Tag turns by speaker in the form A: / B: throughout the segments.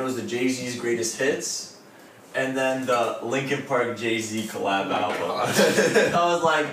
A: was the Jay Z's greatest hits, and then the Linkin Park Jay Z collab album. I was like,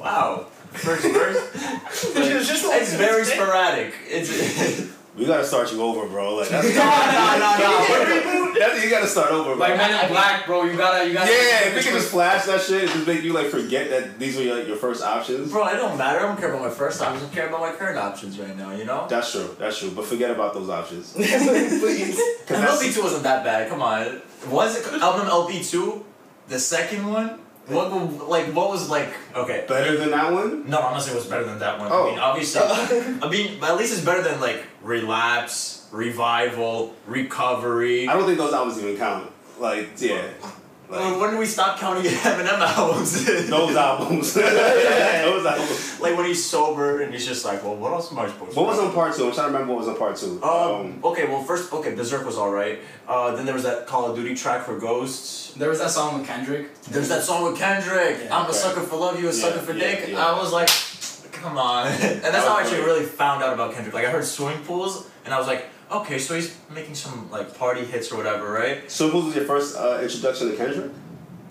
A: wow. First verse. Like,
B: It's just like-
A: it's very sporadic. It's
C: We gotta start you over, bro. Like that's
A: no, no, no, no. We're-
C: that's- you gotta start over, bro.
B: Like Men in Black, bro. You gotta, you
C: yeah,
B: gotta.
C: if we can just flash that shit, and just make you like forget that these were your, your first options.
A: Bro, it don't matter. I don't care about my first options. I care about my current options right now. You know.
C: That's true. That's true. But forget about those options. Cause
B: Please.
A: And LP
C: that's,
A: two wasn't that bad. Come on, was it album LP two, the second one? What wa- like what was like okay?
C: better than that one.
A: No, I'm not saying it was better than that one. I mean,
C: Oh.
A: obviously, I mean, but at least it's better than like relapse, revival, recovery.
C: I don't think those albums even count. Like yeah,
A: Well,
C: like
A: when did we stop counting Eminem albums?
C: those albums. those albums.
A: like when he's sober and he's just like, well, what else am I supposed to?
C: What was
A: do?
C: on part two? I'm trying to remember what was on part two.
A: Um, okay, well, first, okay, Berserk was alright. Uh, then there was that Call of Duty track for Ghosts.
B: There was that song with Kendrick.
A: There's that song with Kendrick.
B: Yeah,
A: I'm a
C: okay.
A: sucker for love, you a
C: Yeah,
A: sucker for
C: yeah,
A: dick.
C: yeah.
A: I was like, come on. and that's
C: That
A: how I
C: was
A: actually
C: great.
A: really found out about Kendrick. Like, I heard swimming pools, and I was like, okay, so he's making some, like, party hits or whatever, right?
C: so what was your first uh, introduction to Kendrick?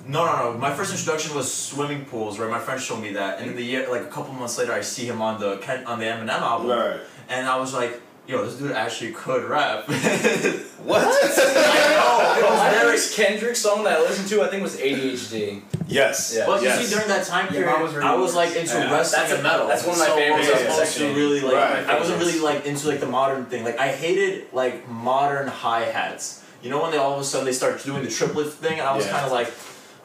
A: No, no, no. My first introduction was swimming pools, right? My friend showed me that, and then the year, like a couple months later, I see him on the Ken- on the Eminem album,
C: Right.
A: and I was like, "Yo, this dude actually could rap." I
C: What?
A: know, it was
D: My
A: very
D: first Kendrick song that I listened to, I think, was ADHD.
C: yes.
D: Yeah.
A: But
C: yes.
A: you see, during that time
B: Yeah,
A: period,
B: mine was really
A: I was like
B: worse.
A: into
C: Yeah.
A: wrestling
D: That's a-
A: and metal.
D: that's one of my
A: so
D: favorites
A: I
C: of
A: was
C: that
A: also
D: section.
A: really like
C: Right.
A: I wasn't really like into like the modern thing. Like I hated like modern hi hats. You know when they all of a sudden they start doing the triplet thing, and I was
C: Yeah.
A: kind of like,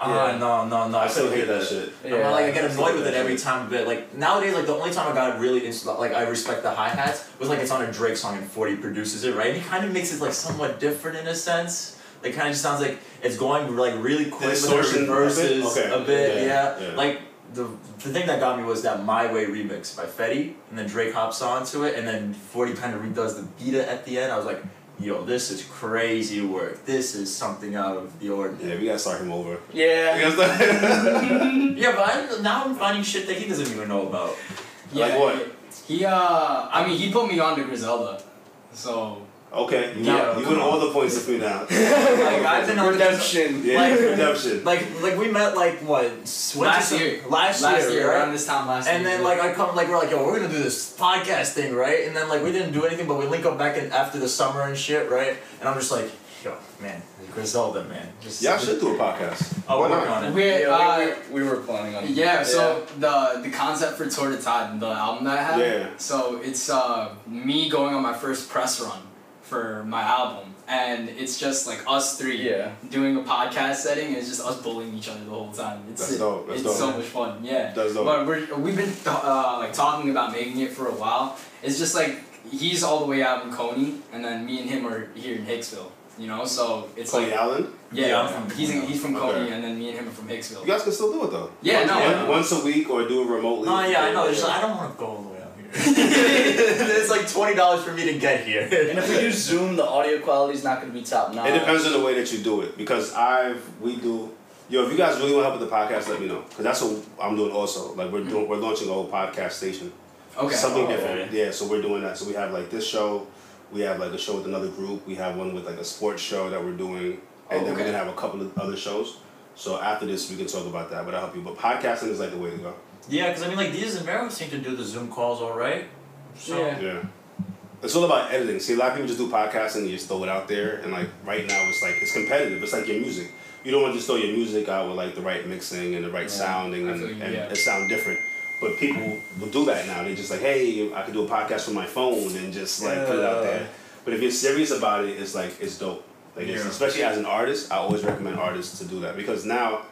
A: ah,
D: Yeah.
A: no, no, no.
C: I still hate that
A: shit.
C: shit.
A: I'm not, like I get
C: that's
A: annoyed
C: not
A: with it
C: bad.
A: every time, but like nowadays, like the only time I got really into like I respect the hi hats was like it's on a Drake song and Forty produces it, right? And he kind of makes it like somewhat different in a sense. It kind of just sounds like it's going like really quick with
C: distortion
A: the
C: of it?
A: verses
C: Okay.
A: a bit,
C: Yeah,
A: yeah.
C: yeah.
A: Like the the thing that got me was that My Way remix by Fetty, and then Drake hops onto it, and then Forty kind of redoes the beat at the end. I was like, yo, this is crazy work. This is something out of the ordinary.
C: Yeah, we gotta start him over.
D: Yeah.
A: Yeah, but I, now I'm finding shit that he doesn't even know about.
C: Like what?
B: He, uh, I mean, he put me on to Griselda. So.
C: Okay, you,
A: Yeah,
C: you
A: come
C: win all the points if we now.
A: Like I've been on
D: Redemption.
C: Yeah,
A: Like-
C: redemption.
A: Like like we met like what s- went to
B: Last
A: some-
B: year.
A: last,
B: Last year,
A: right?
B: around this time last
A: and
B: year.
A: then like I come like we're like yo we're gonna do this podcast thing right and then like we didn't do anything but we link up back in after the summer and shit right and I'm just like yo man Griselda man just
C: Y'all should do a podcast.
A: oh
C: Why
A: we're
C: not?
A: working on it
B: we, uh,
D: Yeah, we, we, we were planning on.
B: Yeah, so the the concept for Tour de Tide, the album that I have.
C: Yeah.
B: So it's uh me going on my first press run for my album, and it's just like us three
D: Yeah.
B: doing a podcast setting, and it's just us bullying each other the whole time. It's
C: That's dope, that's
B: it's
C: dope,
B: so
C: man.
B: much fun. Yeah.
C: That's dope.
B: But we're, we've been uh, like talking about making it for a while. It's just like he's all the way out in Coney, and then me and him are here in Hicksville. You know, so it's
C: Coney
B: like
C: Island.
B: yeah,
A: Yeah, I'm from
B: he's in, he's from Coney,
C: Okay.
B: and then me and him are from Hicksville.
C: You guys can still do it though.
B: Yeah,
C: once,
B: no,
C: one-
B: yeah.
C: once a week or do it remotely.
A: no yeah I know it's just, I don't want to go all the way out here it's like twenty dollars for me to get
D: And
A: here
D: if we do Zoom, the audio quality is not going to be top notch.
C: It depends on the way that you do it because I've we do. Yo, if you guys really want to help with the podcast, let me know because that's what I'm doing also. Like we're doing, we're launching a whole podcast station.
B: Okay.
C: Something
D: Oh,
C: different. Yeah, so we're doing that. So we have like this show, we have like a show with another group, we have one with like a sports show that we're doing, and
B: Oh,
C: then we're
B: okay.
C: gonna have a couple of other shows. So after this, we can talk about that. But I'll help you. But podcasting is like the way to go.
A: yeah because I mean like these and Mero seem to do the Zoom calls all right so
B: Yeah.
C: Yeah. It's all about editing. See, a lot of people just do podcasting and you just throw it out there. And like right now, it's like it's competitive. It's like your music. You don't want to just throw your music out with like the right mixing and the right sounding
B: I
C: and,
B: feel you,
C: and
B: yeah.
C: it sound different. But people will do that now. They just like, hey, I could do a podcast from my phone and just like put it out there. But if you're serious about it, it's like it's dope. Like it's,
A: Yeah.
C: especially as an artist, I always recommend artists to do that because now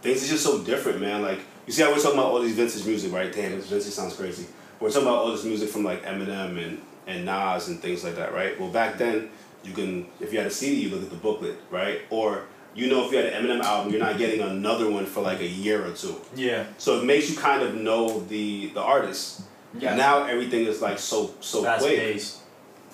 C: things are just so different, man. Like you see how we're talking about all these vintage music, right? Damn, this vintage sounds crazy. We're talking about all this music from like Eminem and, and Nas and things like that, right? Well, back then, you can if you had a CD, you look at the booklet, right? Or you know if you had an Eminem album, you're not getting another one for like a year or two.
A: yeah
C: So it makes you kind of know the the artist.
B: Yeah.
C: Now everything is like so so
A: fast
C: quick
A: paced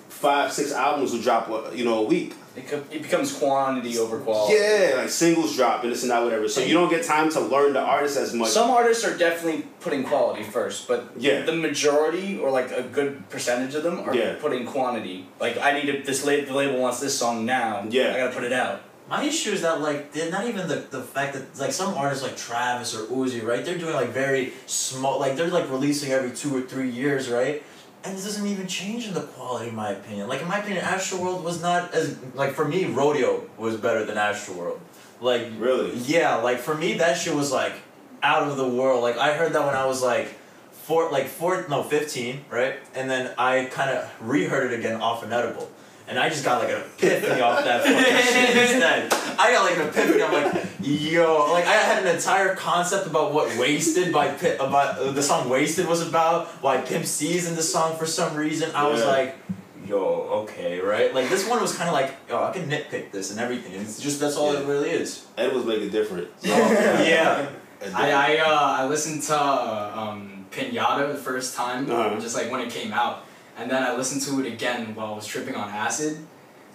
C: five, six albums will drop, uh, you know, a week.
D: It, co- it becomes quantity over quality.
C: Yeah, like singles drop and this and that, whatever. So you don't get time to learn the artist as much.
D: Some artists are definitely putting quality first, but
C: Yeah.
D: the majority or like a good percentage of them are
C: Yeah.
D: putting quantity. Like I need to, this la- the label wants this song now.
C: Yeah.
D: I gotta put it out.
A: My issue is that like they're not even the, the fact that like some artists like Travis or Uzi, right? They're doing like very small like they're like releasing every two or three years, right? And this doesn't even change in the quality in my opinion. Like in my opinion, Astroworld was not as like for me, Rodeo was better than Astroworld. Like
C: Really?
A: yeah, like for me that shit was like out of the world. Like I heard that when I was like four like four no fifteen, right? And then I kinda reheard it again off an edible. And I just got like an epiphany off that fucking shit instead. I got like an epiphany. I'm like, yo, like I had an entire concept about what "Wasted" by Pi- about uh, the song "Wasted" was about. Why Pimp C's in the song for some reason. I was
C: Yeah.
A: like, yo, okay, right? Like this one was kind of like, yo, I can nitpick this and everything. And it's just that's all it really is.
C: Ed was making different.
A: yeah.
B: I I, uh, I listened to um, Pinata the first time,
C: Uh-huh.
B: just like when it came out, and then I listened to it again while I was tripping on acid.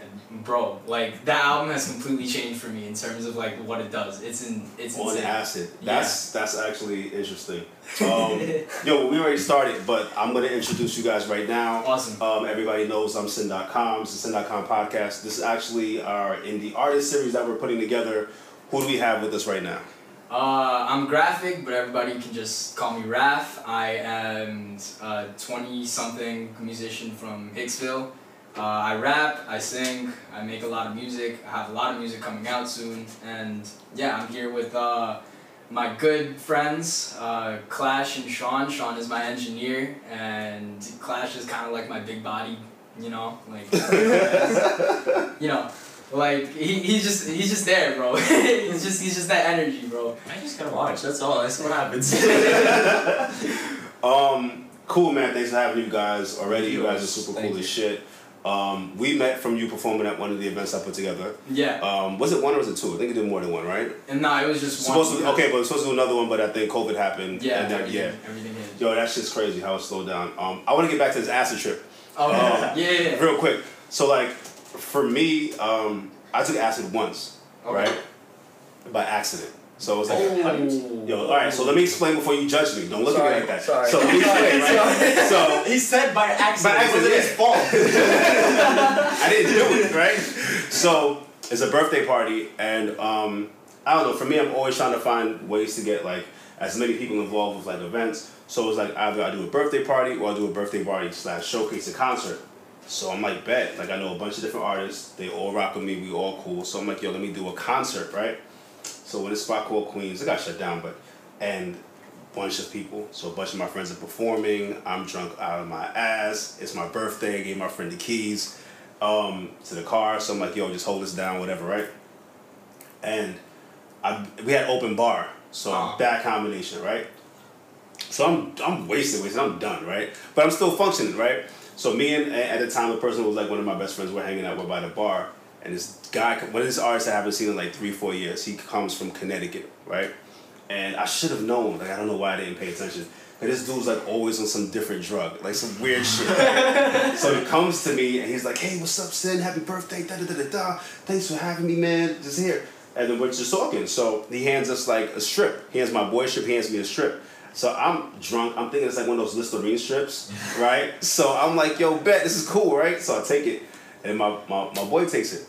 B: And bro, like that album has completely changed for me in terms of like what it does. It's in it's
C: on
B: insane.
C: acid. That's that's actually interesting. Um, yo, we already started, but I'm gonna introduce you guys right now.
B: Awesome.
C: Um, everybody knows I'm Sin.com. It's the Sin.com podcast. This is actually our indie artist series that we're putting together. Who do we have with us right now?
B: Uh, I'm graphic, but everybody can just call me Raph. I am a 20 something musician from Hicksville. Uh, I rap, I sing, I make a lot of music. I have a lot of music coming out soon. And yeah, I'm here with uh, my good friends, uh, Clash and Sean. Sean is my engineer, and Clash is kind of like my big body, you know? Like, you know. Like he, he's just he's just there, bro. he's just he's just that energy, bro.
A: I just gotta watch. That's all. That's what happens.
C: Um, cool, man. Thanks for having you guys already. You guys are super
D: Thank
C: cool as shit. Um, we met from you performing at one of the events I put together.
B: Yeah.
C: Um, was it one or was it two? I think you did more than one, right?
B: And no, it was just
C: Supposed
B: one.
C: to okay, but it was supposed to do another one, but I think COVID happened.
B: Yeah.
C: and then,
B: everything,
C: yeah.
B: Everything is.
C: Yo, that shit's crazy how it slowed down. Um, I want to get back to this acid trip
B: Oh yeah. yeah. yeah, yeah.
C: real quick. So like, for me, um, I took acid once,
B: Okay.
C: right, by accident. So it was like,
B: Oh.
C: yo, all right. So let me explain before you judge me. Don't look at me like that.
D: Sorry,
C: So let me
D: sorry,
C: explain, right? So
A: he said by
C: but
A: accident.
C: it wasn't his fault. I didn't do it, right? So it's a birthday party, and um, I don't know. For me, I'm always trying to find ways to get like as many people involved with like events. So it's like either I do a birthday party or I do a birthday party slash showcase a concert. So I'm like, bet. Like I know a bunch of different artists. They all rock with me. We all cool. So I'm like, yo, let me do a concert, right? So when this spot called Queens, it got shut down, but and bunch of people. So a bunch of my friends are performing. I'm drunk out of my ass. It's my birthday. I gave my friend the keys um, to the car. So I'm like, yo, just hold this down, whatever, right? And I we had open bar, so
B: Uh-huh.
C: bad combination, right? So I'm I'm wasted, wasted. I'm done, right? But I'm still functioning, right? So me and at the time the person was like one of my best friends. We're hanging out. We're by the bar, and this guy, one of these artists I haven't seen in like three, four years. He comes from Connecticut, right? And I should have known. Like I don't know why I didn't pay attention. Cause this dude's like always on some different drug, like some weird shit. so he comes to me and he's like, "Hey, what's up, Sin? Happy birthday! Da da da da da. Thanks for having me, man. Just here." And then we're just talking. So he hands us like a strip. He hands my boy a strip. He hands me a strip. So I'm drunk. I'm thinking it's like one of those Listerine strips, right? So I'm like, "Yo, bet this is cool, right?" So I take it, and my my, my boy takes it,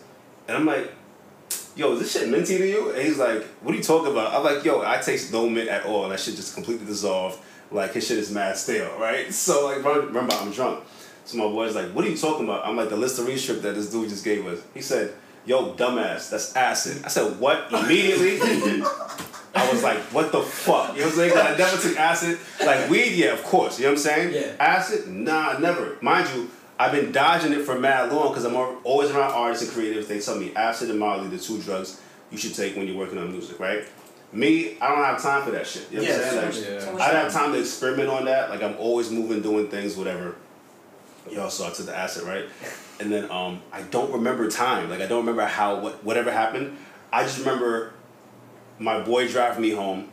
C: and I'm like, yo, is this shit minty to you? And he's like, what are you talking about? I'm like, yo, I taste no mint at all. That shit just completely dissolved. Like, his shit is mad stale, right? So, like, remember, remember, I'm drunk. So my boy's like, what are you talking about? I'm like, the Listerine strip that this dude just gave us. He said, yo, dumbass, that's acid. I said, what? Immediately? I was like, what the fuck? You know what I'm saying? 'Cause I never took acid. Like, weed, yeah, of course. You know what I'm saying?
B: Yeah.
C: Acid? Nah, never. Mind you, I've been dodging it for mad long because I'm al- always around artists and creatives. They tell me acid and Molly, the two drugs you should take when you're working on music, right? Me, I don't have time for that shit. You know what I'm
A: Yeah,
C: saying? Like,
A: seriously.
D: Yeah.
A: So much
C: I don't have time to experiment on that. Like I'm always moving, doing things, whatever. Yo, so I took the acid, right? And then um, I don't remember time. Like I don't remember how what whatever happened. I just remember my boy driving me home,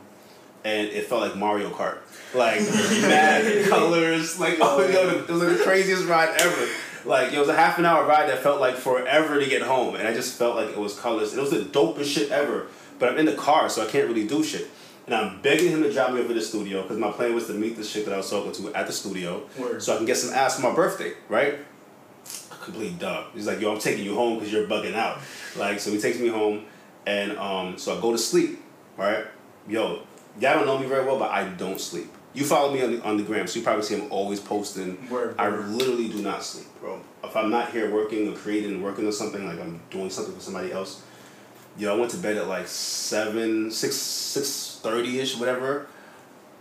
C: and it felt like Mario Kart. Like mad colors, like oh yo, it was like the craziest ride ever. Like it was a half an hour ride that felt like forever to get home, and I just felt like it was colorless. It was the dopest shit ever. But I'm in the car, so I can't really do shit. And I'm begging him to drop me over to the studio because my plan was to meet the shit that I was talking to at the studio,
B: Word.
C: so I can get some ass for my birthday, right? complete dub. He's like, yo, I'm taking you home because you're bugging out. Like, so he takes me home, and um, so I go to sleep, right? Yo, y'all don't know me very well, but I don't sleep. You follow me on the, on the gram, so you probably see I'm always posting.
B: Word.
C: I literally do not sleep, bro. If I'm not here working or creating, working on something, like I'm doing something for somebody else, yo, I went to bed at like seven, six, six thirty ish, whatever.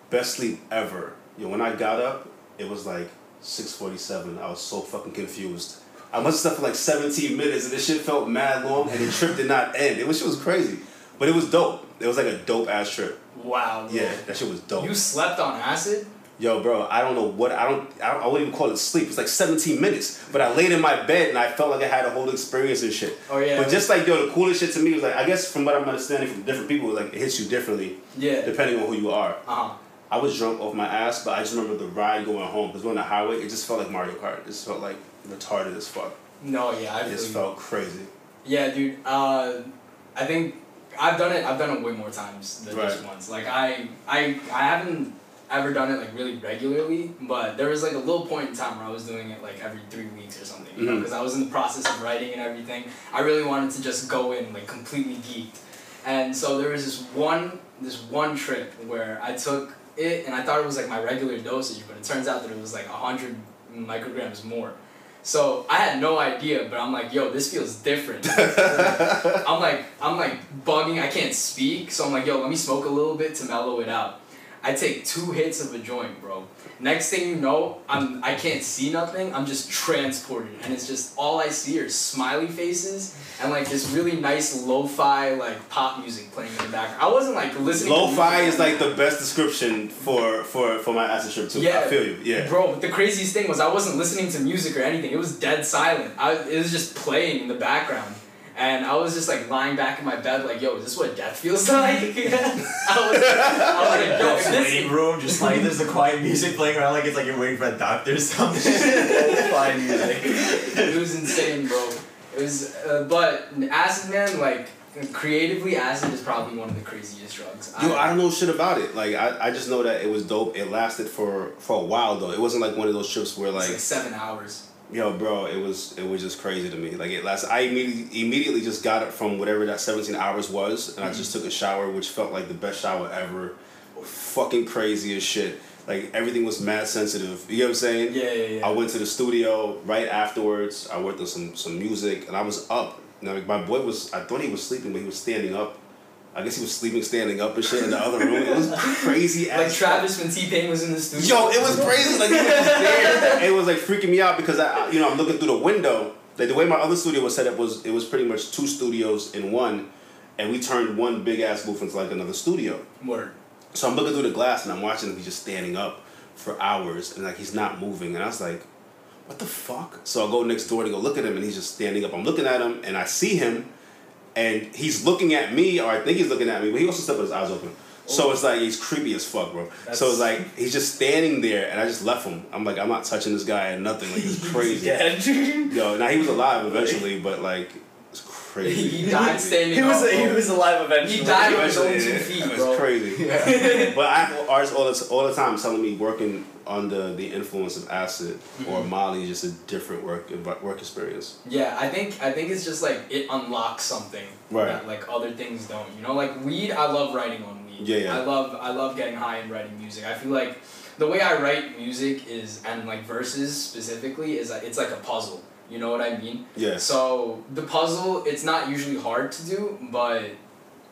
C: Best sleep ever. Yo, when I got up, it was like six forty seven. I was so fucking confused. I must have slept for like seventeen minutes, and this shit felt mad long, and the trip did not end. It was shit was crazy, but it was dope. It was like a dope ass trip.
B: Wow.
C: Yeah, that shit was dope.
B: You slept on acid?
C: Yo, bro, I don't know what I don't I, don't, I wouldn't even call it sleep. It's like seventeen minutes, but I laid in my bed and I felt like I had a whole experience and shit.
B: Oh, yeah.
C: But just like yo, the coolest shit to me was like I guess from what I'm understanding from different people, like it hits you differently
B: Yeah.
C: depending on who you are.
B: Uh huh.
C: I was drunk off my ass, but I just remember the ride going home because we're on the highway. It just felt like Mario Kart. It just felt like retarded as fuck.
B: No, yeah, I
C: It
B: feel
C: just
B: you.
C: felt crazy.
B: Yeah, dude. Uh, I think I've done it. I've done it way more times than just
C: Right.
B: once. Like I, I, I haven't ever done it like really regularly. But there was like a little point in time where I was doing it like every three weeks or something. You know,
C: Mhm.
B: because I was in the process of writing and everything. I really wanted to just go in like completely geeked. And so there was this one, this one trip where I took it and I thought it was like my regular dosage, but it turns out that it was like hundred micrograms more. So I had no idea, but I'm like, yo, this feels different. I'm like, I'm like bugging. I can't speak, so I'm like, yo, let me smoke a little bit to mellow it out. I take two hits of a joint, bro. Next thing you know, I'm I can't see nothing. I'm just transported, and it's just all I see are smiley faces and like this really nice lo-fi like pop music playing in the background. I wasn't like listening. to
C: Lo-fi
B: music.
C: is like the best description for for for my acid trip too.
B: Yeah.
C: I feel you. Yeah.
B: Bro, but the craziest thing was I wasn't listening to music or anything. It was dead silent. I, it was just playing in the background. And I was just like lying back in my bed, like, yo, is this what death feels like? I was, I was like, yo, if
A: Just
B: this,
A: waiting room, just like there's the quiet music playing around, like it's like you're waiting for a doctor or something. Quiet music.
B: it was insane, bro. It was, uh, but acid man, like creatively, acid is probably one of the craziest drugs.
C: Yo, I don't know shit about it. Like I, I just know that it was dope. It lasted for for a while though. It wasn't like one of those trips where
B: it's
C: like
B: like seven hours.
C: yo, bro, it was it was just crazy to me. Like it lasted. I immediately immediately just got it from whatever that seventeen hours was, and I just took a shower, which felt like the best shower ever. Fucking crazy as shit. Like everything was mad sensitive. You know what I'm saying?
B: Yeah, yeah, yeah.
C: I went to the studio right afterwards. I worked on some some music, and I was up. Now like, my boy was. I thought he was sleeping, but he was standing up. I guess he was sleeping standing up and shit in the other room. It was crazy
B: like
C: as
B: Travis when T Pain was in the studio.
C: Yo, it was crazy. Like it was, just there. It was like freaking me out because I, I- you know, I'm looking through the window. Like the way my other studio was set up was it was pretty much two studios in one, and we turned one big ass booth into like another studio.
B: Word.
C: So I'm looking through the glass and I'm watching him. He's just standing up for hours and like he's not moving. And I was like, what the fuck? So I go next door to go look at him and he's just standing up. I'm looking at him and I see him and he's looking at me or I think he's looking at me, but he also slept with his eyes open.
B: Oh.
C: So it's like he's creepy as fuck, bro. So it's
D: That's-
C: like he's just standing there and I just left him. I'm like, I'm not touching this guy and nothing. Like it's crazy.
D: Yeah. he
C: Yo, now he was alive eventually, but like it's crazy.
B: He died standing up.
D: was he
B: bro.
D: was alive eventually.
B: He died on his own
C: Eventually,
B: two
C: yeah,
B: feet,
C: It
B: bro.
C: was crazy. but I have artists all the, all the time telling me working under the influence of acid or
B: Mm-hmm.
C: Molly is just a different work work experience.
B: Yeah, I think I think it's just like it unlocks something
C: Right.
B: that like other things don't. You know, like weed. I love writing on weed.
C: Yeah, yeah.
B: I love I love getting high and writing music. I feel like the way I write music is and like verses specifically is like it's like a puzzle. You know what I mean?
C: Yes.
B: So the puzzle, it's not usually hard to do, but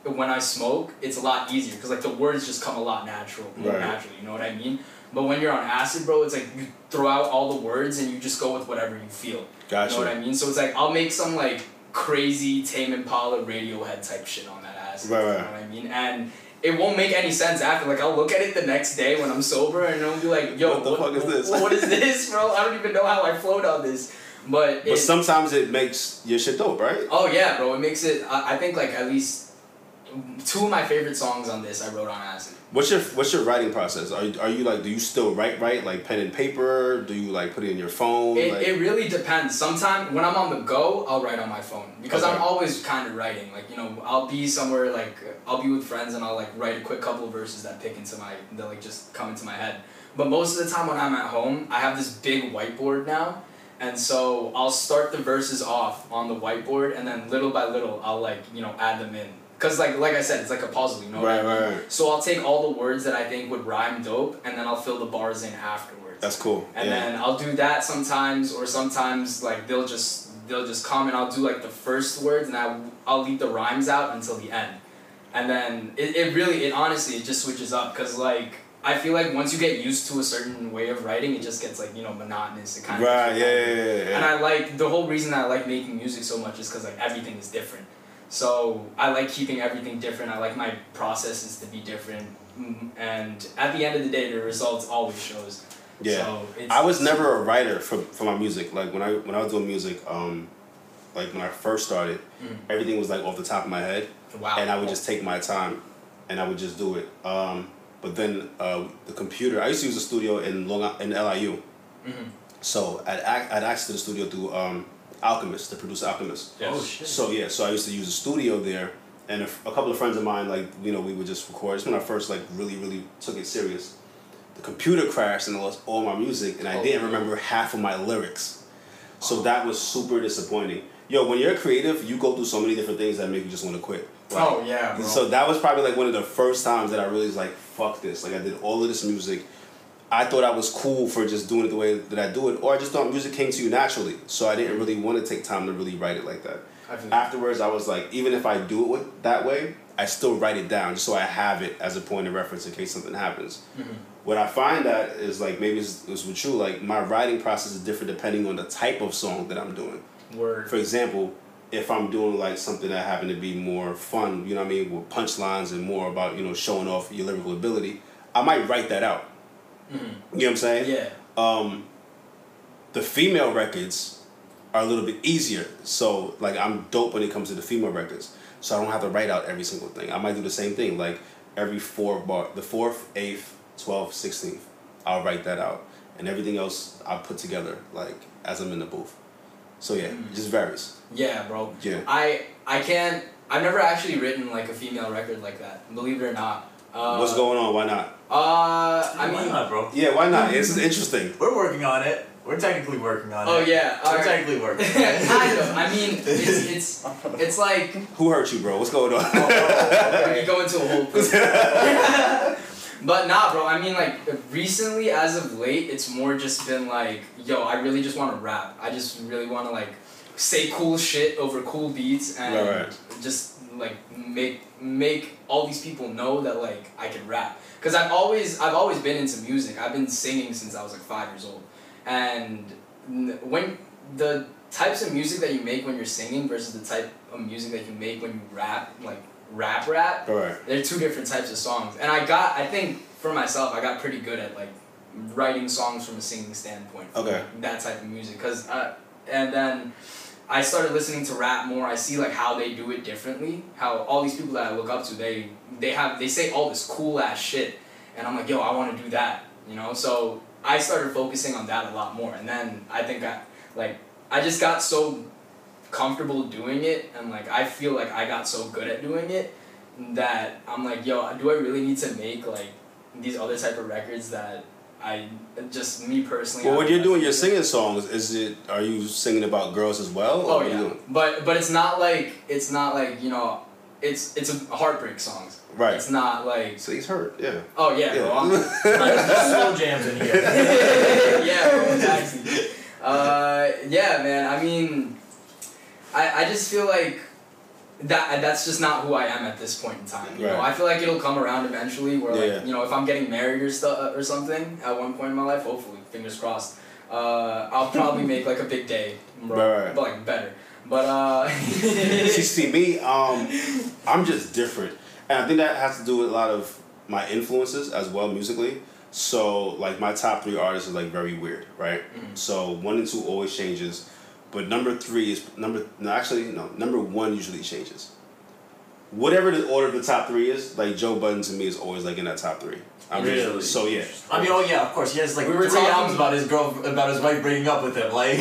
B: when I smoke, it's a lot easier because like the words just come a lot natural, more
C: Right.
B: naturally. You know what I mean? But when you're on acid, bro, it's like you throw out all the words and you just go with whatever you feel.
C: Gotcha.
B: You know what I mean? So it's like I'll make some like crazy Tame Impala Radiohead type shit on that ass.
C: Right,
B: You
C: right.
B: know what I mean? And it won't make any sense after. Like I'll look at it the next day when I'm sober and I'll be like, yo,
C: What the fuck is this?
B: What is this, bro? I don't even know how I float on this. But,
C: but
B: it-
C: sometimes it makes your shit dope, right?
B: oh yeah, bro, it makes it I, I think like at least two of my favorite songs on this I wrote on acid.
C: What's your What's your writing process? Are you, Are you like Do you still write write like pen and paper? Do you like put it in your phone?
B: It,
C: like,
B: it really depends. Sometimes when I'm on the go, I'll write on my phone because I'm
C: Okay.
B: always kind of writing. Like you know, I'll be somewhere like I'll be with friends and I'll like write a quick couple of verses that pick into my that like just come into my head. But most of the time when I'm at home, I have this big whiteboard now, and so I'll start the verses off on the whiteboard and then little by little I'll like you know add them in. Cause like like I said, it's like a puzzle. You know. what I
C: right,
B: mean?
C: right, right.
B: So I'll take all the words that I think would rhyme dope, and then I'll fill the bars in afterwards
C: That's cool.
B: and
C: yeah.
B: then I'll do that sometimes, or sometimes like they'll just they'll just come and I'll do like the first words and I I'll leave the rhymes out until the end, and then it, it really it honestly it just switches up because like I feel like once you get used to a certain way of writing, it just gets like you know monotonous. It kind of
C: right, yeah, yeah, yeah, yeah.
B: and I like the whole reason I like making music so much is because like everything is different. So I like keeping everything different. I like my processes to be different, Mm, and at the end of the day, the results always shows.
C: Yeah.
B: So it's,
C: I was never a writer for, for my music. Like when I when I was doing music, um, like when I first started,
B: Mhm.
C: everything was like off the top of my head,
B: Wow.
C: and I would just take my time, and I would just do it. Um, but then uh, the computer. I used to use a studio in Long I- in LIU.
B: Mhm.
C: So I'd ac- I'd access to the studio through um, Alchemist, the producer Alchemist.
B: Yes.
A: Oh shit.
C: So yeah, so I used to use a studio there, and a, a couple of friends of mine, like you know, we would just record. It's when I first like really, really took it serious. The computer crashed and I lost all my music, and I
B: Oh.
C: didn't remember half of my lyrics. So that was super disappointing. Yo, when you're creative, you go through so many different things that make you just want to quit. Like,
B: Oh yeah, bro.
C: so that was probably like one of the first times that I really was like, fuck this. Like I did all of this music. I thought I was cool for just doing it the way that I do it, or I just thought music came to you naturally. So I didn't really want to take time to really write it like that.
B: I feel you.
C: Afterwards, I was like, even if I do it with, that way, I still write it down just so I have it as a point of reference in case something happens.
B: Mhm.
C: What I find that is like maybe it's, it's with you. Like my writing process is different depending on the type of song that I'm doing
B: word.
C: for example, if I'm doing like something that happened to be more fun, you know what I mean, with punchlines and more about, you know, showing off your lyrical ability, I might write that out.
B: Mhm.
C: You know what I'm saying?
B: Yeah.
C: Um, the female records are a little bit easier. So, like, I'm dope when it comes to the female records. So, I don't have to write out every single thing. I might do the same thing, like, every four bar, the fourth, eighth, twelfth, sixteenth, I'll write that out. And everything else I'll put together, like, as I'm in the booth. So, yeah, it just varies.
B: Yeah, bro.
C: Yeah.
B: I I can't. I've never actually written like a female record like that. Believe it or not. Uh,
C: What's going on? Why not?
B: Uh, I
A: why
B: mean.
A: not, bro?
C: Yeah, why not? It's interesting.
A: We're working on it. We're technically working on
B: Oh
A: it.
B: yeah.
A: We're
B: alright.
A: technically working on it.
B: kind of. I mean, it's it's, it's like
C: Who hurt you, bro? What's going on?
B: we go into a whole. but nah, bro. I mean, like recently, as of late, it's more just been like, yo, I really just want to rap. I just really want to like say cool shit over cool beats and
C: Right, right.
B: just like make make all these people know that like I can rap. Cause I've always I've always been into music. I've been singing since I was like five years old, and n- when the types of music that you make when you're singing versus the type of music that you make when you rap, like rap rap,
C: All right.
B: they're two different types of songs and i got i think for myself i got pretty good at like writing songs from a singing standpoint for
C: Okay.
B: that type of music because uh, and then i started listening to rap more i see like how they do it differently how all these people that i look up to they they have they say all this cool ass shit and i'm like yo i want to do that you know so i started focusing on that a lot more and then i think i like i just got so comfortable doing it and like i feel like i got so good at doing it that I'm like, yo, do I really need to make like these other type of records that I just me personally.
C: Well,
B: I-
C: when you're doing your singing songs, is it are you singing about girls as well? or
B: Oh
C: what are you
B: yeah,
C: doing?
B: but but it's not like it's not like you know, it's it's a heartbreak songs.
C: Right.
B: It's not like
C: So he's hurt. Yeah.
B: oh yeah, bro, I'm-
A: Slow jams in here.
B: yeah, bro, exactly. Uh, yeah, man. I mean, I I just feel like that that's just not who I am at this point in time. You know,
C: Right.
B: I feel like it'll come around eventually. Where
C: Yeah.
B: like you know, if I'm getting married or stuff or something at one point in my life, hopefully, fingers crossed. Uh, I'll probably make like a big day, bro,
C: Right.
B: but like better. But uh,
C: See, see me, um, I'm just different, and I think that has to do with a lot of my influences as well musically. So like my top three artists is like very weird, right?
A: Mm-hmm.
C: So one and two always changes, but number three is number no actually no number one usually changes. whatever the order of the top three is, like Joe Budden to me is always like in that top three. I'm just-
A: Really?
C: so yeah.
A: I mean, oh yeah, of course. He has like
B: We were
A: three
B: talking-
A: albums about his girl, about his wife breaking up with him. Like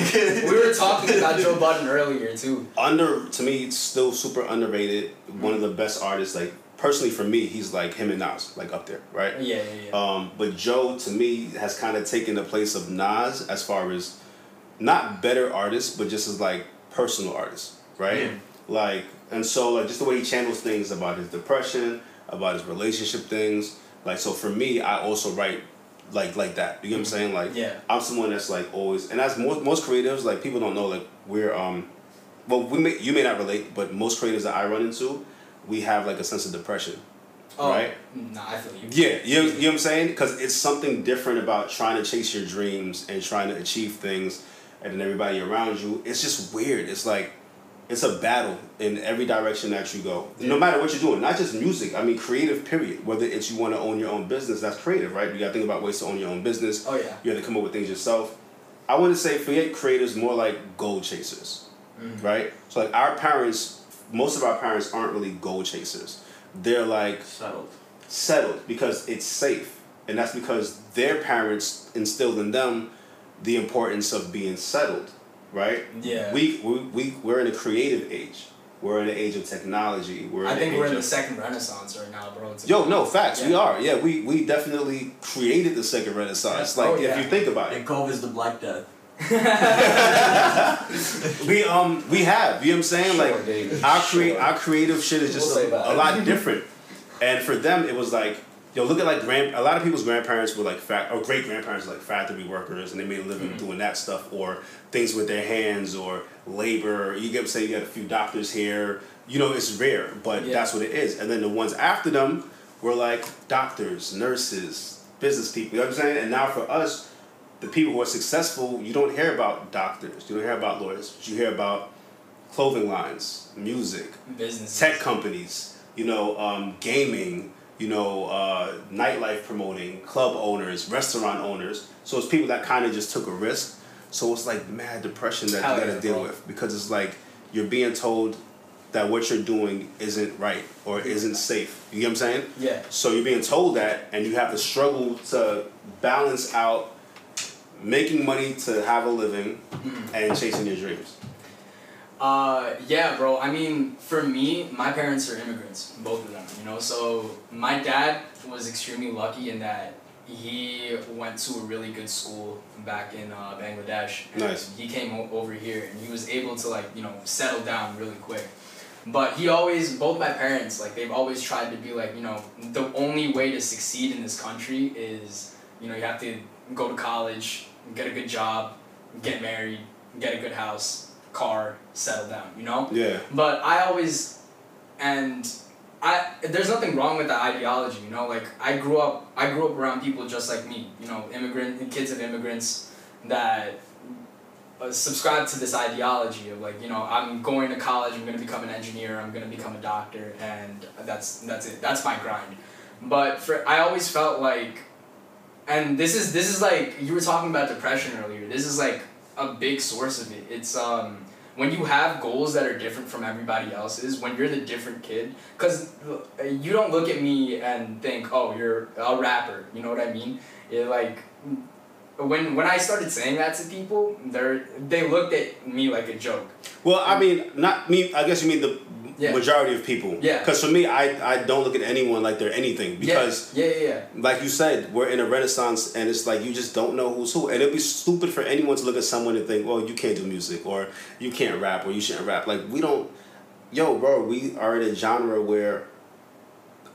B: We were talking about Joe Budden earlier too.
C: Under to me, it's still super underrated. One of the best artists, like personally for me, he's like him and Nas, like up there, right?
B: Yeah, Oh, yeah, yeah.
C: Um, but Joe, to me, has kind of taken the place of Nas as far as not better artists, but just as like personal artists, right?
A: Yeah.
C: Like, and so like just the way he channels things about his depression, about his relationship things. Like, so for me, I also write like like that. You know what I'm saying? Like,
B: Mm-hmm. Yeah.
C: I'm someone that's like always, and that's most most creatives. Like people don't know like we're um, well we may you may not relate, but most creatives that I run into, we have like a sense of depression.
B: oh,
C: right.
B: Nah, I feel you.
C: Yeah, you know, you know what I'm saying? Because it's something different about trying to chase your dreams and trying to achieve things and then everybody around you. It's just weird. It's like, it's a battle in every direction that you go. No matter what you're doing, not just music, I mean, creative, period. Whether it's you want to own your own business, that's creative, right? You got to think about ways to own your own business.
B: Oh yeah.
C: You have to come up with things yourself. I want to say forget creators more like goal chasers, right? So like our parents, most of our parents aren't really goal chasers. They're like
A: settled.
C: settled because it's safe. And that's because their parents instilled in them the importance of being settled, right?
B: Yeah.
C: We, we, we, we're in a creative age. We're in an age of technology. We're
B: I
C: in
B: think
C: an
B: we're
C: age
B: in the
C: of-
B: second renaissance right now, bro. It's-
C: Yo, no, facts. We
B: Yeah.
C: are. Yeah, we, we definitely created the second renaissance. Like,
B: Oh,
C: if
B: yeah.
C: you think about it.
A: And Cove is the Black Death.
C: We, um, we have, you know what I'm saying? Like, our crea- our creative shit is just
D: We'll say
C: a, a
D: that.
C: lot different. And for them, it was like, yo, look at like grand. A lot of people's grandparents were like fact or great grandparents were like factory workers, and they made a living doing that stuff or things with their hands or labor. You get what I'm saying? You got a few doctors here. You know, it's rare, but
B: Yeah.
C: that's what it is. And then the ones after them were like doctors, nurses, business people. You know what I'm saying? And now for us, the people who are successful, you don't hear about doctors, you don't hear about lawyers, but you hear about clothing lines, music,
B: business.
C: tech companies, you know, um, gaming, you know, uh, nightlife promoting, club owners, restaurant owners. So it's people that kind of just took a risk. So it's like mad depression that
B: Hell
C: you got
B: yeah,
C: to deal
B: bro.
C: with because it's like you're being told that what you're doing isn't right or isn't safe. You get what I'm saying?
B: Yeah.
C: So you're being told that, and you have to struggle to balance out making money to have a living
B: Mm-hmm.
C: and chasing your dreams.
B: Uh, yeah, bro. I mean, for me, my parents are immigrants, both of them. You know, so my dad was extremely lucky in that he went to a really good school back in uh, Bangladesh. and
C: Nice.
B: He came o- over here and he was able to like you know settle down really quick. But he always, both my parents, like they've always tried to be like you know the only way to succeed in this country is you know you have to go to college, get a good job, get married, get a good house, car, settle down. You know.
C: Yeah.
B: But I always, and I there's nothing wrong with that ideology, you know. Like I grew up, I grew up around people just like me, you know, immigrant kids of immigrants that uh, subscribe to this ideology of like, you know, I'm going to college, I'm gonna become an engineer, I'm gonna become a doctor, and that's that's it, that's my grind. But for I always felt like, and this is this is like you were talking about depression earlier. This is like a big source of it. It's um when you have goals that are different from everybody else's, when you're the different kid, because you don't look at me and think, oh, you're a rapper. You know what I mean? It, like, when when I started saying that to people, they are they looked at me like a joke.
C: Well, I mean, not me. I guess you mean the
B: Yeah.
C: majority of people.
B: Yeah.
C: Because for me, I, I don't look at anyone like they're anything because,
B: yeah, yeah, yeah, yeah.
C: like you said, we're in a renaissance and it's like you just don't know who's who. And it'd be stupid for anyone to look at someone and think, well, you can't do music or you can't rap or you shouldn't rap. Like, we don't. Yo, bro, we are in a genre where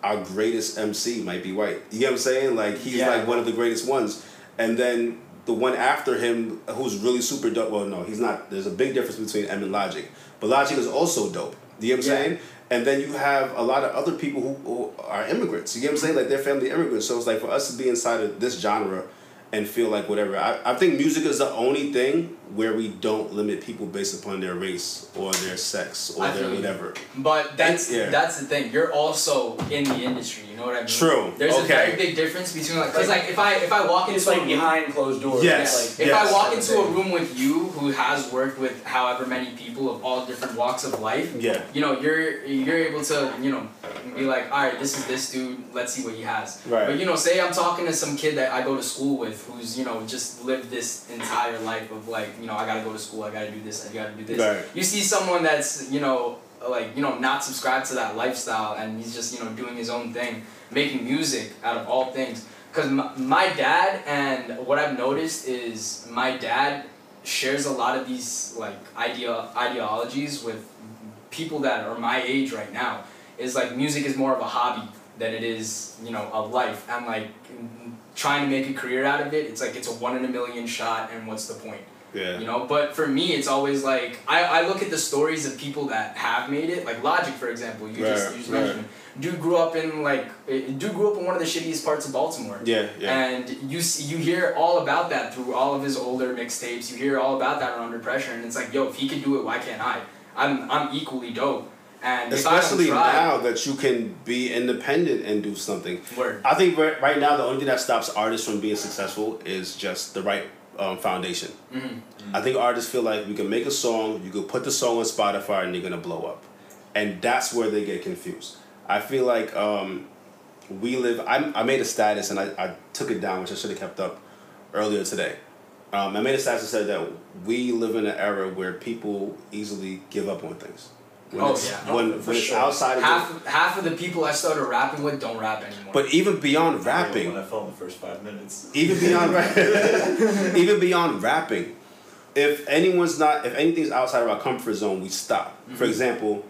C: our greatest MC might be white. You get what I'm saying? Like he's
B: Yeah.
C: like one of the greatest ones, and then the one after him who's really super dope. Well, no, he's not. There's a big difference between M and Logic, but Logic is also dope. You know what I'm
B: Yeah.
C: saying? And then you have a lot of other people who, who are immigrants. You get what I'm saying? Like they're family immigrants. So it's like for us to be inside of this genre and feel like whatever. I, I think music is the only thing where we don't limit people based upon their race or their sex or
B: I
C: their
B: feel you.
C: whatever.
B: But that's
C: Yeah.
B: that's the thing. You're also in the industry. You know what I mean?
C: True.
B: There's
C: Okay.
B: a very big difference between like, cause like if I if I walk into
D: It's
B: a
D: like
B: room-
D: behind closed doors.
C: Yes.
B: If
D: Like,
C: Yes.
B: I walk into a room with you who has worked with however many people of all different walks of life,
C: Yeah.
B: you know, you're you're able to, you know, be like, all right, this is this dude. Let's see what he has.
C: Right.
B: But you know, say I'm talking to some kid that I go to school with, who's you know just lived this entire life of like, you know, I gotta go to school, I gotta do this, I gotta do this.
C: Right.
B: You see someone that's you know like you know not subscribed to that lifestyle, and he's just you know doing his own thing, making music out of all things. Cause my, my dad and what I've noticed is my dad shares a lot of these like idea ideologies with people that are my age right now is like music is more of a hobby than it is you know a life and like trying to make a career out of it it's like it's a one in a million shot and what's the point
C: Yeah.
B: you know but for me it's always like I, I look at the stories of people that have made it like logic for example you just,
C: Right,
B: you just
C: right.
B: mentioned dude grew up in like eh, dude grew up in one of the shittiest parts of baltimore
C: Yeah. Yeah.
B: and you s- you hear all about that through all of his older mixtapes. You hear all about that on Under Pressure, and it's like, yo, if he can do it, why can't I? I'm I'm equally dope, and
C: Especially
B: if I don't
C: now that you can be independent and do something.
B: try, word,
C: I think right, right now the only thing that stops artists from being successful is just the right um, foundation.
B: Mhm.
C: I think artists feel like we can make a song, you could put the song on Spotify, and you're gonna blow up, and that's where they get confused. I feel like um, we live. I, I made a status and I, I took it down, which I should have kept up earlier today. Um, I made a status that said that we live in an era where people easily give up on things. When
B: Oh,
C: it's,
B: yeah.
C: when,
D: Oh, for
C: when it's
D: sure.
C: outside of the,
B: half half of the people I started rapping with don't rap anymore.
C: but even beyond
A: When
C: rapping,
A: I fell in the first five minutes.
C: even beyond ra- even beyond rapping, if anyone's not if anything's outside of our comfort zone, we stop. For example,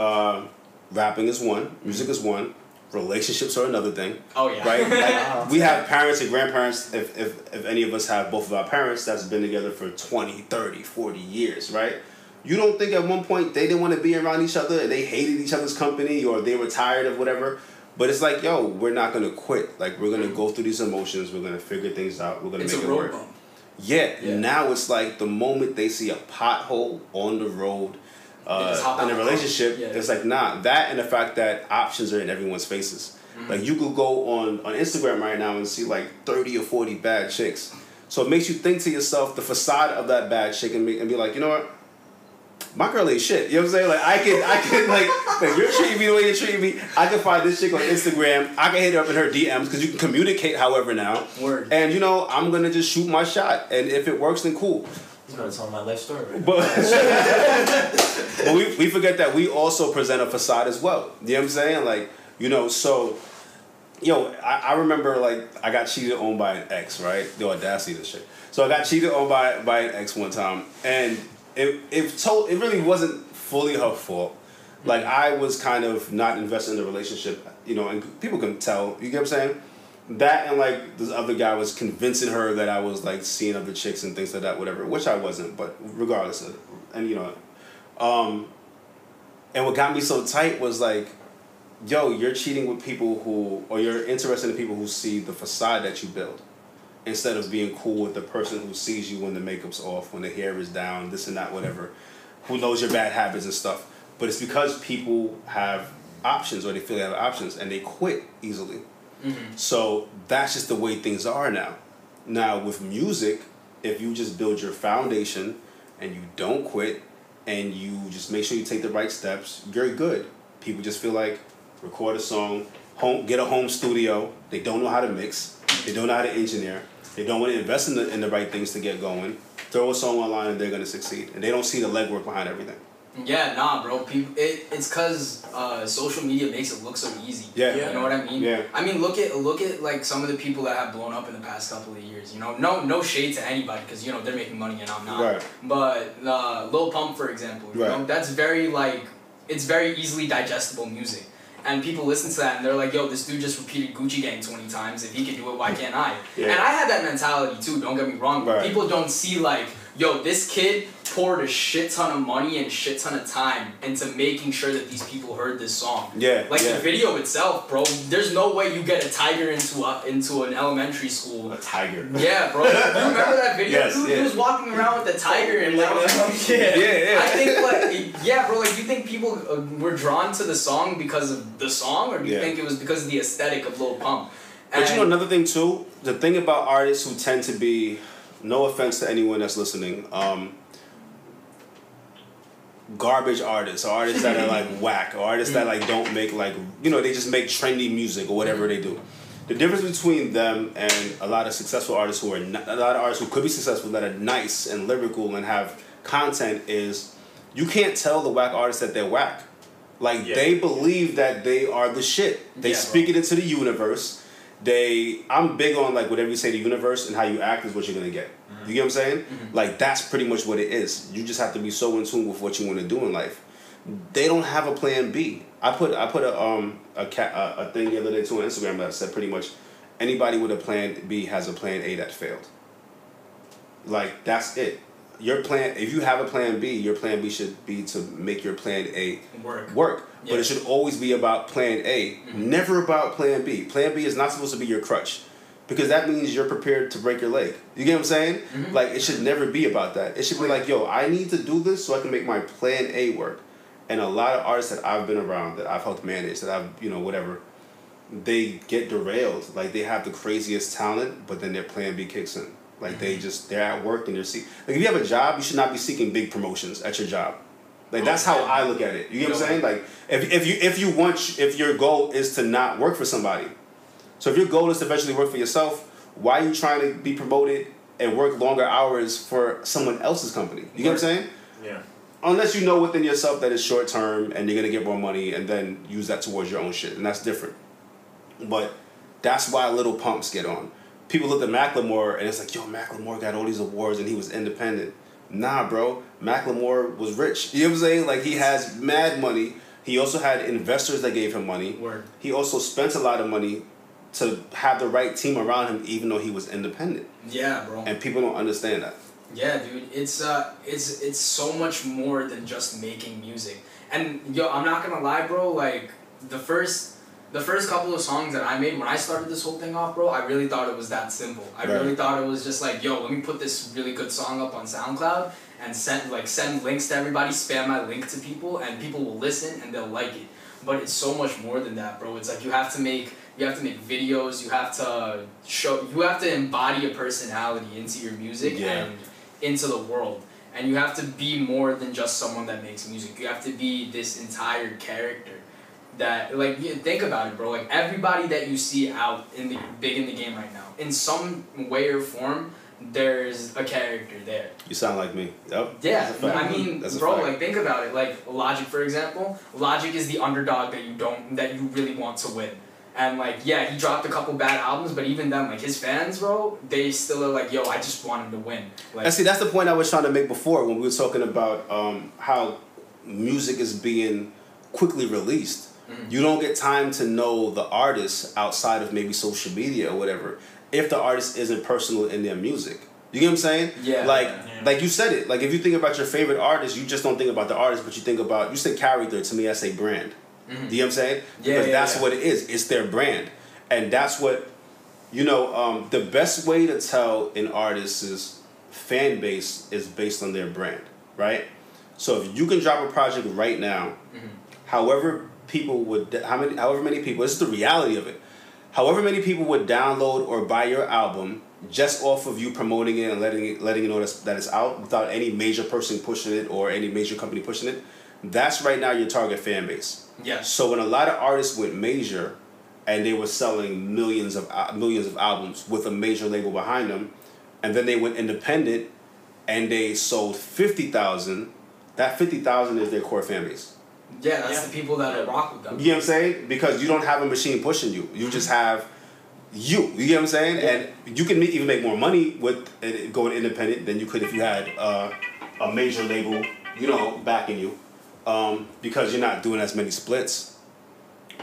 C: uh, rapping is one, music is one, relationships are another thing,
B: oh yeah,
C: right? Like, we have parents and grandparents. If, if if any of us have both of our parents that's been together for 20, 30, 40 years, right? You don't think at one point they didn't want to be around each other, they hated each other's company, or they were tired of whatever. But it's like, yo, we're not gonna quit. Like we're gonna go through these emotions. We're gonna figure things out. We're gonna
B: it's
C: make
B: a
C: it
B: road
C: work.
B: bump.
C: Yeah,
B: Yeah.
C: now it's like the moment they see a pothole on the road
B: They just
C: uh,
B: hop
C: in a
B: out.
C: relationship,
B: Yeah.
C: it's like nah. That and the fact that options are in everyone's faces.
B: Mm-hmm.
C: Like you could go on on Instagram right now and see like thirty or forty bad chicks. So it makes you think to yourself the facade of that bad chick and, be, and be like, you know what? My girl ain't shit. You know what I'm saying? Like I can, I can like, like you're treating me the way you're treating me. I can find this chick on Instagram. I can hit her up in her DMs because you can communicate. However now,
B: Word.
C: and you know, I'm gonna just shoot my shot, and if it works, then cool.
A: He's about to tell my life story right now.
C: But, but we, we forget that we also present a facade as well. You know what I'm saying? Like, you know, so, yo, I, I remember, like, I got cheated on by an ex, right? The audacity of this shit. So I got cheated on by, by an ex one time, and it, it, told, it really wasn't fully her fault. Like, I was kind of not invested in the relationship, you know, and people can tell, you get what I'm saying? That and like this other guy was convincing her that I was like seeing other chicks and things like that, whatever, which I wasn't, but regardless of, and you know, um, and what got me so tight was like, yo, you're cheating with people who, or you're interested in people who see the facade that you build instead of being cool with the person who sees you when the makeup's off, when the hair is down, this and that, whatever, who knows your bad habits and stuff. But it's because people have options or they feel they have options and they quit easily. So that's just the way things are now. Now with music, if you just build your foundation and you don't quit and you just make sure you take the right steps, you're good. People just feel like record a song, home get a home studio. They don't know how to mix. They don't know how to engineer. They don't want to invest in the in the right things to get going. Throw a song online and they're gonna succeed. And they don't see the legwork behind everything.
B: Yeah, nah, bro. People, it, it's cause uh, social media makes it look so easy.
C: Yeah.
B: You know what I mean?
C: Yeah.
B: I mean, look at look at like some of the people that have blown up in the past couple of years. You know, no no shade to anybody because you know they're making money and I'm not.
C: Right.
B: But uh, Lil Pump, for example, you
C: Right.
B: know, that's very like it's very easily digestible music. And people listen to that and they're like, yo, this dude just repeated Gucci Gang 20 times. If he can do it, why can't I?
C: Yeah.
B: And I had that mentality too, don't get me wrong. but
C: Right.
B: People don't see like, yo, this kid poured a shit ton of money and a shit ton of time into making sure that these people heard this song.
C: Yeah,
B: Like
C: yeah.
B: the video itself, bro. There's no way you get a tiger into a, into an elementary school.
C: A tiger.
B: Yeah, bro. You remember that video?
C: Yes,
B: dude,
C: yeah.
B: He was walking around with the tiger and like.
D: yeah.
C: yeah.
B: I think like yeah, bro. Like, you think people uh, were drawn to the song because of the song, or do you
C: Yeah.
B: think it was because of the aesthetic of Lil Pump?
C: But you know
B: And-
C: another thing too, the thing about artists who tend to be, no offense to anyone that's listening, um, garbage artists, or artists that are like whack, or artists that like don't make like you know they just make trendy music or whatever they do. The difference between them and a lot of successful artists who are not, a lot of artists who could be successful that are nice and lyrical and have content is you can't tell the whack artists that they're whack. Like
A: Yeah.
C: they believe that they are the shit. They
B: Yeah, bro.
C: speak it into the universe. They I'm big on like whatever you say to the universe and how you act is what you're gonna get. You get what I'm saying? Like that's pretty much what it is. You just have to be so in tune with what you want to do in life. They don't have a plan B. I put I put a um a cat a, a thing the other day to on Instagram that said pretty much anybody with a plan B has a plan A that failed. Like that's it. Your plan if you have a plan B, your plan B should be to make your plan A
B: work.
C: work. But
B: Yeah. Mm-hmm.
C: it should always be about plan A, never about plan B. Plan B is not supposed to be your crutch because that means you're prepared to break your leg. You get what I'm saying?
B: Mm-hmm.
C: Like, it should never be about that. It should be like, yo, I need to do this so I can make my plan A work. And a lot of artists that I've been around, that I've helped manage, that I've, you know, whatever, they get derailed. Like, they have the craziest talent, but then their plan B kicks in. Like,
B: Mm-hmm.
C: they just, they're at work and they're seeking. Like, if you have a job, you should not be seeking big promotions at your job. Like, that's how I look at it. You get what I'm saying? Like, if, if you if you want if your goal is to not work for somebody, so if your goal is to eventually work for yourself, why are you trying to be promoted and work longer hours for someone else's company? You get what I'm saying?
A: Yeah.
C: Unless you know within yourself that it's short term and you're gonna get more money and then use that towards your own shit, and that's different. But that's why little pumps get on. People look at Macklemore and it's like, yo, Macklemore got all these awards and he was independent. Nah, bro. Macklemore was rich. You know what I'm saying? Like he has mad money. He also had investors that gave him money.
B: Word.
C: He also spent a lot of money to have the right team around him, even though he was independent.
B: Yeah, bro.
C: And people don't understand that.
B: Yeah, dude, it's uh, it's it's so much more than just making music. And yo, I'm not gonna lie, bro. Like the first, the first couple of songs that I made when I started this whole thing off, bro, I really thought it was that simple. I
C: Right.
B: really thought it was just like, yo, let me put this really good song up on SoundCloud and send like send links to everybody, spam my link to people, and people will listen and they'll like it. But it's so much more than that, bro. It's like you have to make you have to make videos, you have to show you have to embody a personality into your music
C: Yeah.
B: and into the world. And you have to be more than just someone that makes music. You have to be this entire character. That like you think about it, bro. Like everybody that you see out in the big in the game right now, in some way or form, there's a character there.
C: You sound like me. Yep.
B: Yeah,
C: That's a fact.
B: I mean,
C: That's a
B: bro,
C: fact.
B: like think about it. Like Logic, for example, Logic is the underdog that you don't that you really want to win. And like, yeah, he dropped a couple bad albums, but even then, like his fans, bro, they still are like, yo, I just want him to win. Like,
C: and see, that's the point I was trying to make before when we were talking about um, how music is being quickly released.
B: Mm-hmm.
C: You don't get time to know the artist outside of maybe social media or whatever if the artist isn't personal in their music. You get what I'm saying?
B: Yeah.
C: Like,
A: Yeah.
C: like you said it. Like, if you think about your favorite artist, you just don't think about the artist, but you think about you say character. To me, I say brand. Do you know what I'm saying?
B: Yeah,
C: because
B: yeah,
C: that's
B: yeah.
C: what it is. It's their brand, and that's what you know, um, the best way to tell an artist's fan base is based on their brand, right? So if you can drop a project right now,
B: Mm-hmm.
C: however people would, how many, however many people, this is the reality of it. However many people would download or buy your album just off of you promoting it and letting it, letting it know that's, that it's out without any major person pushing it or any major company pushing it, that's right now your target fan base.
B: yes,
C: So when a lot of artists went major, and they were selling millions of uh, millions of albums with a major label behind them, and then they went independent, and they sold fifty thousand. That fifty thousand is their core fan base.
B: yeah, that's
A: Yeah.
B: the people that rock with them.
C: You know what I'm saying? Because you don't have a machine pushing you. You just have you. You get what I'm saying? And you can make, even make more money with it going independent than you could if you had uh, a major label, you know, backing you. Um, because you're not doing as many splits.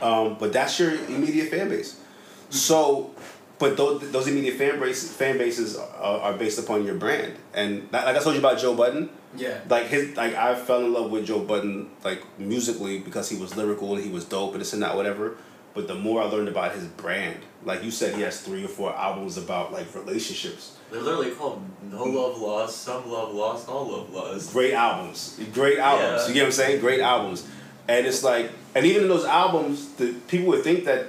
C: Um, but that's your immediate fan base. So But those, those immediate fan base fan bases are, are based upon your brand, and that, like I told you about Joe Budden,
B: Yeah.
C: like his like I fell in love with Joe Budden like musically because he was lyrical and he was dope and this and that whatever. But the more I learned about his brand, like you said, he has three or four albums about like relationships.
A: They're literally called No Love Lost, Some Love Lost, All Love Lost.
C: Great albums, great albums.
A: Yeah.
C: You get what I'm saying? Great albums, and it's like, and even in those albums, the people would think that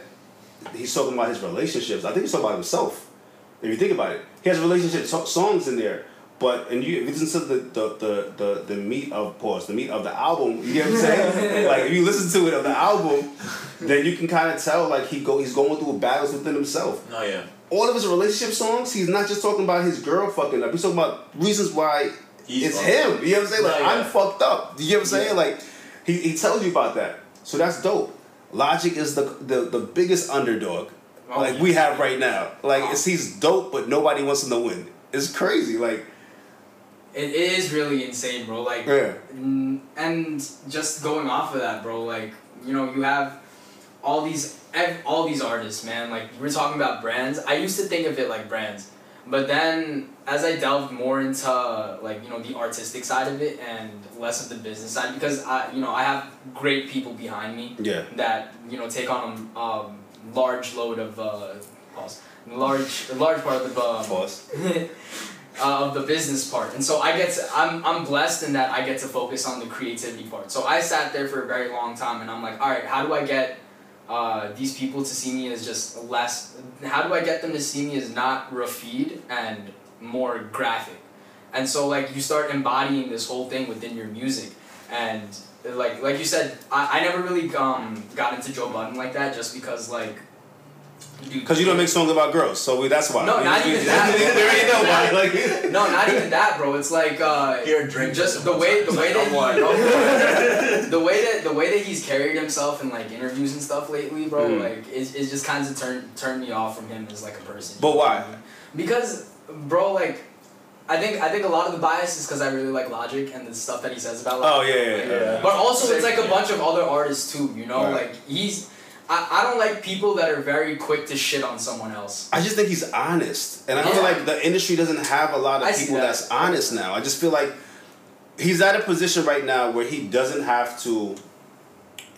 C: he's talking about his relationships. I think he's talking about himself. If you think about it, he has relationship so- songs in there. But and you if you listen to the the, the, the the meat of pause, the meat of the album, you get what I'm saying? like if you listen to it of the album, then you can kinda tell like he go he's going through battles within himself.
A: No, Oh, yeah.
C: All of his relationship songs, he's not just talking about his girl fucking up, he's talking about reasons why
A: He's
C: it's
A: fucked
C: him. You know what I'm saying? Like
A: Yeah, yeah.
C: I'm fucked up. You get what I'm saying?
A: Yeah.
C: Like he, he tells you about that. So that's dope. Logic is the the, the biggest underdog
B: Oh,
C: like
B: yeah. Oh.
C: we have right now. Like it's he's dope, but nobody wants him to win. It's crazy. Like
B: It is really insane, bro. Like,
C: Yeah.
B: n- Mm, and just going off of that, bro. Like, you know, you have all these, ev- all these artists, man. Like, we're talking about brands. I used to think of it like brands, but then as I delved more into like you know the artistic side of it and less of the business side, because I, you know, I have great people behind me
C: yeah,
B: that you know take on a um, large load of uh, pause, large, large part of the um,
C: pause.
B: uh, of the business part. And so I get to, I'm, I'm blessed in that I get to focus on the creativity part. So I sat there for a very long time and I'm like, all right, how do I get uh, these people to see me as just less, how do I get them to see me as not Rafid and more graphic? And so like you start embodying this whole thing within your music and like like you said, I, I never really um got into Joe Budden like that just because like dude-
C: Because you don't make songs about girls, so we, that's why.
B: No,
C: we,
B: not
C: we-
B: even that.
C: there ain't nobody like.
B: No, not even that, bro. It's like uh,
A: Here, drink
B: just
A: this
B: the
A: one
B: way
A: time.
B: the way
A: It's like,
B: that
A: I'm one.
B: he- the way that the way that he's carried himself in like interviews and stuff lately, bro.
C: Mm.
B: Like it's, it's just kind of turned turned me off from him as like a person.
C: But why?
B: Because, bro, like. I think I think a lot of the bias is because I really like Logic and the stuff that he says about Logic.
C: Oh yeah, yeah, yeah.
A: Yeah.
B: But also, it's
A: Same,
B: like a
A: yeah.
B: bunch of other artists too. You know,
C: Right.
B: like he's. I, I don't like people that are very quick to shit on someone else.
C: I just think he's honest, and I feel
B: Yeah.
C: like the industry doesn't have a lot of
B: I see
C: people
B: that.
C: that's honest now. I just feel like he's at a position right now where he doesn't have to.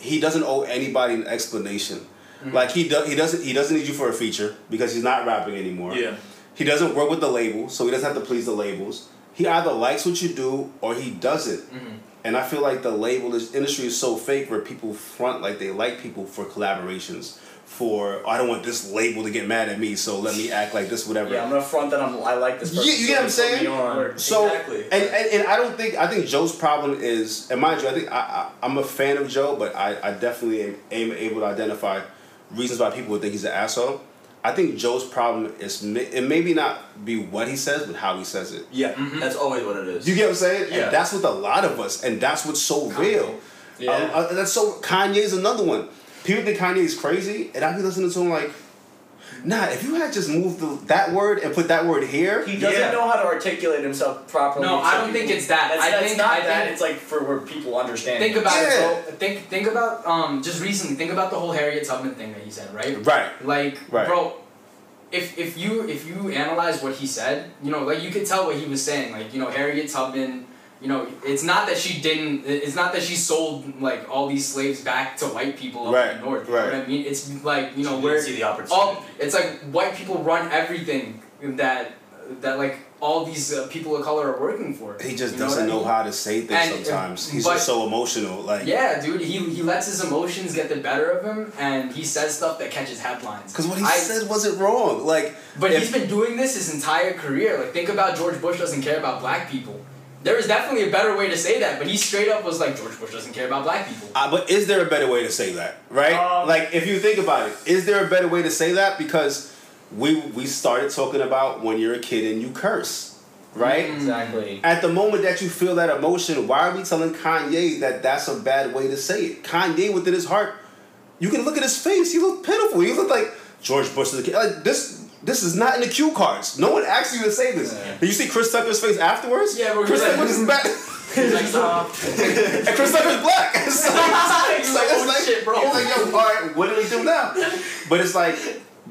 C: He doesn't owe anybody an explanation.
B: Mm-hmm.
C: Like he do, he doesn't he doesn't need you for a feature because he's not rapping anymore.
A: Yeah.
C: He doesn't work with the label, so he doesn't have to please the labels. He either likes what you do or he doesn't.
B: Mm-hmm.
C: And I feel like the label is, industry is so fake where people front like they like people for collaborations. For I don't want this label to get mad at me, so let me act like this, whatever.
D: Yeah, I'm gonna front that I'm, I like this
C: You-
D: person.
C: you get what I'm
D: so they put
C: saying?
D: me on.
C: So
A: Exactly.
C: and, and and I don't think I think Joe's problem is, and mind you, I think I, I I'm a fan of Joe, but I, I definitely am, am able to identify reasons why people would think he's an asshole. I think Joe's problem is ma- it maybe not be what he says, but how he says it.
A: Yeah, that's always what it is.
C: You get what I'm saying?
A: Yeah.
C: And that's with a lot of us, and that's what's so real.
D: Yeah.
C: Uh, uh, that's so Kanye's another one. People think Kanye's crazy, and I be listening to him like, Nah, if you had just moved the, that word and put that word here,
D: He doesn't
A: Yeah.
D: know how to articulate himself properly.
B: No, I
D: so
B: don't think
D: people-
B: it's that.
D: That's,
B: I
D: that's
B: think-
D: not
B: I
D: that.
B: think-
D: it's like for where people understand.
B: Think about
C: Yeah.
B: it, bro. Think think about um just recently. Think about the whole Harriet Tubman thing that he said, right?
C: right?
B: Like,
C: Right.
B: bro, if if you if you analyze what he said, you know, like you could tell what he was saying. Like, you know, Harriet Tubman. You know, it's not that she didn't. It's not that she sold like all these slaves back to white people up in
C: Right,
B: the north. You know
C: right.
B: what I mean, it's like you know
A: You
B: where
A: see the opportunity.
B: all it's like white people run everything that that like all these uh, people of color are working for.
C: He just
B: You what
C: doesn't
B: I
C: know
B: mean?
C: how to say things
B: And- uh,
C: sometimes. He's
B: but-
C: just so emotional. Like,
B: Yeah, dude, he, he lets his emotions get the better of him, and he says stuff that catches headlines.
C: because what he
B: I-
C: said wasn't wrong. Like,
B: But
C: if-
B: he's been doing this his entire career. Like, think about George Bush doesn't care about black people. There is definitely a better way to say that, but he straight up was like, George Bush doesn't care about black people.
C: Uh, but is there a better way to say that? Right?
D: Um,
C: like, if you think about it, is there a better way to say that? Because we we started talking about when you're a kid and you curse, right?
B: Mm-hmm.
D: Exactly.
C: At the moment that you feel that emotion, why are we telling Kanye that that's a bad way to say it? Kanye, within his heart, you can look at his face. He looked pitiful. He looked like George Bush is a kid. Like this. This is not in the cue cards. No one asked you to say this.
D: Yeah.
C: Did you see Chris Tucker's face afterwards?
B: Yeah, but we
C: Chris
B: were like-
C: Tucker's back.
B: He's like, "Nah."
C: and Chris Tucker's black. It's
B: He's
C: like,
B: like,
C: it's like,
B: "Oh,
C: it's like,
B: shit, bro.
C: It's like, yo, all right, what do we do now? But it's like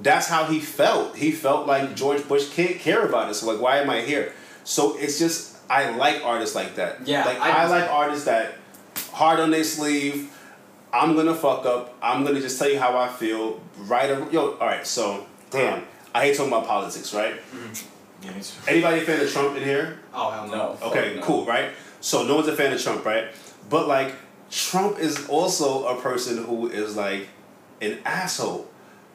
C: that's how he felt. He felt like George Bush can't care about us. Like, why am I here? So it's just I like artists like that.
B: Yeah,
C: like
B: I-
C: I, like artists that hard on their sleeve. I'm gonna fuck up. I'm gonna just tell you how I feel. Right? or- Yo, all right. So damn, I hate talking about politics. Right?
A: Yeah, it's-
C: Anybody a fan of Trump in here?
B: Oh hell no.
D: No. fuck
C: Okay,
D: no.
C: cool, right? So no one's a fan of Trump, right? But like Trump is also a person who is like an asshole.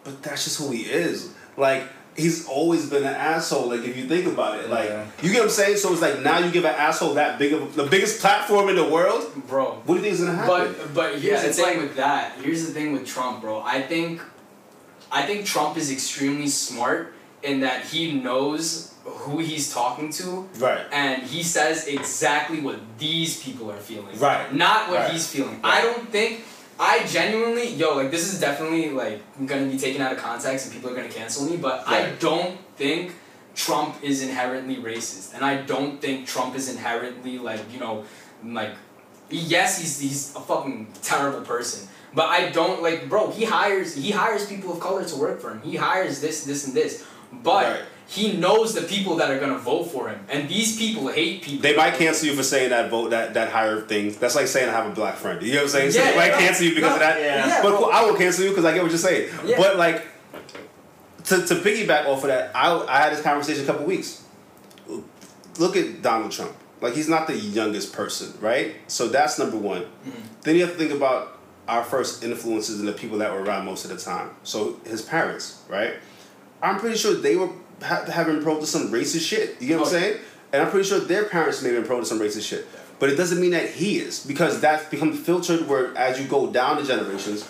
C: But that's just who he is. Like he's always been an asshole, like if you think about it. Like
D: Yeah.
C: you get what I'm saying? So it's like now you give an asshole that big of the biggest platform in the world.
B: Bro.
C: What do you think is gonna happen?
B: But but here's
D: Yeah,
B: the
D: it's
B: thing
D: like-
B: with that. Here's the thing with Trump, bro. I think I think Trump is extremely smart in that he knows who he's talking to
C: right.
B: and he says exactly what these people are feeling.
C: Right.
B: Not what
C: Right.
B: he's feeling.
C: Right.
B: I don't think I genuinely yo, like this is definitely like gonna be taken out of context and people are gonna cancel me, but I
C: Right.
B: don't think Trump is inherently racist. And I don't think Trump is inherently like, you know, like yes, he's he's a fucking terrible person. But I don't like bro, he hires he hires people of color to work for him. He hires this, this, and this. But
C: Right.
B: he knows the people that are gonna vote for him, and these people hate people.
C: They might cancel you for saying that vote that that higher thing. That's like saying I have a black friend. You know what I'm saying? so
B: Yeah,
C: they might
B: yeah.
C: cancel you because of
B: No,
C: that.
A: yeah.
B: Yeah,
C: but
B: bro.
C: cool, I will cancel you because I get what you're saying.
B: Yeah.
C: But like, to, to piggyback off of that, I, I had this conversation a couple weeks. Look at Donald Trump. Like he's not the youngest person, right? So that's number one. Then you have to think about our first influences and the people that were around most of the time. So his parents, right? I'm pretty sure they were ha- having pro to some racist shit. You get what I'm
B: Oh, yeah.
C: saying? And I'm pretty sure their parents may have been pro to some racist shit. But it doesn't mean that he is, because that's become filtered where as you go down the generations,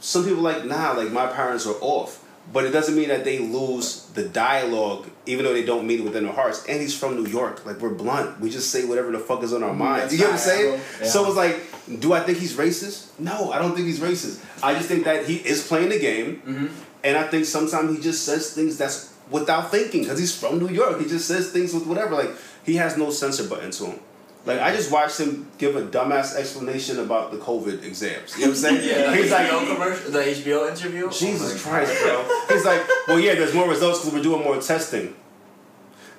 C: some people are like, nah, like my parents are off. But it doesn't mean that they lose the dialogue, even though they don't mean it within their hearts. And he's from New York. Like we're blunt. We just say whatever the fuck is on our minds. You get what I'm
B: Mm, that's not
C: saying?
D: bro.
C: So it's like, do I think he's racist? No, I don't think he's racist. I just think that he is playing the game. And I think sometimes he just says things that's without thinking because he's from New York. He just says things with whatever. Like he has no censor button to him. Like I just watched him give a dumbass explanation about the COVID exams. You know what I'm saying?
A: Yeah,
C: He's
A: the HBO
C: like,
A: commercial, the HBO interview.
C: Jesus
A: Oh my
C: Christ, bro. He's like, well, yeah, there's more results because we're doing more testing.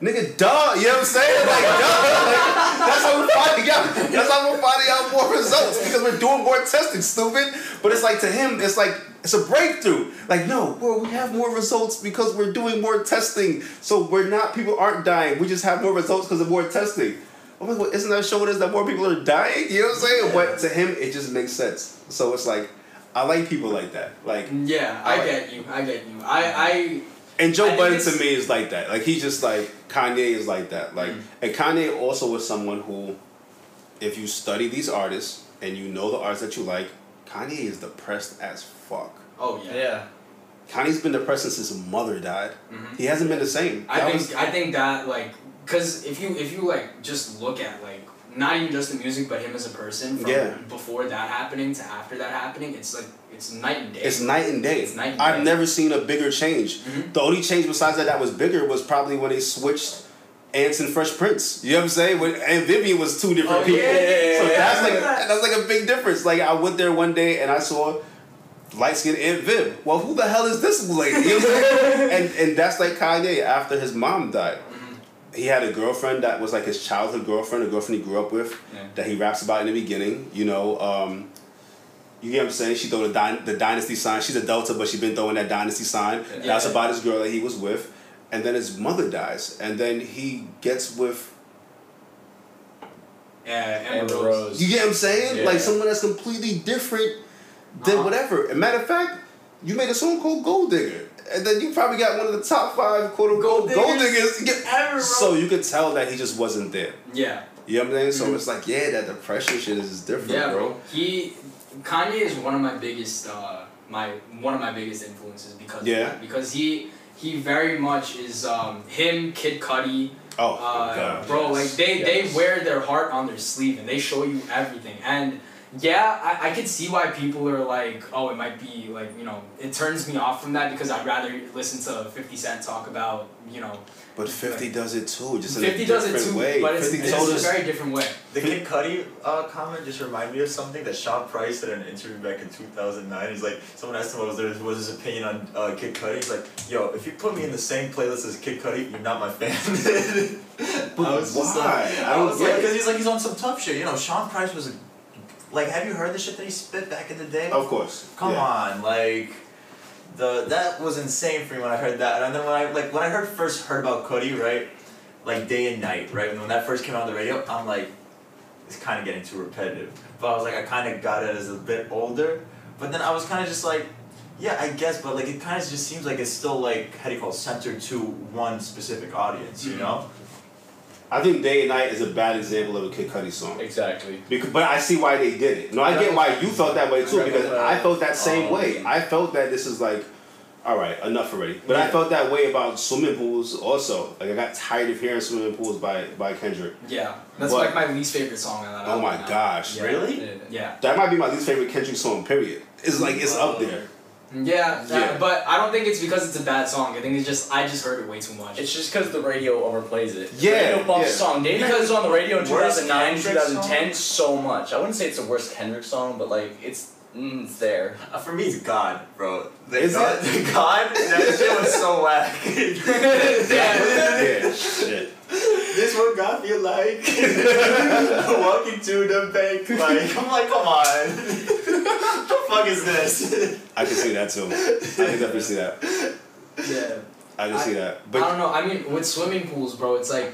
C: Nigga, duh. You know what I'm saying? Like, duh. Like, that's how we're finding out. That's how we're finding out more results because we're doing more testing, stupid. But it's like to him, it's like it's a breakthrough. Like, no, well, we have more results because we're doing more testing. So we're not people aren't dying. We just have more results because of more testing. I'm like, well, isn't that showing us that more people are dying? You know what I'm saying? But to him, it just makes sense. So it's like, I like people like that. Like,
B: Yeah,
C: Oh,
B: I get you. I get you. I, I
C: and Joe
B: think
C: Budden to
B: it's-
C: me is like that. Like he's just like Kanye is like that. Like
B: Mm.
C: and Kanye also was someone who, if you study these artists and you know the artists that you like, Kanye is depressed as fuck.
B: I oh yeah.
D: Yeah.
C: Kanye's been depressed since his mother died.
B: Mhm.
C: He hasn't been the same.
B: I
C: That
B: think
C: was-
B: I think that like because if you if you like just look at like not even just the music but him as a person from
C: Yeah.
B: before that happening to after that happening it's like it's night and day.
C: it's night and day.
B: It's night and
C: I've
B: day.
C: never seen a bigger change.
B: Mhm.
C: The only change besides that that was bigger was probably when they switched Ants and Fresh Prince. You know what I'm saying? When, and Vivian was two different
B: Oh,
C: people.
B: yeah, yeah, yeah,
C: so
B: yeah,
C: that's
B: I
C: like
B: remember that.
C: that's like a big difference. Like I went there one day and I saw light skinned Aunt Viv. Well, who the hell is this lady? You know what I'm saying? and and that's like Kanye after his mom died.
B: Mm-hmm.
C: He had a girlfriend that was like his childhood girlfriend, a girlfriend he grew up with
B: Yeah.
C: that he raps about in the beginning. You know, um, you get what I'm saying? She throw the, dyn- the dynasty sign. She's a Delta, but she been throwing that dynasty sign.
B: Yeah.
C: That's about his girl that he was with. And then his mother dies. And then he gets with.
B: yeah, Amber
D: Amber
B: Rose.
D: Rose.
C: You get what I'm saying?
D: Yeah.
C: Like someone that's completely different than
B: Uh-huh.
C: whatever. And matter of fact, you made a song called Gold Digger. And then you probably got one of the top five quote unquote
B: Gold
C: gold
B: diggers.
C: diggers. Yeah.
B: Amber Rose.
C: So you could tell that he just wasn't there.
B: yeah.
C: You know what I'm saying? So
B: Mhm.
C: it's like, yeah, that depression shit is different,
B: Yeah,
C: bro.
B: bro. He Kanye is one of my biggest uh my one of my biggest influences because of
C: Yeah.
B: that. because he he very much is um him Kid Cudi
C: Oh,
B: uh,
C: God.
B: bro
D: yes,
B: like they
D: yes.
B: they wear their heart on their sleeve and they show you everything and yeah, I, I could see why people are like, oh, it might be like, you know, it turns me off from that because I'd rather listen to 50 Cent talk about, you know,
C: But 50 does it too, just in
B: 50
C: a
B: does
C: different
B: it too,
C: way.
B: but it's,
C: 50
B: it's
C: told
B: a
C: us
B: very different way.
A: The Kid Cudi uh, comment just reminded me of something that Sean Price did in an interview back in 2009. He's like, someone asked him what was, there, what was his opinion on uh, Kid Cudi. He's like, yo, if you put me in the same playlist as Kid Cudi, you're not my fan.
C: But
A: I was just
C: why?
A: like,
C: I
A: I
C: don't
A: was
C: get
A: like,
C: it.
A: because he's like, he's on some tough shit. You know, Sean Price was a, like, have you heard the shit that he spit back in the day?
C: Of course.
A: Come
C: Oh, yeah.
A: on, like the that was insane for me when I heard that, and then when I like when I heard first heard about Cody, right, like day and night, right, when that first came out on the radio, I'm like, it's kind of getting too repetitive. But I was like, I kind of got it as a bit older, but then I was kind of just like, yeah, I guess, but like it kind of just seems like it's still like how do you call it, centered to one specific audience,
C: Mm-hmm.
A: you know?
C: I think Day and Night is a bad example of a Kid Cudi song.
D: Exactly.
C: Because, but I see why they did it. No, I get why you felt that way too. Because I felt that same
B: Um,
C: way. I felt that this is like, all right, enough already. But I
A: Yeah.
C: felt that way about swimming pools also. Like I got tired of hearing swimming pools by by Kendrick.
B: Yeah, that's
C: What?
B: like my least favorite song on that
C: Oh
B: album.
C: my
B: now.
C: gosh,
B: Uh, Yeah.
A: Really?
B: Yeah.
C: that might be my least favorite Kendrick song. Period. It's like it's up there.
B: Yeah, that-
C: Yeah.
B: but I don't think it's because it's a bad song. I think it's just I just heard it way too much.
D: It's just because the radio overplays it. The
C: Yeah,
D: radio bumps
C: yeah.
D: song. Day and Night was on the radio in
A: Worst
D: 2009,
A: Kendrick
D: 2010 so much. I wouldn't say it's the worst Kendrick song, but like it's mm, it's there.
A: Uh, for me, it's God, bro. The
C: Is
A: God,
C: it?
A: the God, that shit was so whack.
C: Yeah, shit.
A: This what God feel like? Walking to the bank, like I'm like, come on, the fuck is this?
C: I can see that too. I can definitely see that.
B: yeah.
C: I can see that.
B: I
C: But
B: don't know. I mean, with swimming pools, bro, it's like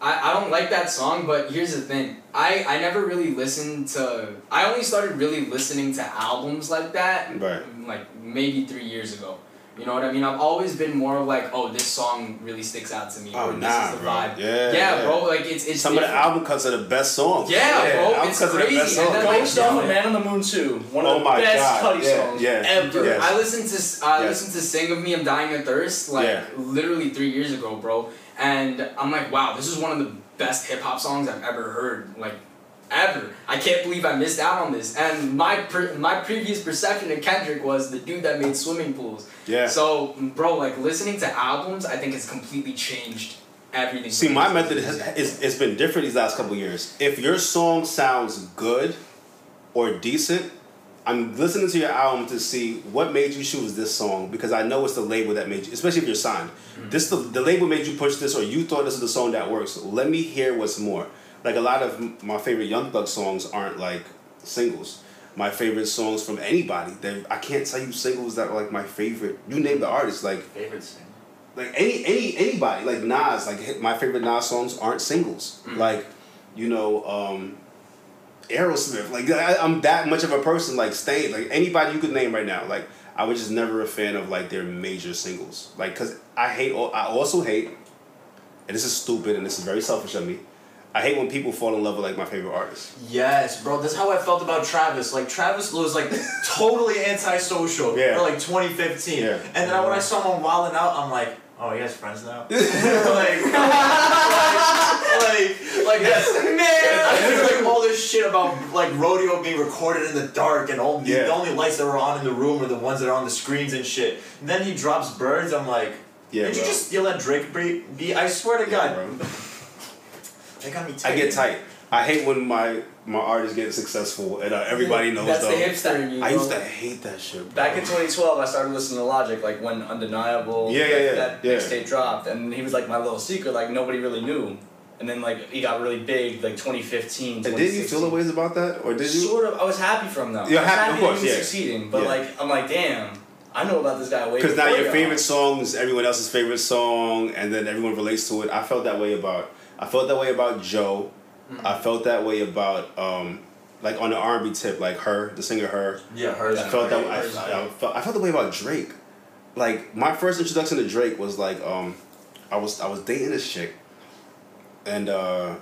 B: I, I don't like that song. But here's the thing: I I never really listened to. I only started really listening to albums like that,
C: Right.
B: like maybe three years ago. You know what I mean? I've always been more of like, oh, this song really sticks out to me.
C: oh
B: or this
C: nah,
B: is the
C: bro.
B: vibe.
C: Yeah,
B: bro. Like it's it's
C: Some of the
B: different.
C: album cuts are the best songs.
B: Yeah, bro,
C: album
B: it's
C: cuts are the best
B: crazy, and
C: songs.
B: then, like,
D: Ghost on the
B: yeah.
D: Man on the Moon too. One of
C: Oh
D: the
C: my
D: best
C: God,
D: Cudi
C: yeah,
D: songs
C: yeah.
D: ever.
B: Dude,
C: Yes.
B: I listened to I
C: Yes.
B: listened to "Sing of Me, I'm Dying of Thirst" like
C: Yeah.
B: literally three years ago, bro. And I'm like, wow, this is one of the best hip hop songs I've ever heard, like ever. I can't believe I missed out on this. And my pre- my previous perception of Kendrick was the dude that made swimming pools.
C: Yeah.
B: So, bro, like listening to albums, I think has completely changed everything.
C: See, my method has it's, it's been different these last couple years. If your song sounds good or decent, I'm listening to your album to see what made you choose this song because I know it's the label that made you, especially if you're signed.
D: Mm-hmm.
C: This the, the label made you push this or you thought this is the song that works. Let me hear what's more. Like a lot of m- my favorite Young Thug songs aren't like singles. My favorite songs from anybody, they, I can't tell you singles that are like my favorite. You name the artist, like
A: Favorite thing.
C: like any any anybody like Nas like hit- my favorite Nas songs aren't singles
B: Mm.
C: like you know um Aerosmith like I, I'm that much of a person like staying like anybody you could name right now like I was just never a fan of like their major singles like because I hate al- I also hate and this is stupid and this is very selfish of me I hate when people fall in love with like my favorite artist
A: Yes, bro. That's how I felt about Travis. Like Travis was like totally antisocial
C: Yeah.
A: for like 2015,
C: Yeah.
A: and then I- when I saw him wilding out, I'm like, oh, he has friends now. like, like, like that's I
B: man.
A: heard like all this shit about like rodeo being recorded in the dark and all
C: Yeah.
A: the, the only lights that were on in the room are the ones that are on the screens and shit. And then he drops birds. I'm like,
C: Yeah,
A: did you
C: bro.
A: just steal that Drake be- be- I swear to
C: Yeah,
A: God,
C: bro.
A: they got me tight.
C: I get tight I hate when my my artists get successful and uh, everybody knows
B: That's
C: though
B: the hipster in you.
C: I
B: bro.
C: used to hate that shit bro.
D: Back in 2012, I started listening to Logic, like when Undeniable,
C: Yeah,
D: like,
C: yeah, yeah,
D: that
C: yeah.
D: mixtape dropped, and he was like my little secret, like nobody really knew, and then like he got really big, like 2015.
C: And did you feel the
D: 2016.
C: ways about that, or did you?
D: Sort of. I was happy from them.
C: You're
D: I was
C: happy,
D: happy,
C: of
D: that
C: course,
D: he was
C: yeah.
D: succeeding, but
C: Yeah.
D: like I'm like, damn, I know about this guy way.
C: Because now
D: before
C: your
D: y'all.
C: favorite song is everyone else's favorite song, and then everyone relates to it. I felt that way about. I felt that way about Joe. I felt that way about, um, like on the R and B tip, like her, the singer her.
A: yeah, hers.
C: I felt that. I, I, felt, I felt the way about Drake. Like my first introduction to Drake was like, um, I was I was dating this chick, and uh,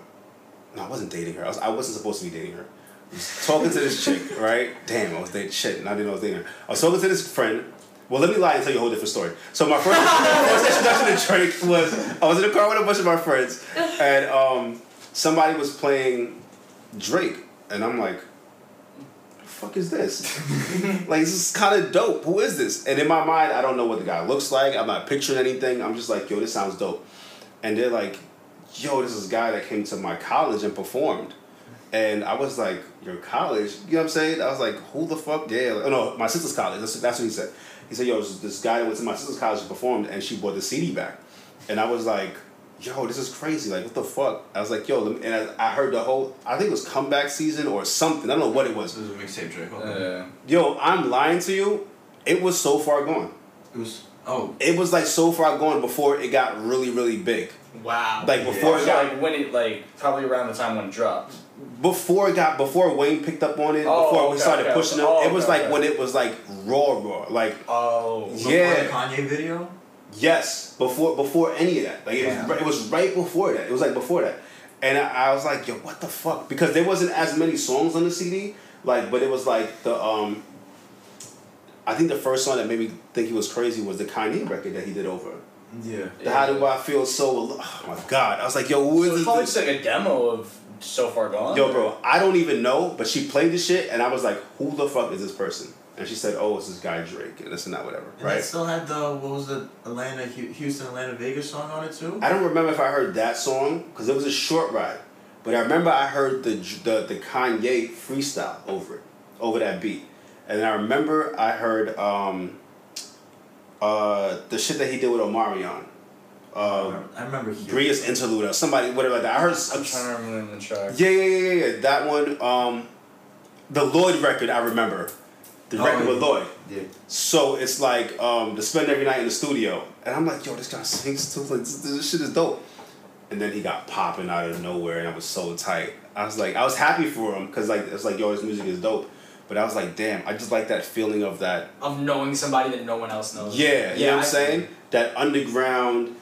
C: no, I wasn't dating her. I was I wasn't supposed to be dating her. I was talking to this chick, right? Damn, I was dating shit, and I didn't know I was dating her. I was talking to this friend. Well, let me lie and tell you a whole different story. So my first, my first introduction to Drake was I was in a car with a bunch of my friends, and um, somebody was playing Drake, and I'm like, fuck is this? like, this is kind of dope. Who is this? And in my mind, I don't know what the guy looks like. I'm not picturing anything. I'm just like, yo, this sounds dope. And they're like, yo, this is a guy that came to my college and performed. And I was like, your college? You know what I'm saying? I was like, who the fuck? Yeah. Oh, no, my sister's college. That's, that's what he said. He said, yo, this, this guy that went to my sister's college and performed, and she bought the CD back. And I was like, yo, this is crazy. Like, what the fuck? I was like, yo, let me, and I, I heard the whole, I think it was comeback season or something. I don't know what it was.
A: This was a mixtape, Drake. Hold on.
B: Uh,
C: Yo, I'm lying to you. It was so far gone.
A: it was. Oh,
C: It was like so far gone before it got really, really big.
B: wow.
C: Like before it
D: So,
C: got
D: like when it like probably around the time when it dropped.
C: before it got before Wayne picked up on it,
D: Oh,
C: before we
D: okay,
C: started
D: okay,
C: pushing
D: okay. Oh,
C: it, it was
D: okay,
C: like
D: okay.
C: when it was like raw, raw. Like
D: Oh.
A: before
C: Yeah.
A: the Kanye video.
C: Yes, before before any of that, like it, was,
D: Yeah.
C: ri- it was right before that. It was like before that, and I, I was like, "Yo, what the fuck?" Because there wasn't as many songs on the CD, like, but it was like the um. I think the first song that made me think he was crazy was the Kanye record that he did over.
A: Yeah.
C: The How do I feel so? Al- Oh my god! I was like, "Yo, who
D: So
C: is
D: it's
C: this?"
D: probably just like a demo of So Far Gone.
C: Yo, bro, I don't even know, but she played this shit, and I was like, "Who the fuck is this person?" And she said, "Oh, it's this guy Drake, and this and that, whatever."
A: And
C: Right?
A: it still had the what was the Atlanta Hu- Houston Atlanta Vegas song on it too.
C: I don't remember if I heard that song because it was a short ride, but I remember I heard the the, the Kanye freestyle over it, over that beat, and I remember I heard um, uh, the shit that he did with Omarion, uh,
A: I remember. Hu-
C: Bria's interlude or somebody whatever like that. I heard. s-
D: Uh-huh. I'm trying to remember the track.
C: yeah, yeah, yeah, yeah, yeah. That one, um, the Lloyd record, I remember, the
A: Oh,
C: record
A: yeah.
C: with Lloyd.
A: Yeah.
C: So it's like um, to spend every night in the studio, and I'm like, yo, this guy sings too. Like this, this shit is dope. And then he got popping out of nowhere, and I was so tight. I was like, I was happy for him because like it's like yo, his music is dope. But I was like, damn, I just like that feeling of that.
B: Of knowing somebody that no one else knows.
C: Yeah, you know what I'm
B: I-
C: saying? That underground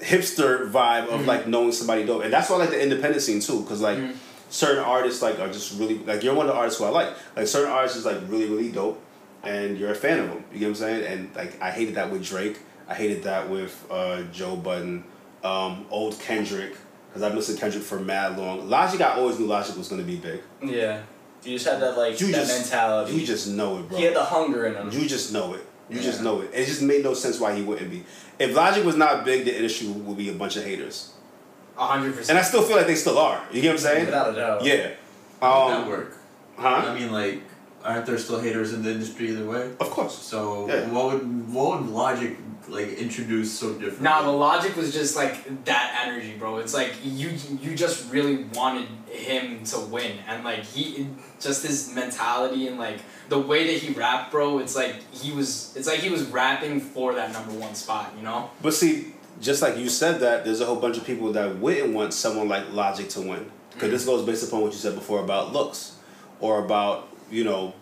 C: hipster vibe of like knowing somebody dope, and that's why I like the independent scene too, because like
B: Mhm.
C: certain artists like are just really like you're one of the artists who I like. Like certain artists is like really really dope, and you're a fan of them. You know what I'm saying? And like I hated that with Drake. I hated that with uh, Joe Budden, um, old Kendrick, because I've listened to Kendrick for mad long. Logic, I always knew Logic was gonna be big.
D: Yeah. You just had that like
C: You
D: that
C: just-
D: mentality.
C: You just know it, bro.
D: he had the hunger in him.
C: You just know it. You just
D: Yeah.
C: know it. It just made no sense why he wouldn't be. If Logic was not big, the industry would be a bunch of haters.
B: A hundred percent.
C: And I still feel like they still are. You get what I'm saying?
D: Without a doubt.
C: Yeah.
A: that
C: Um,
A: work.
C: huh?
A: I mean, like, aren't there still haters in the industry either way?
C: Of course.
A: So
C: Yeah.
A: what would what would logic like introduce so different?
B: Nah, the logic was just like that energy, bro. It's like you you just really wanted him to win, and like he just his mentality and like the way that he rapped, bro. It's like he was it's like he was rapping for that number one spot, you know.
C: But see, just like you said that, there's a whole bunch of people that wouldn't want someone like Logic to win. Because this goes based upon what you said before about looks or about, you know,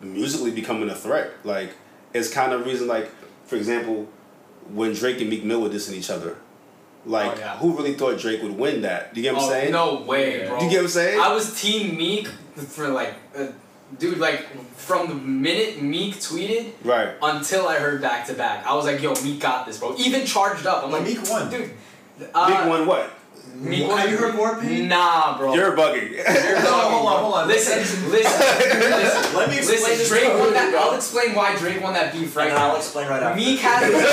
C: musically becoming a threat. Like, it's kind of reason, like, for example, when Drake and Meek Mill were dissing each other. Like,
B: Oh, yeah.
C: who really thought Drake would win that? Do you get what I'm
B: oh,
C: saying?
B: No way,
D: Yeah.
B: bro.
C: Do you get what I'm saying?
B: I was Team Meek for like, uh, dude, like from the minute Meek tweeted
C: Right.
B: until I heard back to back, I was like, yo, Meek got this, bro. Even charged up, I'm
A: Well,
B: like,
A: Meek won.
B: dude. Uh,
C: Meek won what?
B: Meek
A: Have
B: won.
A: you heard more pain?
B: Nah, bro.
C: You're bugging.
B: You're
A: No,
B: talking,
A: hold on,
B: bro.
A: hold on.
B: Listen, listen, listen.
A: Let me explain
B: Listen,
A: this.
B: Drake
A: to
B: won
A: you.
B: that. I'll explain why Drake won that beef right
A: and I'll
B: now.
A: explain right after.
B: Meek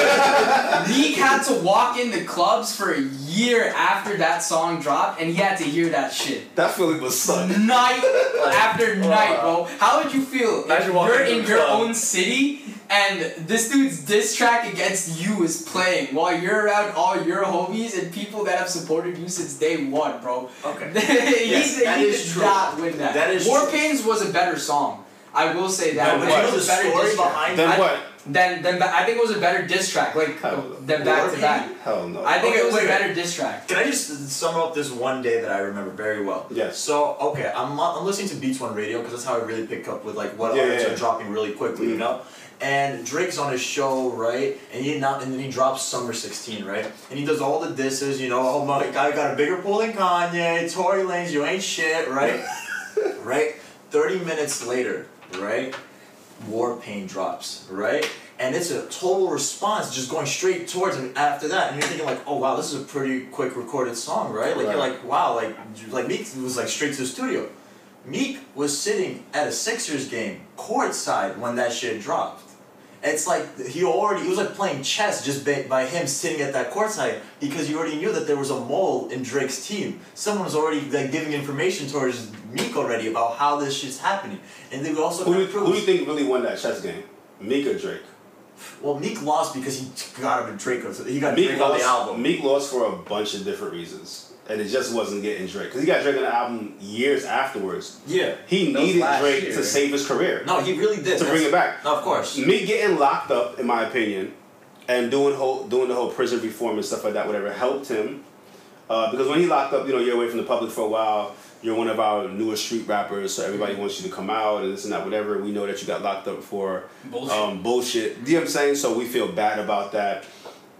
B: had to, Meek had to walk into clubs for a year after that song dropped, and he had to hear that shit
C: that feeling was suck.
B: night
A: uh,
B: after
D: Wow.
B: night, bro. How would you feel if
D: Imagine walking
B: you're
D: into
B: in
D: a
B: your
D: club.
B: own city and this dude's diss track against you is playing while you're around all your homies and people that have supported you since day one, bro?
A: Okay.
B: he
A: Yes,
B: did,
A: that
B: he
A: is
B: did
A: true.
B: not win that.
A: That is
B: War
A: true.
B: Pains was a better song. I will say that.
A: Now,
B: I
A: but
B: think
A: you
B: it
A: know the
B: was a better
A: story
B: diss track.
A: behind
C: Then
B: I-
C: what?
B: Then, then, I think it was a better diss track, like
C: I
B: uh,
C: don't know.
B: than back
A: War
B: to back.
A: Pains?
C: Hell no.
B: I think
A: Okay,
B: it was
A: wait.
B: a better diss track.
A: Can I just sum up this one day that I remember very well?
C: Yes.
A: So okay, I'm, I'm listening to Beats One Radio because that's how I really pick up with like what
C: Yeah,
A: artists
C: yeah, yeah.
A: are dropping really quickly, you
C: Mhm.
A: know. And Drake's on his show, right? And he not, and then he drops Summer 16, right? And he does all the disses, you know. Oh my God, I got a bigger pool than Kanye. Tory Lanez, you ain't shit, right? right? 30 minutes later, right? War pain drops, right? And it's a total response just going straight towards him after that. And you're thinking like, oh wow, this is a pretty quick recorded song, right? Like you're
C: Right.
A: like, wow, like like Meek was like straight to the studio. Meek was sitting at a Sixers game courtside when that shit dropped. It's like he already, it was like playing chess just by, by him sitting at that courtside because you already knew that there was a mole in Drake's team. Someone was already like giving information towards Meek already about how this shit's happening. And they also
C: Who
A: kinda
C: do, you, who do
A: proved-
C: you think really won that chess game? Meek or Drake?
A: Well, Meek lost because he got him in Drake. He got
C: Meek
A: Drake on
C: lost,
A: the album.
C: Meek lost for a bunch of different reasons, and it just wasn't getting Drake because he got Drake on the album years afterwards.
A: Yeah.
C: He
D: That was
C: needed
D: last
C: Drake
D: year.
C: to save his career.
A: No, he really did.
C: To bring it back.
A: No, of course.
C: Me getting locked up, in my opinion, and doing whole doing the whole prison reform and stuff like that, whatever, helped him. Uh, because when he locked up, you know, you're away from the public for a while. You're one of our newer street rappers, so everybody wants you to come out and this and that, whatever. We know that you got locked up for
B: Bullshit.
C: um, bullshit. You know what I'm saying? So we feel bad about that.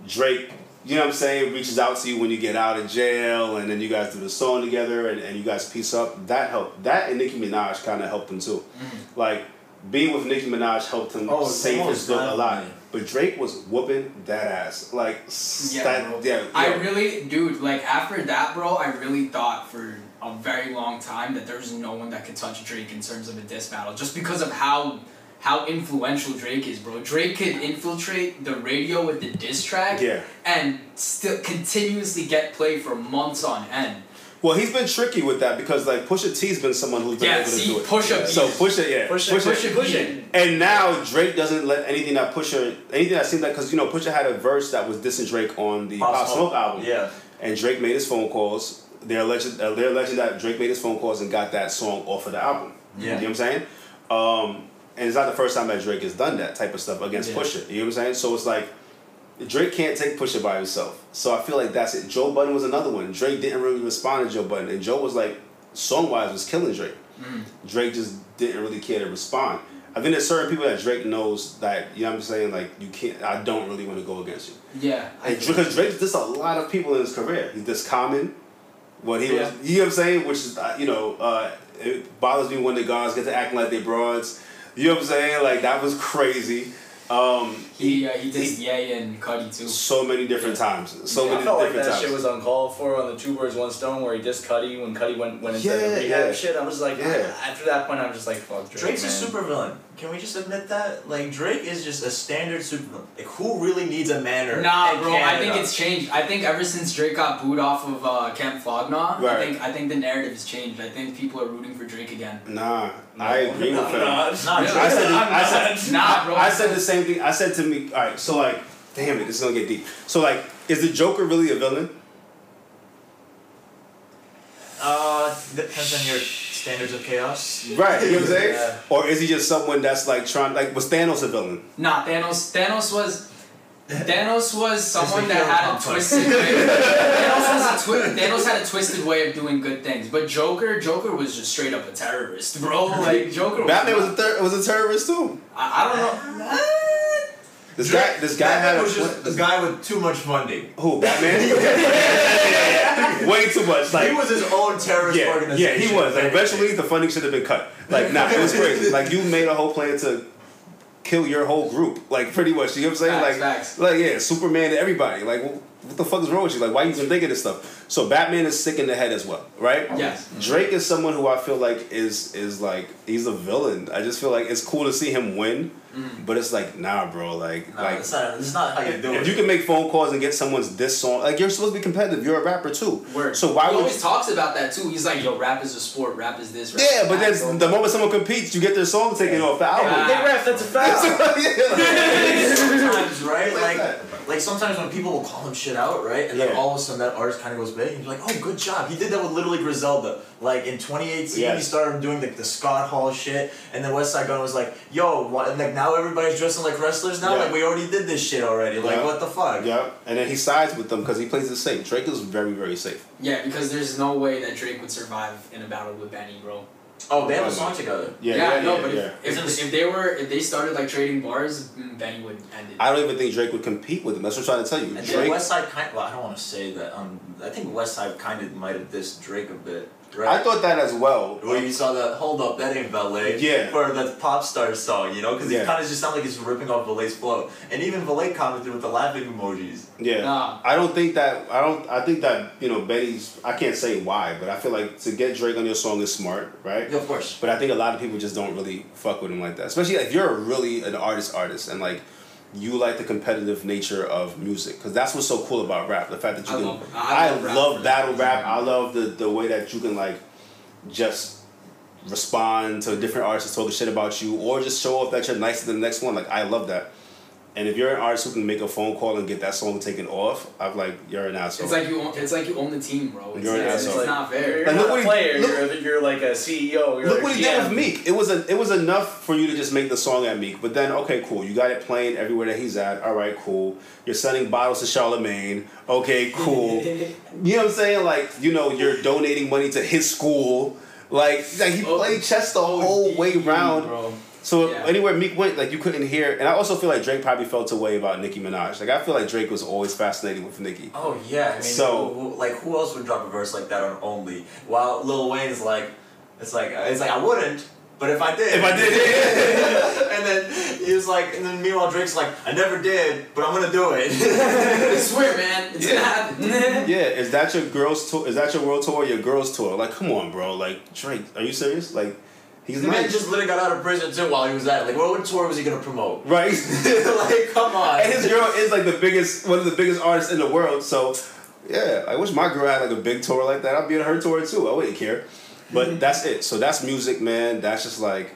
C: Drake, you know what I'm saying, reaches out to you when you get out of jail, and then you guys do the song together, and, and you guys piece up. That helped. That and Nicki Minaj kind of helped him too.
B: Mm-hmm.
C: Like being with Nicki Minaj helped him
A: Oh,
C: save
A: most
C: his look a lot.
A: definitely.
C: But Drake was whooping that ass. Like s-
B: Yeah,
C: that,
B: bro.
C: yeah,
B: I
C: yeah.
B: really, dude, like after that, bro, I really thought for a very long time that there was no one that could touch Drake in terms of a diss battle, just because of how how influential Drake is, bro. Drake could infiltrate the radio with the diss track
C: Yeah.
B: and still continuously get play for months on end.
C: Well, he's been tricky with that because like Pusha T's been someone who's been
B: Yeah,
C: able to
B: see,
C: do it.
B: Pusha
C: Yeah.
B: beat
C: So
B: it.
C: Pusha, yeah,
A: Pusha-
C: Pusha,
B: Pusha
A: Pusha
B: beat it.
A: beat
C: And now Drake doesn't let anything that Pusher, anything that seemed like, because you know Pusher had a verse that was dissing Drake on the Pop Smoke album,
A: Yeah.
C: and Drake made his phone calls. They're alleged, uh, they're alleging that Drake made his phone calls and got that song off of the album.
A: Yeah.
C: you know what I'm saying? Um, and it's not the first time that Drake has done that type of stuff against
B: Yeah.
C: Pusher. You know what I'm saying? So it's like Drake can't take Pusher by himself. So I feel like that's it. Joe Budden was another one. Drake didn't really respond to Joe Budden, and Joe was like, song wise, was killing Drake.
B: Mm.
C: Drake just didn't really care to respond. I think there's certain people that Drake knows that you know what I'm saying like you can't. I don't really want to go against you.
B: Yeah.
C: And because Drake's dissed a lot of people in his career. He dissed Common, what he was, you know what I'm saying? Which is, uh, you know, uh, it bothers me when the guards get to acting like they broads. You know what I'm saying? Like, that was crazy. Um,
B: He uh, he dissed Ye and Cudi too.
C: so many different times. So
D: I
C: many
D: felt like
C: different
D: that
C: times.
D: shit was uncalled for on the two birds one stone where he dissed Cuddy when Cuddy went went into
C: Yeah,
D: rehab
C: yeah.
D: shit. I was like,
C: Yeah.
D: after that point, I'm just like, fuck Drake.
A: Drake's
D: man.
A: a supervillain. Can we just admit that? Like Drake is just a standard supervillain. Like who really needs a manner?
B: Nah,
A: in
B: bro. I
A: Canada?
B: think it's changed. I think ever since Drake got booed off of uh, Camp Flognaw,
C: Right.
B: I think I think the narrative has changed. I think people are rooting for Drake again.
C: nah, I agree
D: No,
C: with him.
A: Nah,
B: Yeah.
A: Drake-
C: I said, I said,
B: Nah, bro.
C: I said the same thing. I said to me, all right, so like, damn it, this is gonna get deep. So like, is the Joker really a villain?
A: uh, depends on your standards of chaos.
C: Right, you know what I'm saying?
D: Yeah.
C: Or is he just someone that's like trying, like, was Thanos a villain?
B: Nah, Thanos. Thanos was. Thanos was someone
A: the
B: that
A: hero
B: had a
A: complex.
B: twisted. way. Thanos, has a twi- Thanos had a twisted way of doing good things, but Joker, Joker was just straight up a terrorist, bro. Like Joker.
C: Batman was
B: was.
C: a ter- was a terrorist too.
B: I, I don't know.
C: This guy, this guy
A: Batman
C: had a
A: was just
C: this
A: a guy with too much funding.
C: Who Batman? Way too much. Like
A: he was his own terrorist
C: yeah, yeah,
A: organization.
C: he was. Like, eventually, the funding should have been cut. Like nah, it was crazy. Like you made a whole plan to kill your whole group. Like pretty much. You know what I'm saying?
B: Facts,
C: like
B: facts.
C: like yeah, Superman and everybody. Like wh- what the fuck is wrong with you? Like why you even thinking this stuff? So Batman is sick in the head as well, right?
B: Yes.
C: Drake is someone who I feel like is is like he's a villain. I just feel like it's cool to see him win,
B: Mm.
C: but it's like nah, bro. Like
A: Nah,
C: like
A: that's not. That's not how you do
C: If
A: it.
C: you can make phone calls and get someone's diss song, like you're supposed to be competitive. You're a rapper too.
B: Word.
C: So why
B: he
C: would?
B: always talks about that too. He's like, "Yo, rap is a sport. Rap is this." Rap
C: yeah,
B: is
C: but
B: that,
C: that's
B: bro.
C: the moment someone competes, you get their song taken off the
D: Hey,
C: album.
B: Yeah.
D: Big ref, that's a foul.
A: sometimes, right?
C: Like
A: Like,
C: that.
A: like sometimes when people will call him shit out, right? And then
C: Yeah.
A: all of a sudden that artist kind of goes big, and you're like, "Oh, good job." He did that with literally Griselda. Like in 2018, he
C: Yes.
A: started doing like the Scott Hall shit, and then West Side Gun was like, "Yo, what? And, like now everybody's dressing like wrestlers now.
C: Yeah.
A: Like we already did this shit already. Like
C: Yeah.
A: what the fuck?"
C: yeah, and then he sides with them because he plays it safe. Drake is very, very safe.
B: Yeah, because there's no way that Drake would survive in a battle with Benny, bro.
A: Oh, they have a song together.
C: Yeah,
B: yeah,
C: yeah,
B: no,
C: yeah,
B: but
C: yeah.
B: If, if, if they were if they started like trading bars, mm, Benny would end it.
C: I don't even think Drake would compete with him. That's what I'm trying to tell you.
A: And then
C: Drake,
A: West Side kind. Well, I don't want to say that. Um, I think West Side kind of might have dissed Drake a bit. right?
C: I thought that as well.
A: Where you saw that, hold up, that ain't ballet.
C: Yeah.
A: For that pop star song, you know? Because
C: Yeah.
A: it kind of just sounded like it's ripping off Valet's flow. And even Valet commented with the laughing emojis.
C: Yeah.
B: Nah.
C: I don't think that I don't I think that, you know, Benny's I can't say why, but I feel like to get Drake on your song is smart, right?
A: Yeah, of course.
C: But I think a lot of people just don't really fuck with him like that. Especially if you're really an artist artist and like you like the competitive nature of music because that's what's so cool about rap. The fact that you
B: I
C: can,
B: love- I
C: I,
B: love rap
C: love
B: for that
C: battle
B: reason.
C: rap. I love the the way that you can like just respond to different artists talking shit about you or just show off that you're nice to the next one. Like I love that. And if you're an artist who can make a phone call and get that song taken off, I'm like, you're an asshole.
B: It's like you own, it's like you own the team, bro. It's,
C: You're an
B: it's, it's
C: asshole.
B: not
D: You're
B: fair.
C: Like,
D: not
C: look
D: a
C: what he-
D: player.
C: look-
D: you're, you're like a CEO. You're
C: Look
D: a
C: what he
D: GM.
C: did with Meek. It was a, it was enough for you to just make the song at Meek. But then, okay, cool. You got it playing everywhere that he's at. All right, cool. You're sending bottles to Charlemagne. Okay, cool. you know what I'm saying? Like, you know, you're donating money to his school. Like, like he
B: Oh,
C: played chess the whole
B: OD,
C: way round.
B: bro.
C: So
B: Yeah.
C: anywhere Meek went, like you couldn't hear. And I also feel like Drake probably felt a way about Nicki Minaj. Like I feel like Drake was always fascinated with Nicki.
A: Oh, yeah. I mean,
C: So-
A: who- who- like, who else would drop a verse like that on Only? While Lil Wayne's like, it's like, uh, it's like, I wouldn't. But if I did,
C: If I did,
A: and then he was like, and then meanwhile Drake's like, I never did, but I'm gonna do it.
B: I swear, man, it's
C: Yeah.
B: gonna happen.
C: Yeah, is that your girls tour? Is that your world tour or your girls tour? Like, come on, bro. Like, Drake, are you serious? Like, he's
A: the
C: not
A: man just literally got out of prison too while he was at it. Like, what, what tour was he gonna promote?
C: right.
A: like, come on.
C: and his girl is like the biggest, one of the biggest artists in the world. So, yeah, I wish my girl had like a big tour like that. I'd be on her tour too. I wouldn't care.
B: Mm-hmm.
C: But that's it. So that's music, man. That's just like,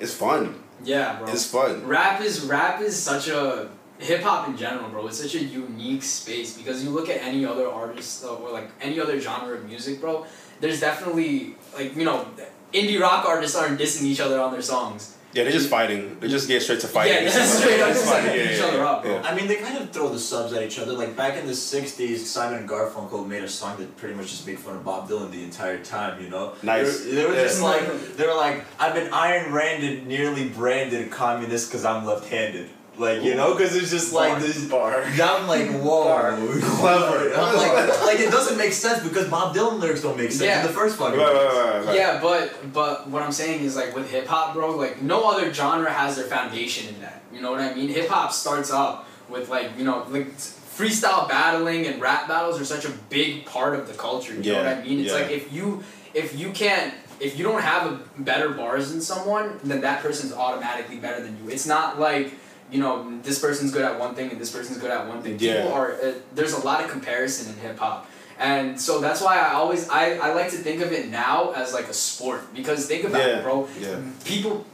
C: it's fun.
B: yeah, bro.
C: It's fun.
B: Rap is rap is such a hip hop in general, bro. It's such a unique space because you look at any other artist uh, or like any other genre of music, bro. There's definitely like you know, indie rock artists aren't dissing each other on their songs.
C: Yeah, they're just fighting. They just get straight to fighting.
B: Mm-hmm. Yeah, that's straight up
C: It's
B: just
C: fun.
B: like
C: Yeah,
B: each
C: yeah,
B: other up, bro.
C: yeah.
A: I mean, they kind of throw the subs at each other. Like back in the '60s, Simon and Garfunkel made a song that pretty much just made fun of Bob Dylan the entire time. You know,
C: Nice.
A: They were, they were
C: Yeah.
A: just like, they were like, I've been iron randed, nearly branded communist because I'm left-handed. Like you know, because it's just like this.
D: Bar.
A: Now I'm like, whoa,
D: Bar.
A: clever. I'm like, like it doesn't make sense because Bob Dylan lyrics don't make sense
B: Yeah.
A: in the first
C: Right,
A: fucking.
C: right,
A: place.
C: right, right, right.
B: Yeah, but but what I'm saying is like with hip hop, bro, like no other genre has their foundation in that. You know what I mean? Hip hop starts up with like you know like s- freestyle battling and rap battles are such a big part of the culture. You
C: Yeah,
B: know what I mean? It's
C: yeah.
B: like if you if you can't if you don't have a better bars than someone, then that person's automatically better than you. It's not like you know this person's good at one thing and this person's good at one thing.
C: Yeah.
B: People are uh, there's a lot of comparison in hip hop. And so that's why I always I, I like to think of it now as like a sport because think about
C: Yeah,
B: it, bro.
C: yeah.
B: People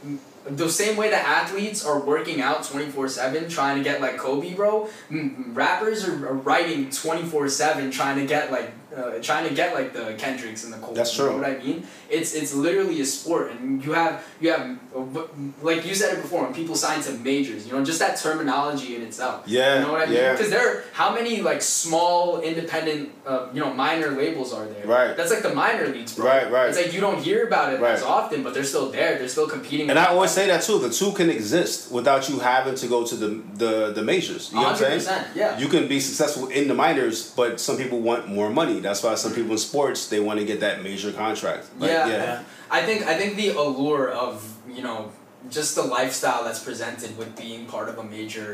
B: the same way that athletes are working out 24/7 trying to get like Kobe, bro. m- Rappers are, are writing 24/7 trying to get like uh, trying to get like the Kendricks and the Cole.
C: That's
B: You know
C: true.
B: what I mean? It's it's literally a sport and you have you have uh, w- like you said it before when people sign to majors, you know, just that terminology in itself.
C: Yeah,
B: You know what I mean?
C: yeah.
B: Because there, are how many like small independent, uh, you know, minor labels are there?
C: Right.
B: That's like the minor leagues, bro.
C: Right, right.
B: It's like you don't hear about it as
C: Right.
B: often, but they're still there. They're still competing.
C: And I always say that too. The two can exist without you having to go to the the, the majors. You know what I'm saying?
B: 100%, yeah.
C: You can be successful in the minors, but some people want more money. That's why some people in sports they want to get that major contract. Like,
B: yeah.
C: yeah.
B: I think I think the allure of you know just the lifestyle that's presented with being part of a major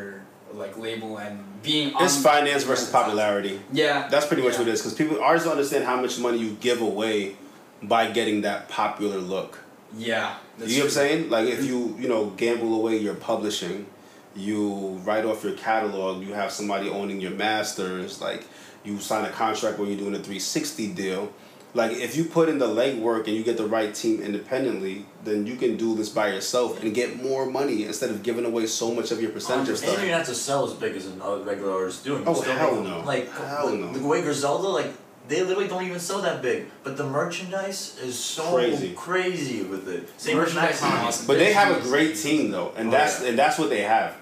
B: like label and being on
C: It's finance versus popularity.
B: Yeah.
C: That's pretty much
B: Yeah.
C: what it is. Because people artists don't understand how much money you give away by getting that popular look.
B: Yeah. That's
C: you know what I'm
B: true.
C: saying? Like if you you know gamble away your publishing, you write off your catalog. You have somebody owning your masters. Like you sign a contract where you're doing a 360 deal. Like if you put in the legwork and you get the right team independently, then you can do this by yourself and get more money instead of giving away so much of your percentage of
A: And you don't
C: stuff.
A: even have to sell as big as another regular artist doing. You
C: Oh,
A: still
C: hell
A: make-
C: no.
A: Like,
C: Hell
A: like,
C: no.
A: the way Griselda, like, they literally don't even sell that big, but the merchandise is so
C: Crazy.
A: crazy with it. Same with
B: Merchandise is
A: Maxon.
B: awesome.
C: But they have a great team though, and
A: Oh,
C: that's
A: yeah.
C: and that's what they have.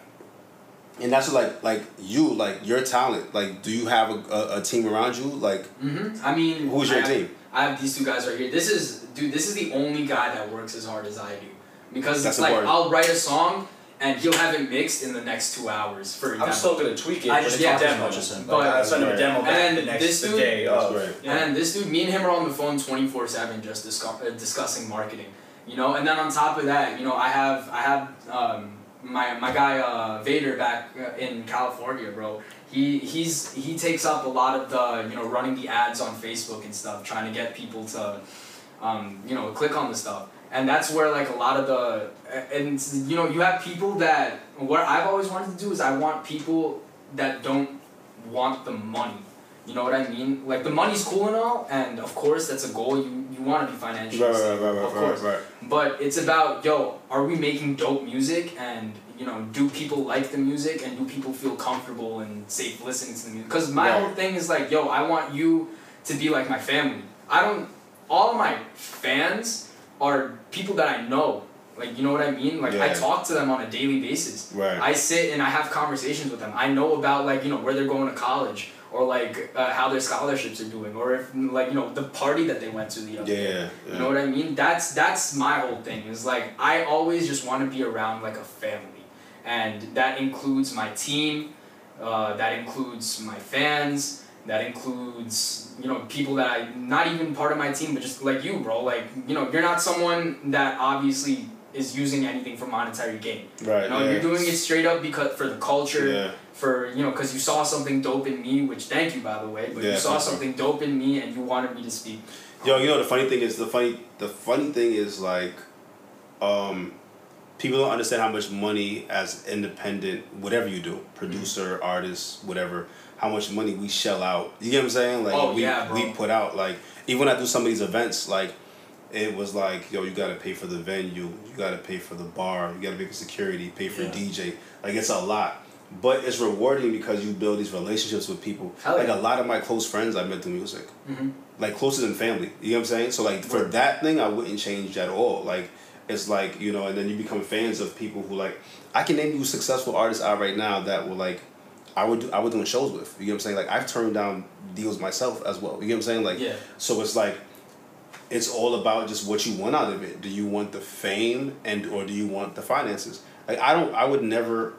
C: And that's what, like like you like your talent. Like, do you have a, a, a team around you? Like,
B: hmm I mean,
C: Who's your
B: I have,
C: team?
B: I have these two guys right here. This is dude. This is the only guy that works as hard as I do because
C: That's
B: like
C: important.
B: I'll write a song and he'll have it mixed in the next two hours for a demo.
D: I'm still gonna tweak it.
A: I
D: but
A: just
D: it's a
A: talked to
D: demo.
A: Hutchison,
D: But I
C: but-
D: sent him a demo back
B: And
D: the next
B: this
D: the
B: dude-
D: day
C: That's
D: of.
C: great.
D: Yeah.
B: And this dude, me and him are on the phone twenty four seven, just discuss, uh, discussing marketing. You know, and then on top of that, you know, I have I have um, my my guy uh, Vader back uh, in California, bro. He he's he takes up a lot of the you know running the ads on Facebook and stuff, trying to get people to, um, you know, click on the stuff. And that's where like a lot of the and you know you have people that what I've always wanted to do is I want people that don't want the money. You know what I mean? Like the money's cool and all, and of course that's a goal. You you want to be financially
C: Right, right,
B: stable,
C: right,
B: of
C: right,
B: course.
C: right, right.
B: But it's about yo, are we making dope music, and you know, do people like the music, and do people feel comfortable and safe listening to the music? Because my
C: Right.
B: whole thing is like, yo, I want you to be like my family. I don't. All of my fans are people that I know. Like you know what I mean? Like I
C: Yeah.
B: talk to them on a daily basis.
C: Right.
B: I sit and I have conversations with them. I know about like you know where they're going to college or like uh, how their scholarships are doing or if like you know the party that they went to the other
C: Yeah,
B: day.
C: yeah,
B: You know
C: yeah.
B: what I mean? That's that's my whole thing. Is like I always just want to be around like a family, and that includes my team, uh, that includes my fans, that includes you know people that I not even part of my team, but just like you, bro. Like you know you're not someone that obviously is using anything for monetary gain.
C: Right,
B: You know
C: yeah.
B: you're doing it straight up because for the culture,
C: Yeah.
B: for you know because you saw something dope in me, which thank you by the way, but you
C: Yeah,
B: saw
C: thank you.
B: something dope in me and you wanted me to speak.
C: Yo, you know the funny thing is the funny the funny thing is like, um, people don't understand how much money as independent whatever you do,
B: Mm-hmm.
C: producer, artist, whatever, how much money we shell out. You get what I'm saying? Like
B: Oh,
C: we
B: yeah, bro.
C: we put out like even when I do some of these events like. It was like, yo, you gotta pay for the venue, you gotta pay for the bar, you gotta pay for security, pay for
A: Yeah.
C: DJ. Like it's a lot, but it's rewarding because you build these relationships with people.
B: Hell
C: like
B: yeah.
C: a lot of my close friends I met through music
B: Mm-hmm.
C: like closer than family. You know what I'm saying? So like for that thing, I wouldn't change at all. Like it's like you know, and then you become fans of people who like I can name you successful artists out right now that will like I would do I would doing shows with. You know what I'm saying? Like I've turned down deals myself as well. You know what I'm saying? Like
B: Yeah.
C: so it's like it's all about just what you want out of it. Do you want the fame and or do you want the finances? Like I don't I would never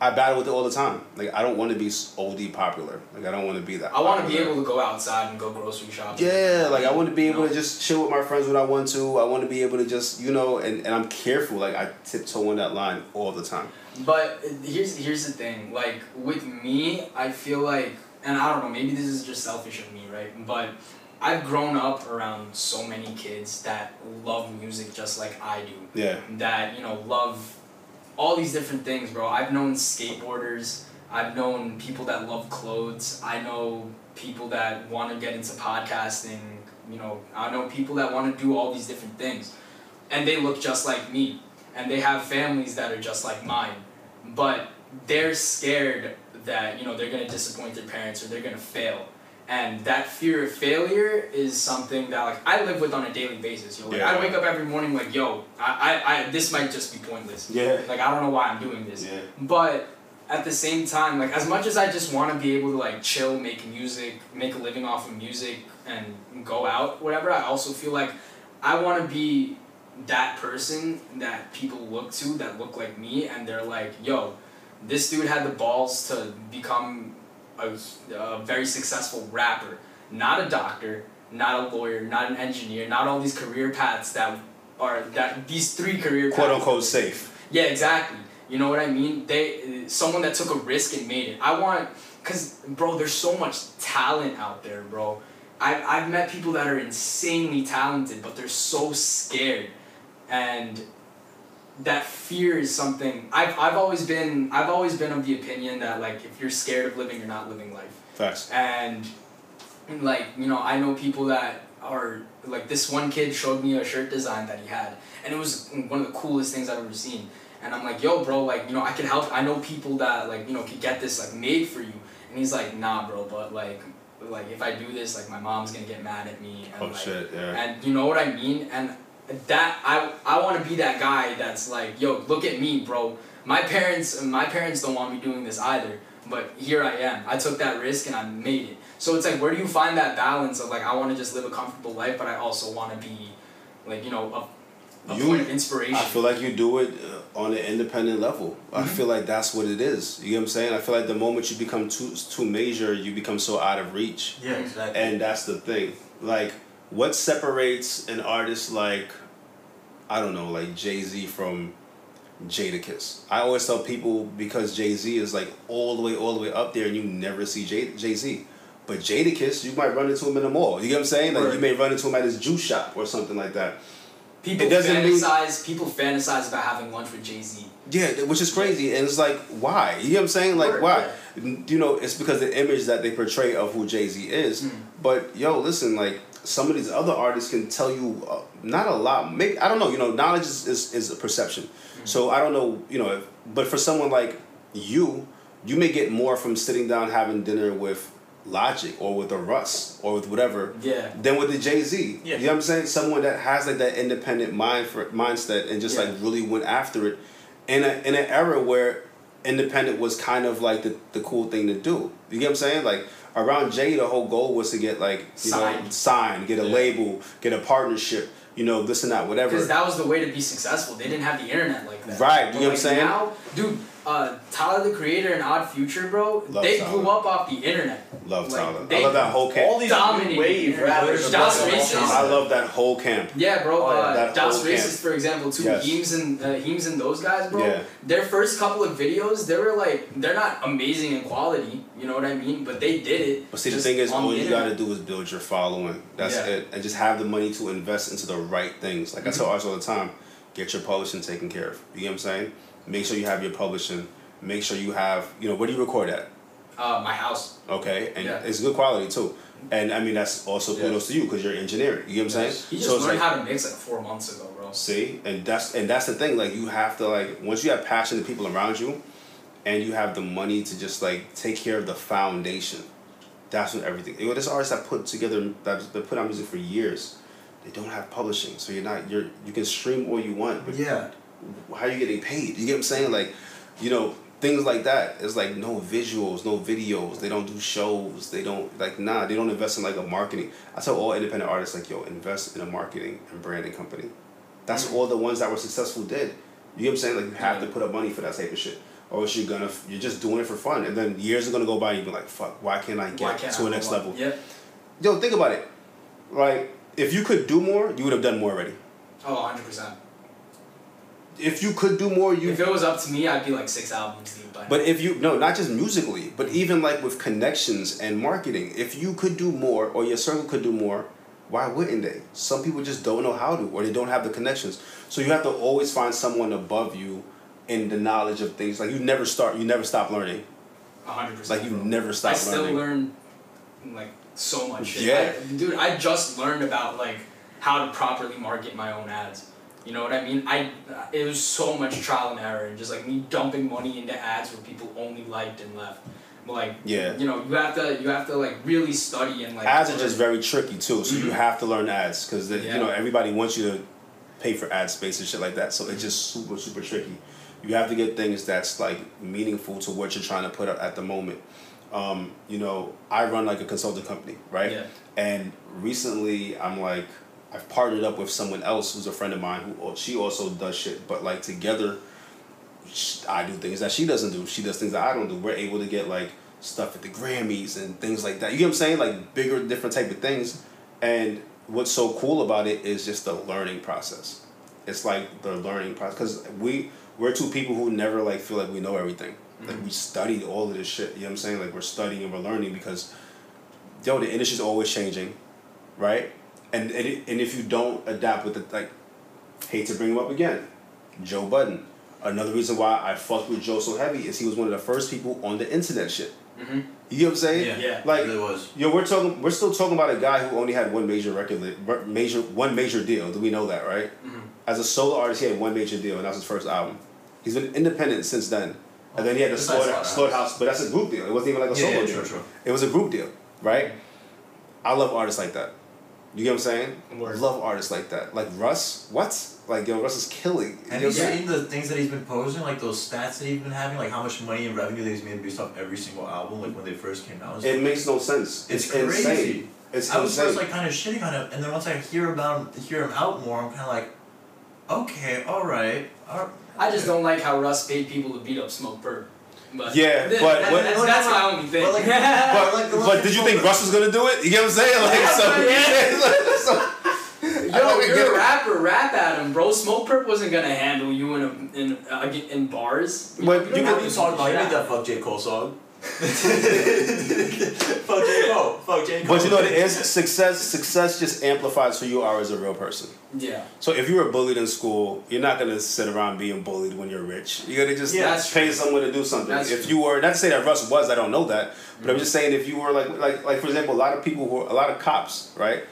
C: I battle with it all the time. Like I don't want to be OD popular. Like I don't want to be that.
B: I want to be
C: popular.
B: able to go outside and go grocery shopping.
C: Yeah, like I want to be able
B: No.
C: to just chill with my friends when I want to. I want to be able to just, you know, and, and I'm careful. Like I tiptoe on that line all the time.
B: But uh, here's here's the thing. Like with me, I feel like, and I don't know. Maybe this is just selfish of me, right? But I've grown up around so many kids that love music just like I do.
C: Yeah.
B: that you know love all these different things, bro. I've known skateboarders. I've known people that love clothes. I know people that want to get into podcasting. You know, I know people that want to do all these different things, and they look just like me, and they have families that are just like mine, but they're scared that you know they're gonna disappoint their parents or they're gonna fail. And that fear of failure is something that like I live with on a daily basis. Yo, like, I
C: Yeah.
B: wake up every morning like, yo, I, I, I this might just be pointless.
C: Yeah.
B: Like I don't know why I'm doing this.
C: Yeah.
B: But at the same time, like as much as I just want to be able to like chill, make music, make a living off of music, and go out, whatever. I also feel like I want to be that person that people look to that look like me, and they're like, "Yo, this dude had the balls to become a, a very successful rapper, not a doctor, not a lawyer, not an engineer, not all these career paths that are that these three career
C: Quote
B: paths
C: unquote safe.
B: yeah, exactly. You know what I mean? They someone that took a risk and made it. I want cuz bro, there's so much talent out there, bro. I I've met people that are insanely talented, but they're so scared. And that fear is something I've I've always been I've always been of the opinion that like if you're scared of living, you're not living life
C: Facts.
B: and like you know i know people that are like this one kid showed me a shirt design that he had and it was one of the coolest things i've ever seen and i'm like yo bro like you know i can help i know people that like you know could get this like made for you and he's like nah bro but like like if i do this like my mom's gonna get mad at me and
C: Oh
B: like
C: shit. Yeah.
B: and you know what I mean? And that I I want to be that guy that's like, yo, look at me, bro. My parents my parents don't want me doing this either, but here I am. I took that risk and I made it. So it's like, where do you find that balance of like, I want to just live a comfortable life, but I also want to be, like, you know, a, a
C: You-
B: point of inspiration.
C: I feel like you do it uh, on an independent level. I feel like that's what it is. You get what I'm saying? I feel like the moment you become too too major, you become so out of reach.
A: Yeah, exactly.
C: And that's the thing. Like, what separates an artist like, I don't know, like Jay Z from Jadakiss? I always tell people because Jay Z is like all the way, all the way up there, and you never see Jay Z. But Jadakiss, you might run into him in the mall. You get what I'm saying? Like, you
A: Right.
C: may run into him at his juice shop or something like that.
B: people
C: it doesn't mean-
B: fantasize. People fantasize about having lunch with Jay Z.
C: Yeah, which is crazy, and it's like why? You know what I'm saying? Like
B: Word,
C: why? You know, it's because the image that they portray of who Jay Z is. But yo, listen, like some of these other artists can tell you uh, not a lot. Maybe I don't know. You know, knowledge is is, is a perception. So I don't know. You know, if, but for someone like you, you may get more from sitting down having dinner with Logic or with a Russ or with whatever
B: Yeah.
C: than with the Jay Z.
A: Yeah.
C: You know what I'm saying? Someone that has like that independent mind for mindset and just
B: Yeah.
C: like really went after it in a in an era where independent was kind of like the, the cool thing to do. You get what I'm saying? Like around Jay the whole goal was to get like you know
B: Signed.
C: signed, get a
D: Yeah.
C: label, get a partnership, you know, this and that, whatever.
B: Because that was the way to be successful. They didn't have the internet like that.
C: Right, you
B: But,
C: know what I'm
B: like,
C: saying?
B: Now, dude, uh, Tyler the Creator and Odd Future, bro,
C: Love
B: they
C: Tyler.
B: blew up off the internet.
C: love
B: like,
C: Tyler. I
B: they-
C: love that whole
D: All
C: camp.
D: these
B: Dominated
D: wave
B: internet.
D: rappers. are
B: Just
D: fucking
B: racist.
D: awesome.
C: I love that whole camp.
B: Yeah, bro.
D: Oh, yeah,
B: uh,
C: that
B: Das
C: whole camp.
B: Racist, for example, too.
C: Yes.
B: Heems and uh, Heems and those guys, bro.
C: Yeah.
B: Their first couple of videos, they were like, they're not amazing in quality. You know what I mean? But they did it.
C: But see, the
B: just
C: thing is,
B: on
C: all
B: the
C: you
B: internet.
C: gotta do is build your following. That's
B: Yeah.
C: it, and just have the money to invest into the right things. Like I
B: Mm-hmm.
C: tell artists all the time, get your publishing taken care of. You know what I'm saying? Make sure you have your publishing. Make sure you have, you know, where do you record at?
B: Uh, my house.
C: Okay, and
B: Yeah. Mm-hmm.
C: it's good quality too. And I mean, that's also
A: Yeah.
C: kudos to you because you're engineering. You know what I'm
A: Yes.
B: He
C: saying?
B: just
C: it's
B: learned
C: like,
B: how to mix like four months ago, bro.
C: see, and that's and that's the thing. Like you have to like once you have passionate people around you, and you have the money to just like take care of the foundation. That's when everything. You know, there's artists that put together that that put out music for years. They don't have publishing, so you're not you're you can stream all you want, but
A: yeah.
C: how you getting paid? You get what I'm saying? Like, you know, things like that. It's like no visuals, no videos. They don't do shows. They don't like nah. They don't invest in like a marketing. I tell all independent artists like yo, invest in a marketing and branding company. That's
B: Mm.
C: all the ones that were successful did. You get what I'm saying? Like you have to put up money for that type of shit. Or else you're gonna you're just doing it for fun, and then years are gonna go by. and You be like, fuck, why can't I get
B: Why can't
C: to
B: I
C: a next
B: go on?
C: level?
B: Yep.
C: Yo, think about it. Like if you could do more, you would have done more already.
B: Oh, 100 percent.
C: If you could do more, you
B: If it was up to me, I'd be like six albums deep by now.
C: But if you no, not just musically, but even like with connections and marketing, if you could do more or your circle could do more, why wouldn't they? Some people just don't know how to or they don't have the connections. So you have to always find someone above you in the knowledge of things. Like you never start, you never stop learning.
B: 100
C: It's
B: percent.
C: like you never
B: I
C: stop
B: still
C: learning.
B: learn like so much shit.
C: Yeah.
B: I- dude, I just learned about like how to properly market my own ads. You know what I mean? I it was so much trial and error and just like me dumping money into ads where people only liked and left. But like
C: Yeah.
B: you know, you have to you have to like really study and like
C: Ads are
B: learn.
C: just very tricky too, so you have to learn ads because
B: Yeah.
C: you know everybody wants you to pay for ad space and shit like that. So it's just super super tricky. You have to get things that's like meaningful to what you're trying to put up at the moment. Um, you know, I run like a consulting company, right?
B: Yeah.
C: And recently, I'm like, I've partnered up with someone else who's a friend of mine who al- she also does shit, but like together, sh- I do things that she doesn't do. She does things that I don't do. We're able to get like stuff at the Grammys and things like that. You know what I'm saying? Like bigger, different type of things. And what's so cool about it is just the learning process. It's like the learning process because we we're two people who never like feel like we know everything. Like we studied all of this shit. You know what I'm saying? Like we're studying and we're learning because yo, the industry's always changing, right? And and, it, and if you don't adapt with the like, hate to bring him up again, Joe Budden. Another reason why I fucked with Joe so heavy is he was one of the first people on the internet shit.
B: Mhm.
C: You get what I'm saying?
A: Yeah.
B: Yeah.
C: Like
A: it really was.
C: Yo, we're talking. We're still talking about a guy who only had one major record, li- re- major one major deal. Do we know that, right?
A: Mm-hmm.
C: As a solo artist, he had one major deal, and that was his first album. He's been independent since then, and then he had the
A: Besides
C: slaughter,
A: Slaughterhouse.
C: slaughterhouse, but that's a group deal. It wasn't even like a
A: Yeah,
C: solo
A: yeah,
C: deal.
A: true, true.
C: It was a group deal, right? I love artists like that. You get what I'm saying?
B: Word.
C: Love artists like that. Like Russ, what? Like yo, Russ is killing.
A: Have
C: You know
A: you
C: what I'm saying?
A: seen the things that he's been posting, like those stats that he's been having, like how much money and revenue that he's made based off every single album, like when they first came out? and
C: It makes no sense.
A: It's
C: It's, insane.
A: crazy.
C: It's
A: I was
C: insane.
A: first like kind of shitting on him, and then once I hear about him, hear him out more, I'm kind of like, okay, all right, all right.
B: I just don't like how Russ paid people to beat up Smoke Bird. But
C: Yeah,
B: th-
C: but
B: that-
C: what-
B: that's, that's my only thing.
A: But like-
C: But,
A: like the
C: but
A: little
C: did you think Russ was gonna do it? You get what I'm saying? Like, so, so- I
B: Yo,
C: don't get
B: you're
C: it.
B: a rapper, rap at him, bro. Smoke Perp wasn't gonna handle you in a, in uh, in bars.
C: But
B: don't have
C: you can-
B: to
A: you talking about? You
B: do
A: made that fuck J Cole song. fuck J Cole. Fuck J Cole.
C: but you know what it is? Success success just amplifies who you are as a real person.
B: Yeah,
C: So if you were bullied in school, you're not gonna sit around being bullied when you're rich. You're gonna just
A: Yeah,
B: that's
C: pay someone to do something.
B: That's
C: if
B: true. Mm-hmm.
C: you were not to say that Russ was, I don't know that, but I'm just saying if you were like like like for example, a lot of people who are, a lot of cops, right?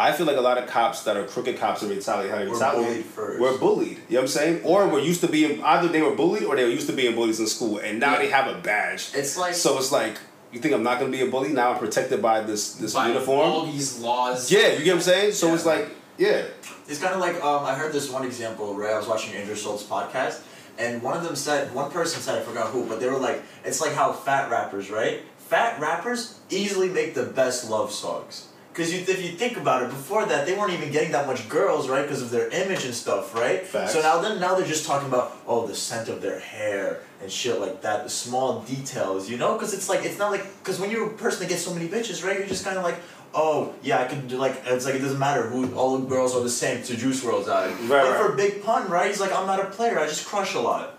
C: I feel like a lot of cops that are crooked cops and retaliate, how they
A: Were
C: retaliate,
A: bullied first.
C: were bullied. You know what I'm saying? Or were used to being either they were bullied or they were used to being bullies in school, and now
B: Yeah.
C: they have a badge.
A: It's like
C: So it's like you think I'm not gonna be a bully now? I'm protected by this this
B: By
C: uniform.
B: all these laws.
C: yeah, you get what I'm saying? So
B: Yeah.
C: it's like yeah,
A: It's kind of like um, I heard this one example, right? I was watching Andrew Schultz's podcast, and one of them said, one person said, I forgot who, but they were like, it's like how fat rappers, right? Fat rappers easily make the best love songs. Because you, if you think about it, before that, they weren't even getting that much girls, right? Because of their image and stuff, right?
C: Facts.
A: So now then, now they're just talking about, oh, the scent of their hair and shit like that, the small details, you know? Because it's like, it's not like, because when you're a person that gets so many bitches, right, you're just kind of like, oh yeah, I can do like it's like it doesn't matter who all the girls are the same. So Juice World's out. Right,
C: Right,
A: but
C: right.
A: for Big Pun, right? He's like, I'm not a player. I just crush a lot.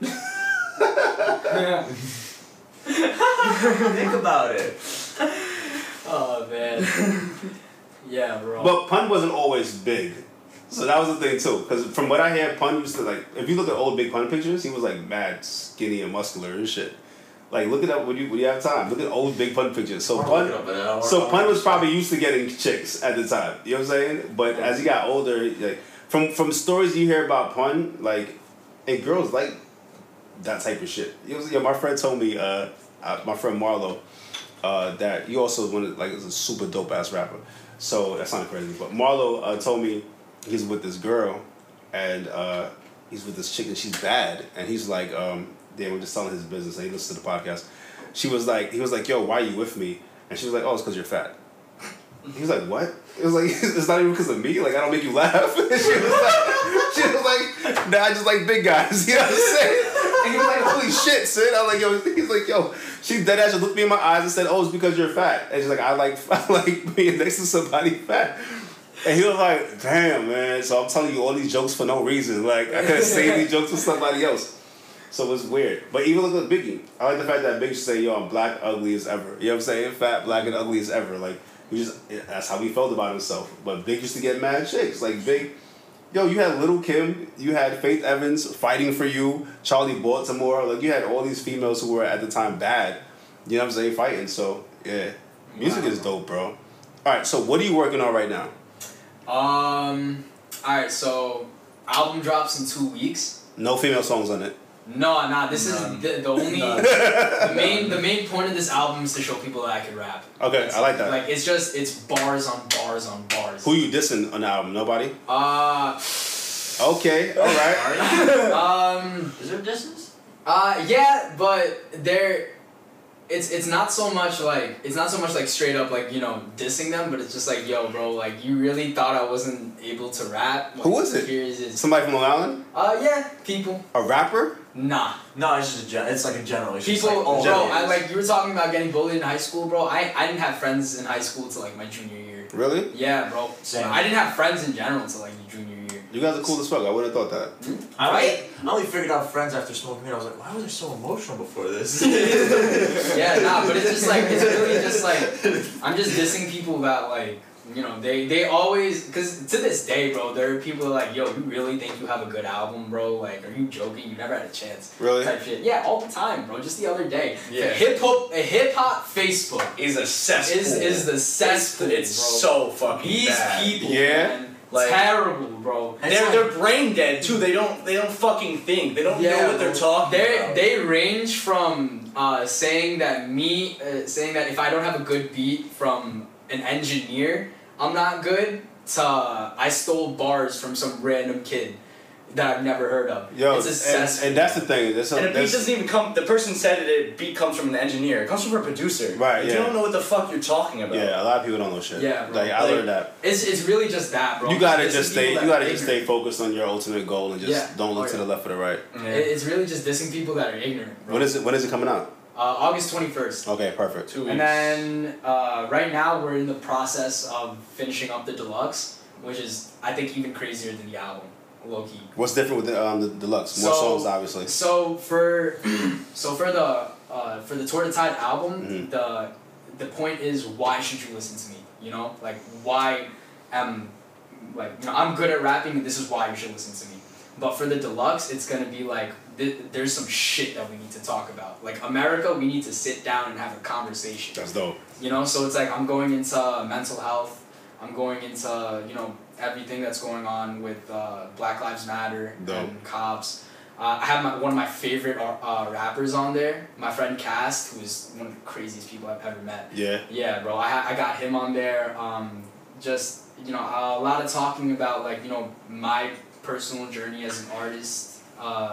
B: Yeah.
A: Think about it.
B: oh man. yeah, bro.
C: But Pun wasn't always big. So that was the thing too, because from what I hear, Pun used to like. If you look at old Big Pun pictures, he was like mad skinny and muscular and shit. Like look it up when you when you have time. Look at old Big Pun pictures. So
A: I wanna look it up,
C: Pun,
A: but I don't wanna-
C: so Pun was probably used to getting chicks at the time. You know what I'm saying? But as he got older, like from from stories you hear about Pun, like, and girls like that type of shit. You know, what I'm saying? my friend told me, uh, uh, my friend Marlo, uh, that he also is one of like is a super dope ass rapper. So that sounded crazy, but Marlo uh, told me he's with this girl, and uh, he's with this chick and she's bad, and he's like, um, they were just telling his business. And he listens to the podcast. She was like, he was like, yo, why are you with me? And she was like, oh, it's because you're fat. He was like, what? It was like, it's not even because of me. Like, I don't make you laugh. she was like, she was like, nah, I just like big guys. You know what I'm saying? And he was like, holy shit, Sid. I was like, yo, he's like, yo, she dead ass looked me in my eyes and said, oh, it's because you're fat. And she's like, I like, I like being next to somebody fat. And he was like, damn, man. So I'm telling you all these jokes for no reason. Like, I could have saved these jokes for somebody else. So it's weird. But even look at Biggie. I like the fact that Biggie say, yo, I'm black, ugly as ever. You know what I'm saying? Fat, black, and ugly as ever. Like, he just, that's how he felt about himself. But Big used to get mad chicks. Like, Big, yo, you had Little Kim, you had Faith Evans fighting for you, Charlie Baltimore. Like, you had all these females who were at the time bad. You know what I'm saying? Fighting. So, yeah. Music is dope, bro. All right, so what are you working on right now?
B: um. All right, so album drops in two weeks.
C: No female songs on it.
B: No, nah. This
A: None.
B: is the, the only
A: None.
B: the main the main point of this album is to show people that I can rap.
C: Okay, I like that.
B: Like it's just it's bars on bars on bars.
C: Who you dissing on the album? Nobody?
B: Uh,
C: Okay, all right.
B: um,
A: Is there distance?
B: uh, yeah, but there, it's it's not so much like it's not so much like straight up like you know dissing them, but it's just like yo, bro, like you really thought I wasn't able to rap. Like,
C: Who was it?
B: Here's his.
C: Somebody from Long Island?
B: Uh, yeah, people.
C: A rapper?
B: Nah,
A: No, it's just a gen- it's like a general. It's just
B: people.
A: like, oh,
B: bro,
C: yeah.
B: I like you were talking about getting bullied in high school, bro. I I didn't have friends in high school till like my junior year.
C: Really?
B: Yeah, bro.
A: Same.
B: I didn't have friends in general till like my junior year.
C: You guys are cool as fuck. I wouldn't have thought that.
A: I only-
B: right?
A: I only figured out friends after smoking weed. I was like, why was I so emotional before this?
B: Yeah, nah, but it's just like it's really just like I'm just dissing people that like you know they they always because to this day, bro, there are people like yo, you really think you have a good album, bro? Like, are you joking? You never had a chance.
C: Really?
B: Type shit. Yeah, all the time, bro. Just the other day.
D: Yeah.
B: Hip hop, a hip hop Facebook
D: Is a cesspool.
B: is is the cesspool, bro.
D: It's so fucking
B: These
D: bad.
B: people,
C: Yeah?
B: man,
D: Like-
B: terrible, bro.
A: And
D: They're,
A: like-
D: they're brain dead too. They don't they don't fucking think. They don't know what they're
B: bro.
D: talking
B: Oh, They
D: about.
B: they range from uh, saying that me uh, saying that if I don't have a good beat from an engineer, I'm not good. To I stole bars from some random kid. that I've never heard of.
C: Yo,
B: it's a
C: and,
B: cesspool.
C: and that's the thing. That's, a,
D: and a beat
C: that's
D: doesn't even come. The person said that a beat comes from an engineer. It comes from a producer.
C: Right,
D: If
C: yeah.
D: You don't know what the fuck you're talking about.
C: yeah. A lot of people don't know shit.
B: Yeah, bro.
C: like I
D: Like,
C: learned that.
B: It's it's really just that, bro.
C: You gotta
B: It's
C: just
B: the people
C: stay. You
B: that
C: gotta
B: are
C: just
B: ignorant.
C: stay focused on your ultimate goal and just
B: Yeah.
C: don't look
B: Oh,
C: to
B: yeah.
C: the left or the right.
D: Yeah.
B: It- It's really just dissing people that are ignorant, bro.
C: When is it? When is it coming out?
B: uh, August twenty first.
C: Okay, perfect.
D: Two weeks.
B: And then uh, right now we're in the process of finishing up the deluxe, which is I think even crazier than the album, low key.
C: What's different with the, um, the deluxe? More
B: So-
C: songs, obviously.
B: So for so for the uh, for the Tour de Tide album,
C: Mhm.
B: the the point is why should you listen to me? You know, like why am like you know I'm good at rapping and this is why you should listen to me. But for the deluxe, it's gonna be like th- there's some shit that we need to talk about. Like America, we need to sit down and have a conversation.
C: That's dope.
B: You know, so it's like I'm going into mental health. I'm going into you know everything that's going on with uh, Black Lives Matter
C: Dope.
B: and cops. Uh, I have my, one of my favorite uh, uh, rappers on there, my friend Cast, who is one of the craziest people I've ever met.
C: Yeah.
B: Yeah, bro, I, ha- I got him on there. Um, just you know, a lot of talking about like you know my personal journey as an artist. Uh,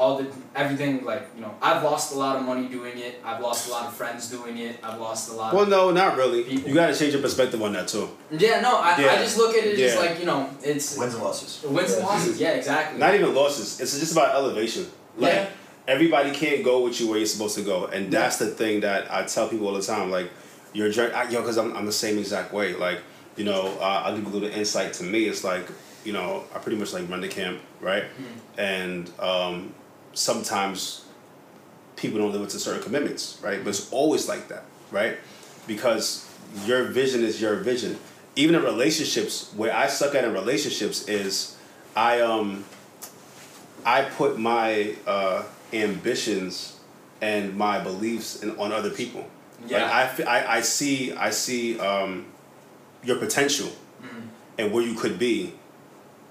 B: all the everything like you know, I've lost a lot of money doing it. I've lost a lot of friends doing it. I've lost a lot.
C: Well,
B: of,
C: no, not really.
B: People-
C: You gotta change your perspective on that too.
B: yeah, no, I,
C: Yeah.
B: I just look at it as
C: Yeah.
B: like you know, it's
A: Wins and losses.
B: wins and losses. Yeah, exactly.
C: Not even losses. It's just about elevation. Like
B: Yeah.
C: everybody can't go with you where you're supposed to go, and that's the thing that I tell people all the time. Like your journey, I, yo, because I'm I'm the same exact way. Like you know, uh, I'll give you a little insight to me. It's like you know, I pretty much like run the camp, right? And um, sometimes people don't live up to certain commitments, right? But it's always like that, right? Because your vision is your vision. Even in relationships, where I suck at in relationships is I um I put my uh, ambitions and my beliefs in, on other people.
B: Yeah.
C: Like, I f- I, I see I see um, your potential
B: Mm-hmm.
C: and where you could be.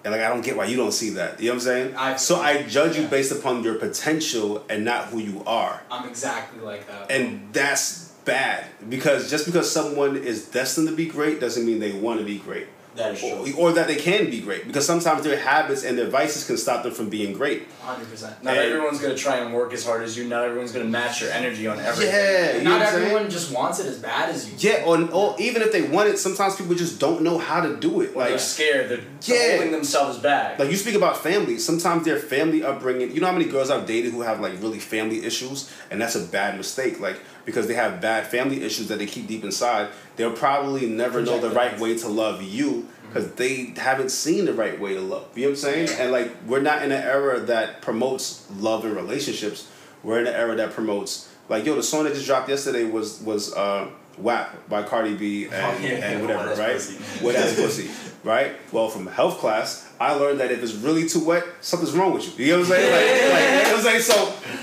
C: And like I don't get why you don't see that. You know what I'm saying?
B: I-
C: so I judge you
B: yeah.
C: based upon your potential and not who you are.
B: I'm exactly like that. bro.
C: And that's bad because just because someone is destined to be great doesn't mean they want to be great.
A: That is
C: Or,
A: true.
C: or that they can be great because sometimes their habits and their vices can stop them from being great.
B: 100%.
D: Not
C: And-
D: everyone's gonna try and work as hard as you. Not everyone's gonna match your energy on everything.
C: Yeah, you know
B: Not
C: what I'm saying?
B: everyone just wants it as bad as you.
C: Yeah, or, or even if they want it, sometimes people just don't know how to do it.
D: Or
C: Like,
D: they're scared. They're,
C: Yeah.
D: they're holding themselves back.
C: like you speak about family. Sometimes their family upbringing. You know how many girls I've dated who have like really family issues, and that's a bad mistake. Like because they have bad family issues that they keep deep inside, they'll probably never know the
B: Project
C: right
B: that.
C: way to love you because they haven't seen the right way to love. You know what I'm saying? And like we're not in an era that promotes love and relationships. We're in an era that promotes like yo. The song that just dropped yesterday was was uh, WAP by Cardi B and,
A: yeah.
C: and whatever,
A: Wet ass
C: right?
A: pussy.
C: Wet ass pussy, right? Well, from health class, I learned that if it's really too wet, something's wrong with you. You know what I'm saying? Like, like, it was like so,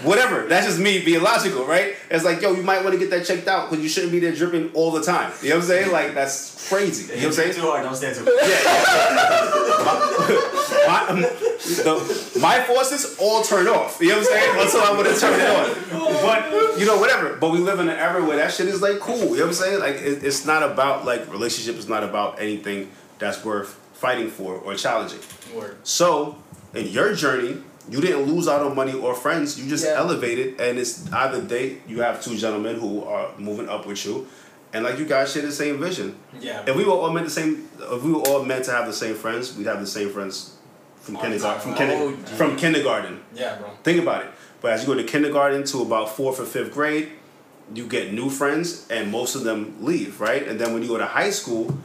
C: whatever. That's just me being logical, right? It's like yo, you might want to get that checked out because you shouldn't be there dripping all the time. You know what I'm saying? Like that's crazy. You know what I'm saying?
A: Too hard, don't stand too close.
C: my, um, the, my forces all turn off. You know what I'm saying? Until I would have turned it on. But you know, whatever. But we live in an era where that shit is like cool. You know what I'm saying? Like it, it's not about like relationship is not about anything that's worth fighting for or challenging.
B: Word.
C: So in your journey, you didn't lose out on money or friends. You just
B: Yeah.
C: elevated, and it's either date you have two gentlemen who are moving up with you, and like you guys share the same vision.
B: Yeah.
C: If we were all meant the same, if we were all meant to have the same friends, we'd have the same friends from
B: All
C: kindergarten. From,
B: the time.
C: kinder-
A: Oh, dude.
C: from kindergarten.
B: yeah, bro.
C: Think about it. But as you go to kindergarten to about fourth or fifth grade, you get new friends, and most of them leave, right? And then when you go to high school,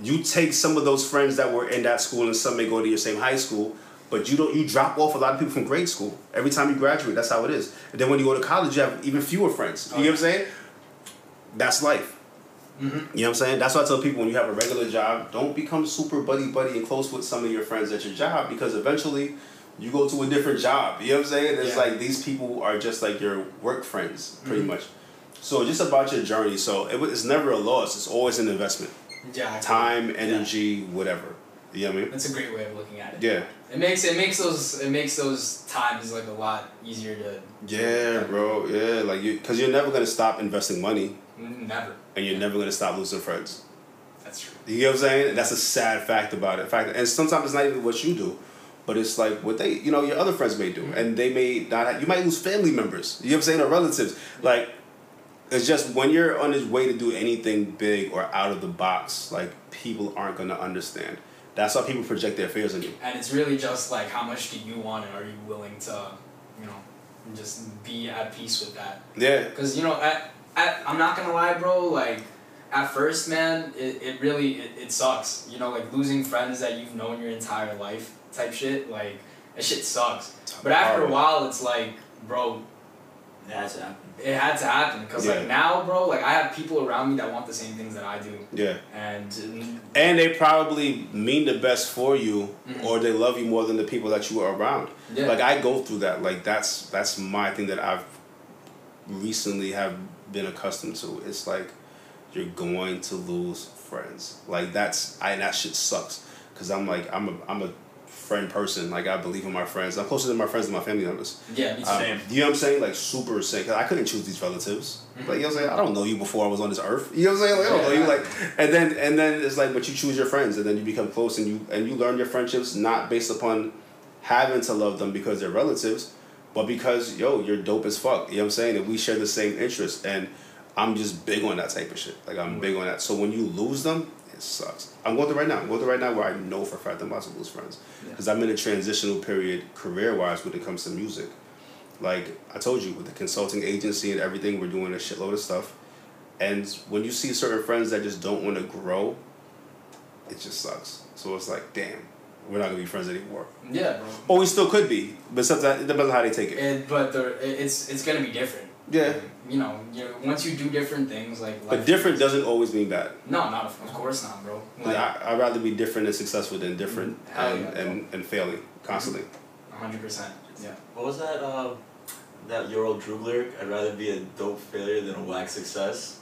C: you take some of those friends that were in that school, and some may go to your same high school. But you don't. You drop off a lot of people from grade school every time you graduate. That's how it is. And then when you go to college, you have even fewer friends. You know what I'm saying? That's life. You know what I'm saying? That's why I tell people when you have a regular job, don't become super buddy buddy and close with some of your friends at your job because eventually you go to a different job. You know what I'm saying?
B: Yeah.
C: It's like these people are just like your work friends, pretty much. So just about your journey. So it, wa- it's never a loss. It's always an investment.
B: Yeah. I-
C: Time, energy, whatever. You know what I mean?
B: That's a great way of looking at it.
C: Yeah.
B: It makes it makes those it makes those times like a lot easier to
C: Yeah, bro. Yeah, like you, because you're never gonna stop investing money,
B: never.
C: and you're never gonna stop losing friends.
B: That's true.
C: You get what I'm saying? That's a sad fact about it. Fact, and sometimes it's not even what you do, But it's like what they, you know, your other friends may do, and they may not. Have, you might lose family members. You know what I'm saying, or relatives. Like, it's just when you're on this way to do anything big or out of the box, like people aren't gonna understand. That's how people project their fears on you.
B: and it's really just like how much do you want and are you willing to you know just be at peace with that
C: Yeah,
B: because you know I, I i'm not gonna lie bro like at first man it, it really it, it sucks you know like losing friends that you've known your entire life type shit like that shit sucks but after a
C: Horrible.
B: while it's like bro
A: That's happened.
B: it had to happen because
C: Yeah.
B: like now bro like i have people around me that want the same things that i do
C: yeah.
B: and mm,
C: And they probably mean the best for you,
B: Mhm.
C: or they love you more than the people that you are around.
B: yeah
C: Like I go through that. Like that's that's my thing that I've recently have been accustomed to. It's like you're going to lose friends. Like that's I that shit sucks. Cause I'm like I'm a I'm a friend person. Like I believe in my friends. I'm closer to my friends than my family members.
B: yeah me too.
A: Uh,
C: Um,
A: Same.
C: you know what I'm saying? Like super sick. 'Cause I couldn't choose these relatives. Like you know what I'm saying? I don't know you before I was on this earth. You know what I'm saying? Like I don't know you.
B: Yeah.
C: Like and then and then it's like, but you choose your friends, and then you become close, and you and you learn your friendships not based upon having to love them because they're relatives, but because yo, you're dope as fuck. You know what I'm saying? And we share the same interests, and I'm just big on that type of shit. Like I'm big on that. So when you lose them, it sucks. I'm going through right now. I'm going through right now where I know for a fact I'm about to lose friends
B: Yeah.
C: because I'm in a transitional period career wise when it comes to music. Like I told you, with the consulting agency and everything, we're doing a shitload of stuff. And when you see certain friends that just don't want to grow, it just sucks. So it's like, damn, we're not gonna be friends anymore.
B: yeah bro
C: Or we still could be, but sometimes it depends on how they take it.
B: It, but the it- it's it's gonna be different.
C: Yeah.
B: You know, you once you do different things like.
C: But
B: life-
C: different doesn't always mean bad.
B: No, not of, of course not, bro. Like,
C: I, I'd rather be different and successful than different
B: Mm-hmm. Hell
C: and,
B: yeah. Mm-hmm.
C: and, and failing constantly.
B: hundred percent. Yeah.
A: What was that? Uh, that your old Drew lyric? I'd rather be a dope failure than a whack success.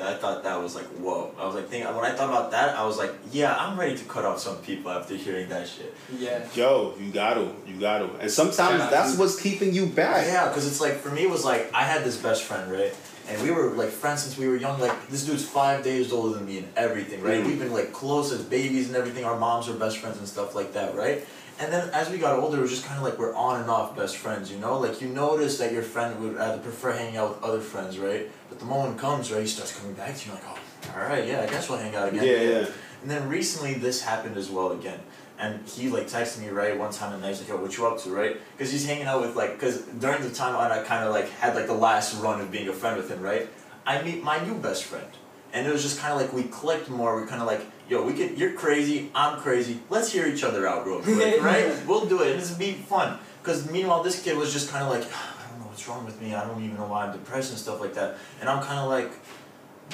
A: I thought that was like whoa. I was like thinking when I thought about that, I was like, yeah, I'm ready to cut off some people after hearing that shit.
B: Yeah.
C: Yo, you gotta, you gotta. And sometimes
B: Shout out
C: that's
B: to-
C: what's keeping you back.
A: Yeah, because it's like for me it was like I had this best friend, right? And we were like friends since we were young. Like this dude's five days older than me and everything, right?
C: Mhm.
A: We've been like close as babies and everything. Our moms were best friends and stuff like that, right? And then as we got older, it was just kind of like we're on and off best friends, you know? Like you notice that your friend would rather prefer hanging out with other friends, right? But the moment comes, right, he starts coming back to you like, oh, all right, yeah, I guess we'll hang out
C: Yeah,
A: again.
C: yeah.
A: And then recently, this happened as well again. And he like texted me right one time, and I was like, "Yo, what you up to?" Right? Because he's hanging out with like, because during the time when I kind of like had like the last run of being a friend with him, right? I meet my new best friend, and it was just kind of like we clicked more. We kind of like, "Yo, we could. You're crazy. I'm crazy. Let's hear each other out real quick, right? We'll do it. It's be fun." Because meanwhile, this kid was just kind of like, "I don't know what's wrong with me. I don't even know why I'm depressed and stuff like that." And I'm kind of like,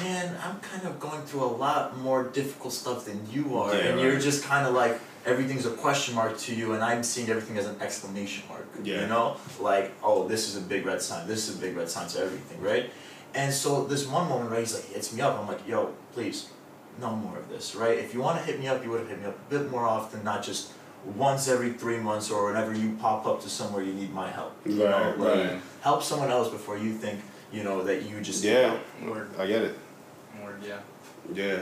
A: man, I'm kind of going through a lot more difficult stuff than you are,
C: Yeah,
A: and you're
C: right.
A: just kind of like everything's a question mark to you, and I'm seeing everything as an exclamation mark.
C: Yeah.
A: You know, like oh, this is a big red sign. This is a big red sign to everything, right? And so this one moment, right, he's like, he hits me up. I'm like, yo, please, no more of this, right? If you want to hit me up, you would have hit me up a bit more often, not just once every three months or whenever you pop up to somewhere you need my help. You know,
C: Right,
A: like,
C: right.
A: Help someone else before you think, you know, that you just
C: Yeah,
B: Word.
C: I get it.
B: Word. Yeah.
C: Yeah.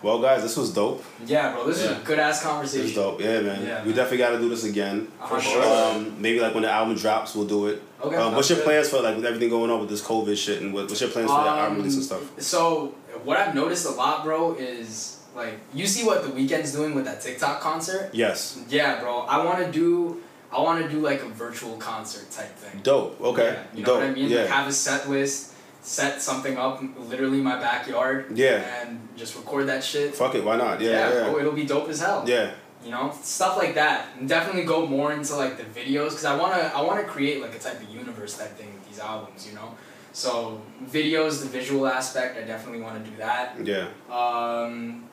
C: Well, guys, this was dope.
B: Yeah, bro. This is
D: Yeah.
B: a good ass
C: This was
B: conversation.
C: dope. Yeah, man.
B: Yeah,
C: we
B: man.
C: definitely got to do this again.
B: For
C: Um,
B: sure.
C: maybe like when the album drops, we'll do it.
B: Okay.
C: Um, what's
B: sounds
C: your
B: good.
C: plans for like with everything going on with this COVID shit and what, what's your plans for the album
B: Um,
C: release and stuff?
B: So what I've noticed a lot, bro, is like you see what the weekend's doing with that TikTok concert.
C: Yes.
B: Yeah, bro. I want to do. I want to do like a virtual concert type thing.
C: Dope. Okay.
B: Yeah, you know
C: dope.
B: what I mean?
C: Yeah.
B: Like have a set list, set something up, literally in my backyard,
C: yeah.
B: and just record that shit.
C: Fuck it. Why not? Yeah.
B: bro,
C: Yeah.
B: it'll be dope as hell.
C: Yeah.
B: You know, stuff like that. And definitely go more into like the videos because I wanna I wanna create like a type of universe type thing with these albums. You know, so videos, the visual aspect, I definitely want to do that.
C: Yeah.
B: Um,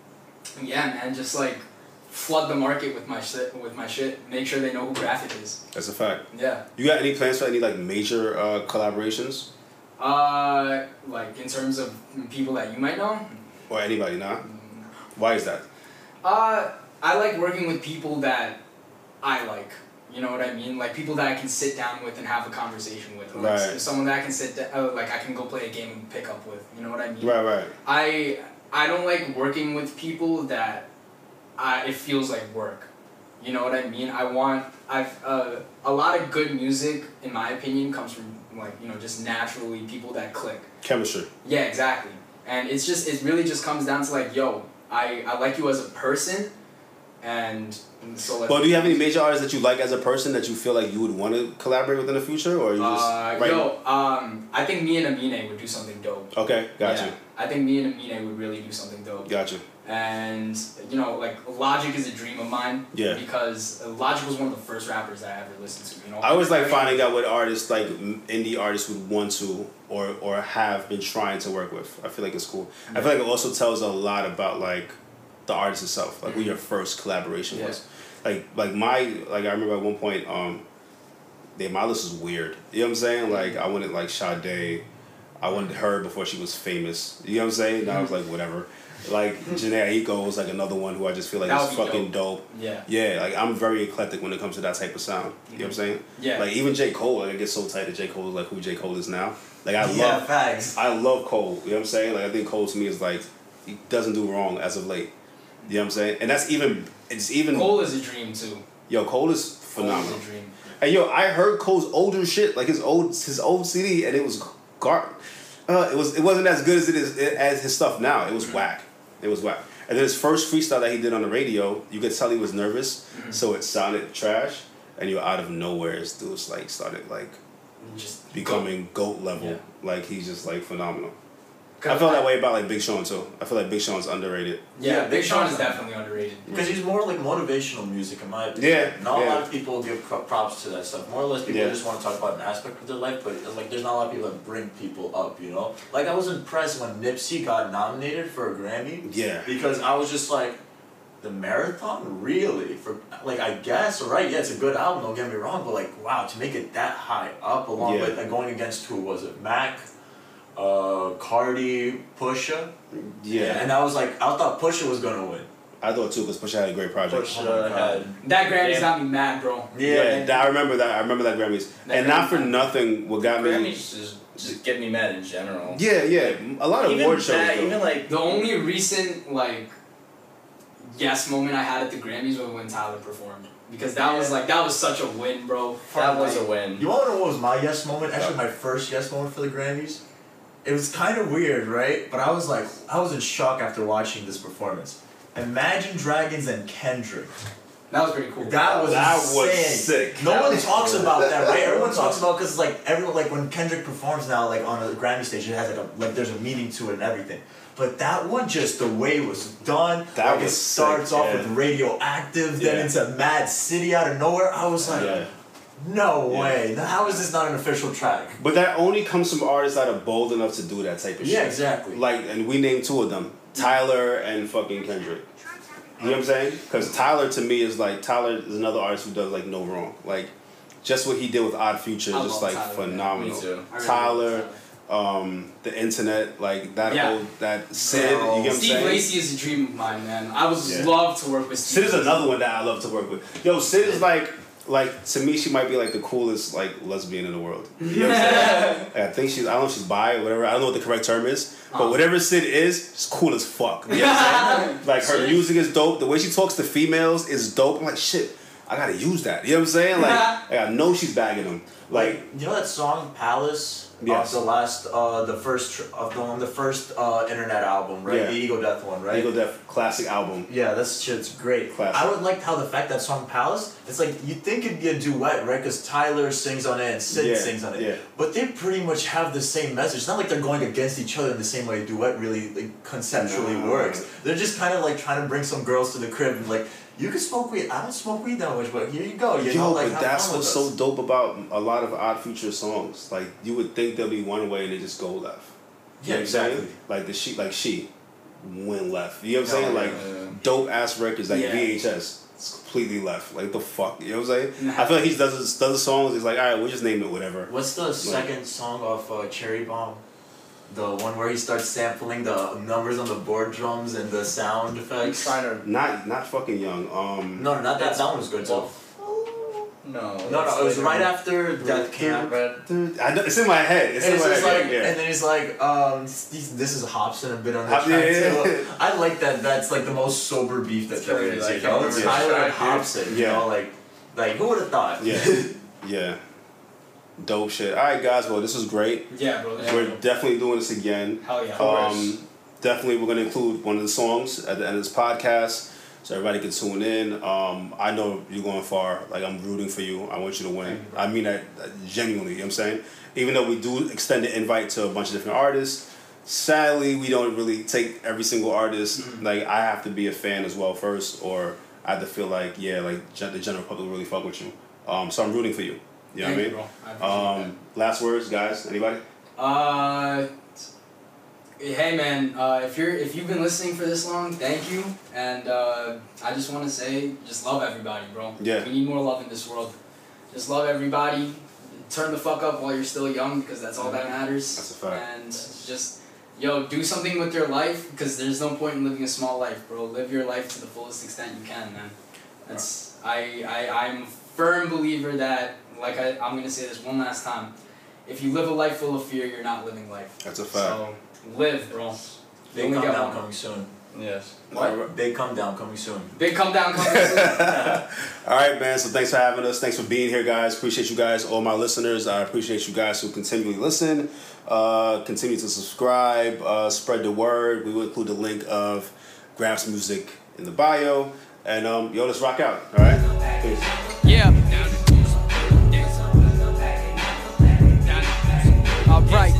B: yeah, man, just like flood the market with my shit. With my shit, make sure they know who Graphic is.
C: That's a fact.
B: Yeah.
C: You got any plans for any like major uh, collaborations
B: Uh, like in terms of people that you might know.
C: or anybody? Nah. Why is that?
B: Uh, I like working with people that I like. You know what I mean? Like people that I can sit down with and have a conversation with. Or Like
C: Right.
B: someone that I can sit down, uh, like I can go play a game and pick up with. You know what I mean?
C: Right. Right.
B: I I don't like working with people that I, it feels like work. You know what I mean? I want I've uh, a lot of good music, in my opinion, comes from like you know just naturally people that click.
C: Chemistry.
B: Yeah, exactly. And it's just it really just comes down to like, yo, I, I like you as a person, and so let's.
C: But do you have any major artists that you like as a person that you feel like you would want to collaborate with in the future, or you just
B: Uh,
C: right?
B: Yo, um, I think me and Amine would do something dope.
C: Okay, got
B: Yeah.
C: you,
B: I think me and Amine would really do something dope.
C: got you.
B: And you know, like Logic is a dream of mine.
C: Yeah.
B: Because Logic was one of the first rappers that I ever listened to. You know.
C: I always like finding out what artists like m- indie artists would want to or or have been trying to work with. I feel like it's cool. I feel like it also tells a lot about like the artist itself, like what your first collaboration
B: Yeah.
C: was. Like like my like I remember at one point, um, yeah, my list is weird. You know what I'm saying? Like I wanted like Sade, I wanted her before she was famous. You know what I'm saying? And I was
B: Mm-hmm.
C: like whatever. Like Janae Aiko was like another one who I just feel like
B: That
C: is
B: would be
C: fucking dope.
B: Yeah.
C: Yeah, like I'm very eclectic when it comes to that type of sound. You know
B: Mm-hmm.
C: what I'm saying?
B: Yeah.
C: Like even J. Cole, like, I get so tight that J. Cole is like who J. Cole is now. Like I
A: yeah,
C: love
A: facts.
C: I love Cole. You know what I'm saying? Like I think Cole to me is like he doesn't do wrong as of late. You know what I'm saying? And that's even it's even
B: Cole is a dream too.
C: yo, Cole is
B: Cole is
C: phenomenal.
B: a dream.
C: And yo, I heard Cole's older shit, like his old his old CD and it was gar uh, it was it wasn't as good as it is as his stuff now. It was whack. It was whack. And then his first freestyle that he did on the radio, you could tell he was nervous, so it sounded trash. And you're out of nowhere, this dude's like started like
B: Just
C: becoming goat level.
B: Yeah.
C: Like he's just like phenomenal. I feel that way about like Big Sean too. I feel like Big Sean's underrated.
B: Yeah,
A: Yeah,
B: Big
A: Big
B: Sean
A: Sean's
B: is definitely underrated.
A: Because he's more like motivational music, in my opinion.
C: Yeah,
A: Not a
C: yeah.
A: lot of people give pro- props to that stuff. More or less, people
C: Yeah.
A: just want to talk about an aspect of their life, but like, there's not a lot of people that bring people up. You know, like I was impressed when Nipsey got nominated for a Grammy
C: Yeah.
A: because I was just like, the marathon, really? For like, I guess right? Yeah, it's a good album. Don't get me wrong, but like, wow, to make it that high up, along
C: Yeah.
A: with like, going against who was it? Mac, uh, Cardi, Pusha.
C: Yeah.
A: And I was like, I thought Pusha was gonna win.
C: I thought too because Pusha had a great project.
D: Push
A: Oh my
D: uh,
A: God.
D: had
B: That Grammy's
D: Yeah.
B: got me mad, bro.
C: Yeah, that, I remember that. I remember that Grammys,
B: That
C: and not
B: Grammys.
C: for nothing. What got me?
D: Grammys just just get me mad in general.
C: Yeah, yeah, a lot of
D: even
C: award shows.
D: that,
C: though.
D: even like
B: The only recent like yes moment I had at the Grammys was when Tyler performed because that was
D: Yeah.
B: like that was such a win, bro.
D: that was a win.
A: You want to know what was my yes moment? Actually, my first yes moment for the Grammys. It was kind of weird, right? But I was like, I was in shock after watching this performance. Imagine Dragons and Kendrick.
B: that was pretty cool.
A: That was
C: That was
A: insane.
C: sick.
A: No
D: That
A: one
D: was
A: talks
D: cool.
A: about that, right? Everyone talks about because like everyone like when Kendrick performs now like on a Grammy stage, it has like a like there's a meaning to it and everything. But that one, just the way it was done,
C: That
A: like it
C: was
A: starts
C: sick,
A: off
C: yeah.
A: with radioactive, then
C: Yeah.
A: into Mad City out of nowhere. I was like,
C: Yeah.
A: no
C: Yeah.
A: way. How is this not an official track?
C: But that only comes from artists that are bold enough to do that type of
A: Yeah,
C: shit.
A: exactly.
C: Like, and we named two of them, Tyler and fucking Kendrick. You know what I'm saying? Because Tyler to me is like Tyler is another artist who does like no wrong. Like, just what he did with Odd Future,
B: I
C: just
B: love
C: like
B: Tyler, man.
C: phenomenal.
D: Me too.
B: I really
C: Tyler,
B: love
C: um, the internet, like that
B: Yeah.
C: old that Sid. You get what I'm
B: Steve
C: saying?
B: Lacy is a dream of mine, man. I would
C: Yeah.
B: love to work with Steve.
C: Sid is another one that I love to work with. Yo, Sid is like, like to me, she might be like the coolest like lesbian in the world. You know what I'm saying? Like, I think she's, I don't know if she's bi or whatever. I don't know what the correct term is, but
A: Oh.
B: Uh-huh.
C: whatever Sid is, she's cool as fuck. You know what I'm saying? Like her music is dope. The way she talks to females is dope. I'm like, shit, I gotta use that. You know what I'm saying? Like, like I know she's bagging them. Like,
A: You know that song Palace
C: Yes.
A: off the last uh the first tr- of the on the first uh internet album, right?
C: Yeah.
A: The Ego Death one, right?
C: Eagle Def classic album.
A: yeah, that shit's great.
C: Classic.
A: I would like how the fact that song Palace, it's like you think it'd be a duet, right? Because Tyler sings on it and Sid
C: Yeah,
A: sings on it.
C: yeah.
A: But they pretty much have the same message. It's not like they're going against each other in the same way a duet really like, conceptually
C: No.
A: works. They're just kind of like trying to bring some girls to the crib and like, you can smoke weed. I don't smoke weed that much, but here you go. You
C: Yo,
A: know, like
C: but
A: have
C: that's
A: fun with
C: what's
A: us.
C: so dope about a lot of Odd Future songs. Like you would think they'll be one way and they just go left. You
A: Yeah,
C: know what I'm saying?
A: exactly.
C: Like the she, like she, went left. You know what I'm
A: Yeah,
C: saying?
D: Uh,
C: Like dope ass records like
B: Yeah.
C: VHS. It's completely left. Like the fuck. You know what I'm saying?
B: Nah.
C: I feel like he does his, does the songs. He's like, all right, we'll just name it whatever.
A: What's the second song off uh, Cherry Bomb? The one where he starts sampling the numbers on the board drums and the sound
D: I'm
A: effects.
D: trying to
C: Not not fucking young. Um,
A: No, no, not that. That one was good too.
D: Wolf. No.
A: Oh, No, no, it was right
D: after.
A: after Death Camp.
C: Dude, I know, it's in my head. It's
A: And
C: in
A: it's
C: my
A: just like,
C: head. yeah.
A: and then he's like, um, s- these- this is Hobson a bit on the
C: Hop- yeah,
A: track
C: yeah,
A: too.
C: yeah.
A: I like that. That's like the most sober beef that
D: It's
A: there
D: really
A: is.
D: like,
A: you know,
D: yeah,
A: it's
C: yeah.
A: Tyler
B: Yeah.
A: and Hobson. You
C: Yeah.
A: know, like, like who would have thought?
C: Yeah. yeah. Dope shit. All right, guys. Well, this was great.
B: Yeah, bro. this-
C: We're definitely doing this again.
B: Hell yeah.
C: Um, definitely, we're going to include one of the songs at the end of this podcast so everybody can tune in. Um, I know you're going far. Like, I'm rooting for you. I want you to win.
B: Thank you, bro.
C: I mean that genuinely, you know what I'm saying? Even though we do extend the invite to a bunch of different artists, sadly, we don't really take every single artist.
B: Mm-hmm.
C: Like, I have to be a fan as well first, or I have to feel like, yeah, like gen- the general public really fuck with you. Um, so I'm rooting for you. You know
B: Thank you,
C: what
B: bro. I appreciate
C: I mean?
B: that.
C: Um, last words, guys. Anybody?
B: Uh, hey man, uh, if you're if you've been listening for this long, thank you, and uh, I just want to say, just love everybody, bro.
C: Yeah.
B: We need more love in this world. Just love everybody. Turn the fuck up while you're still young, because that's all that matters.
C: That's a fact.
B: And just, yo, do something with your life, because there's no point in living a small life, bro. Live your life to the fullest extent you can, man. That's I I I'm a firm believer that like I I'm gonna say this one last time. If you live a life full of fear, you're not living life.
C: That's a fact.
B: So live, bro.
A: Big
B: Only
A: come
B: got
A: down
B: one.
A: coming soon.
D: Yes.
A: What? Big come down coming soon.
B: Big come down, come down.
C: all right, man. So thanks for having us. Thanks for being here, guys. Appreciate you guys, all my listeners. I appreciate you guys who continually listen, uh, continue to subscribe, uh, spread the word. We will include the link of Graph's music in the bio. And um, yo, let's rock out. All right. Peace.
E: Yeah. Alright.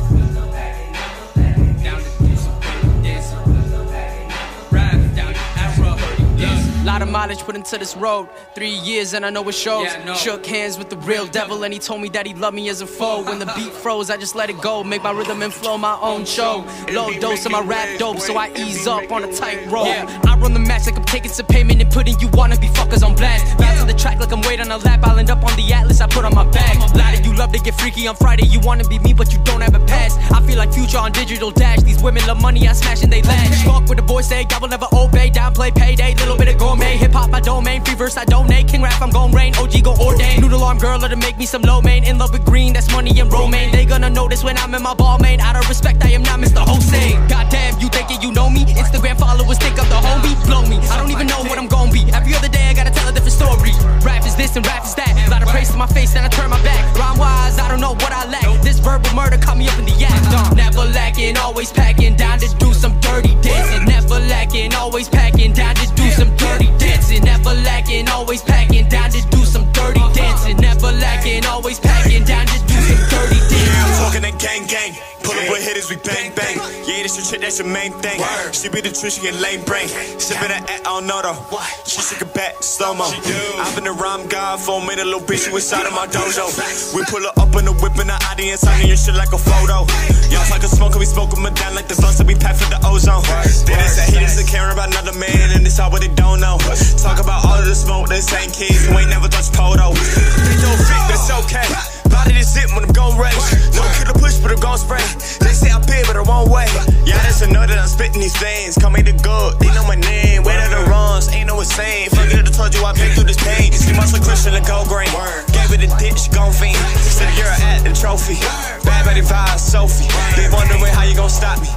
E: Lot of mileage put into this road. Three years and I know it shows.
F: Yeah, I know.
E: Shook hands with the real devil and he told me that he loved me as a foe. When the beat froze, I just let it go. Make my rhythm and flow my own show. Low dose of my rap dope, so I ease up on a tight road. Yeah, I run the match like I'm taking some payment and putting you wannabe fuckers on blast. Back to the track like I'm waiting on a lap. I'll end up on the atlas I put on my back. Lot of you love to get freaky on Friday. You wanna be me, but you don't have a pass. I feel like future on digital dash. These women love money, I smash and they lash. Fuck with the boys say, I will never obey. Downplay payday, little bit of gourmet. Hip hop, my domain. Free verse, I donate. King rap, I'm gon' reign. OG gon' ordain. Noodle arm girl, let her make me some low main. In love with green, that's money and romaine. They gonna notice when I'm in my ball main. Out of respect, I am not Mr. Hossein. Goddamn, you thinking you know me? Instagram followers think I'm the homie. Blow me, I don't even know what I'm gon' be. Every other day, I gotta tell a different story. Rap is this and rap is that. A lot of praise to my face, and I turn my back. Rhyme wise, I don't know what I lack. This verbal murder caught me up in the act. Uh, Never lacking, always packing. Down to do some dirty dancing. Never lacking, always packing. Down to do some dirty dancing. Never lacking, always packing. Down to do some dirty dancing. Never lacking, always packing. Down to do some dirty dancing.
G: Talking that gang gang. Pull up with hitters, we bang bang. Yeah, this your chick, that's your main thing. She be the truth, she get lame brain. Sippin' her at all know though. She shook it back, slow mo. I've been around God for made a little bitch, you inside of my dojo. We pull her up in the whip and the audience, I need your shit like a photo. Y'all talking smoke, and we smoke 'em down like the blunts that we pack for the ozone. They just say haters and caring about another man, and it's all what they don't know. Talk about all of the smoke, they same kids who ain't never touched photo. They don't fit, that's okay. Body this it when I'm gon' race. No killer push, but I'm gon' spray. They say I bid, but I won't wait. Y'all just know that I'm spitting these things. Call me the good, they know my name. Wait out the wrongs, ain't no insane. Fuck it, I told you I've been through this pain. See, muscle Christian and gold green. Gave it a ditch, gon' fiend. Said you're at the trophy. Bad body vibes, Sophie. They wondering how you gon' stop me.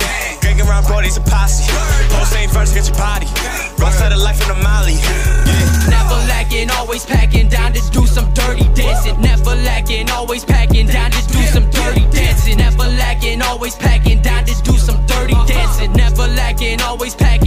G: Gang around, bro, these a posse. Post ain't first, get your body. Rockstar the life in the Molly. Yeah.
E: Never lacking, always packing. Down to do some dirty dancing. Never lacking, always packing. Down to do some dirty dancing. Never lacking, always packing. Down to do some dirty dancing. Never lacking, always packing.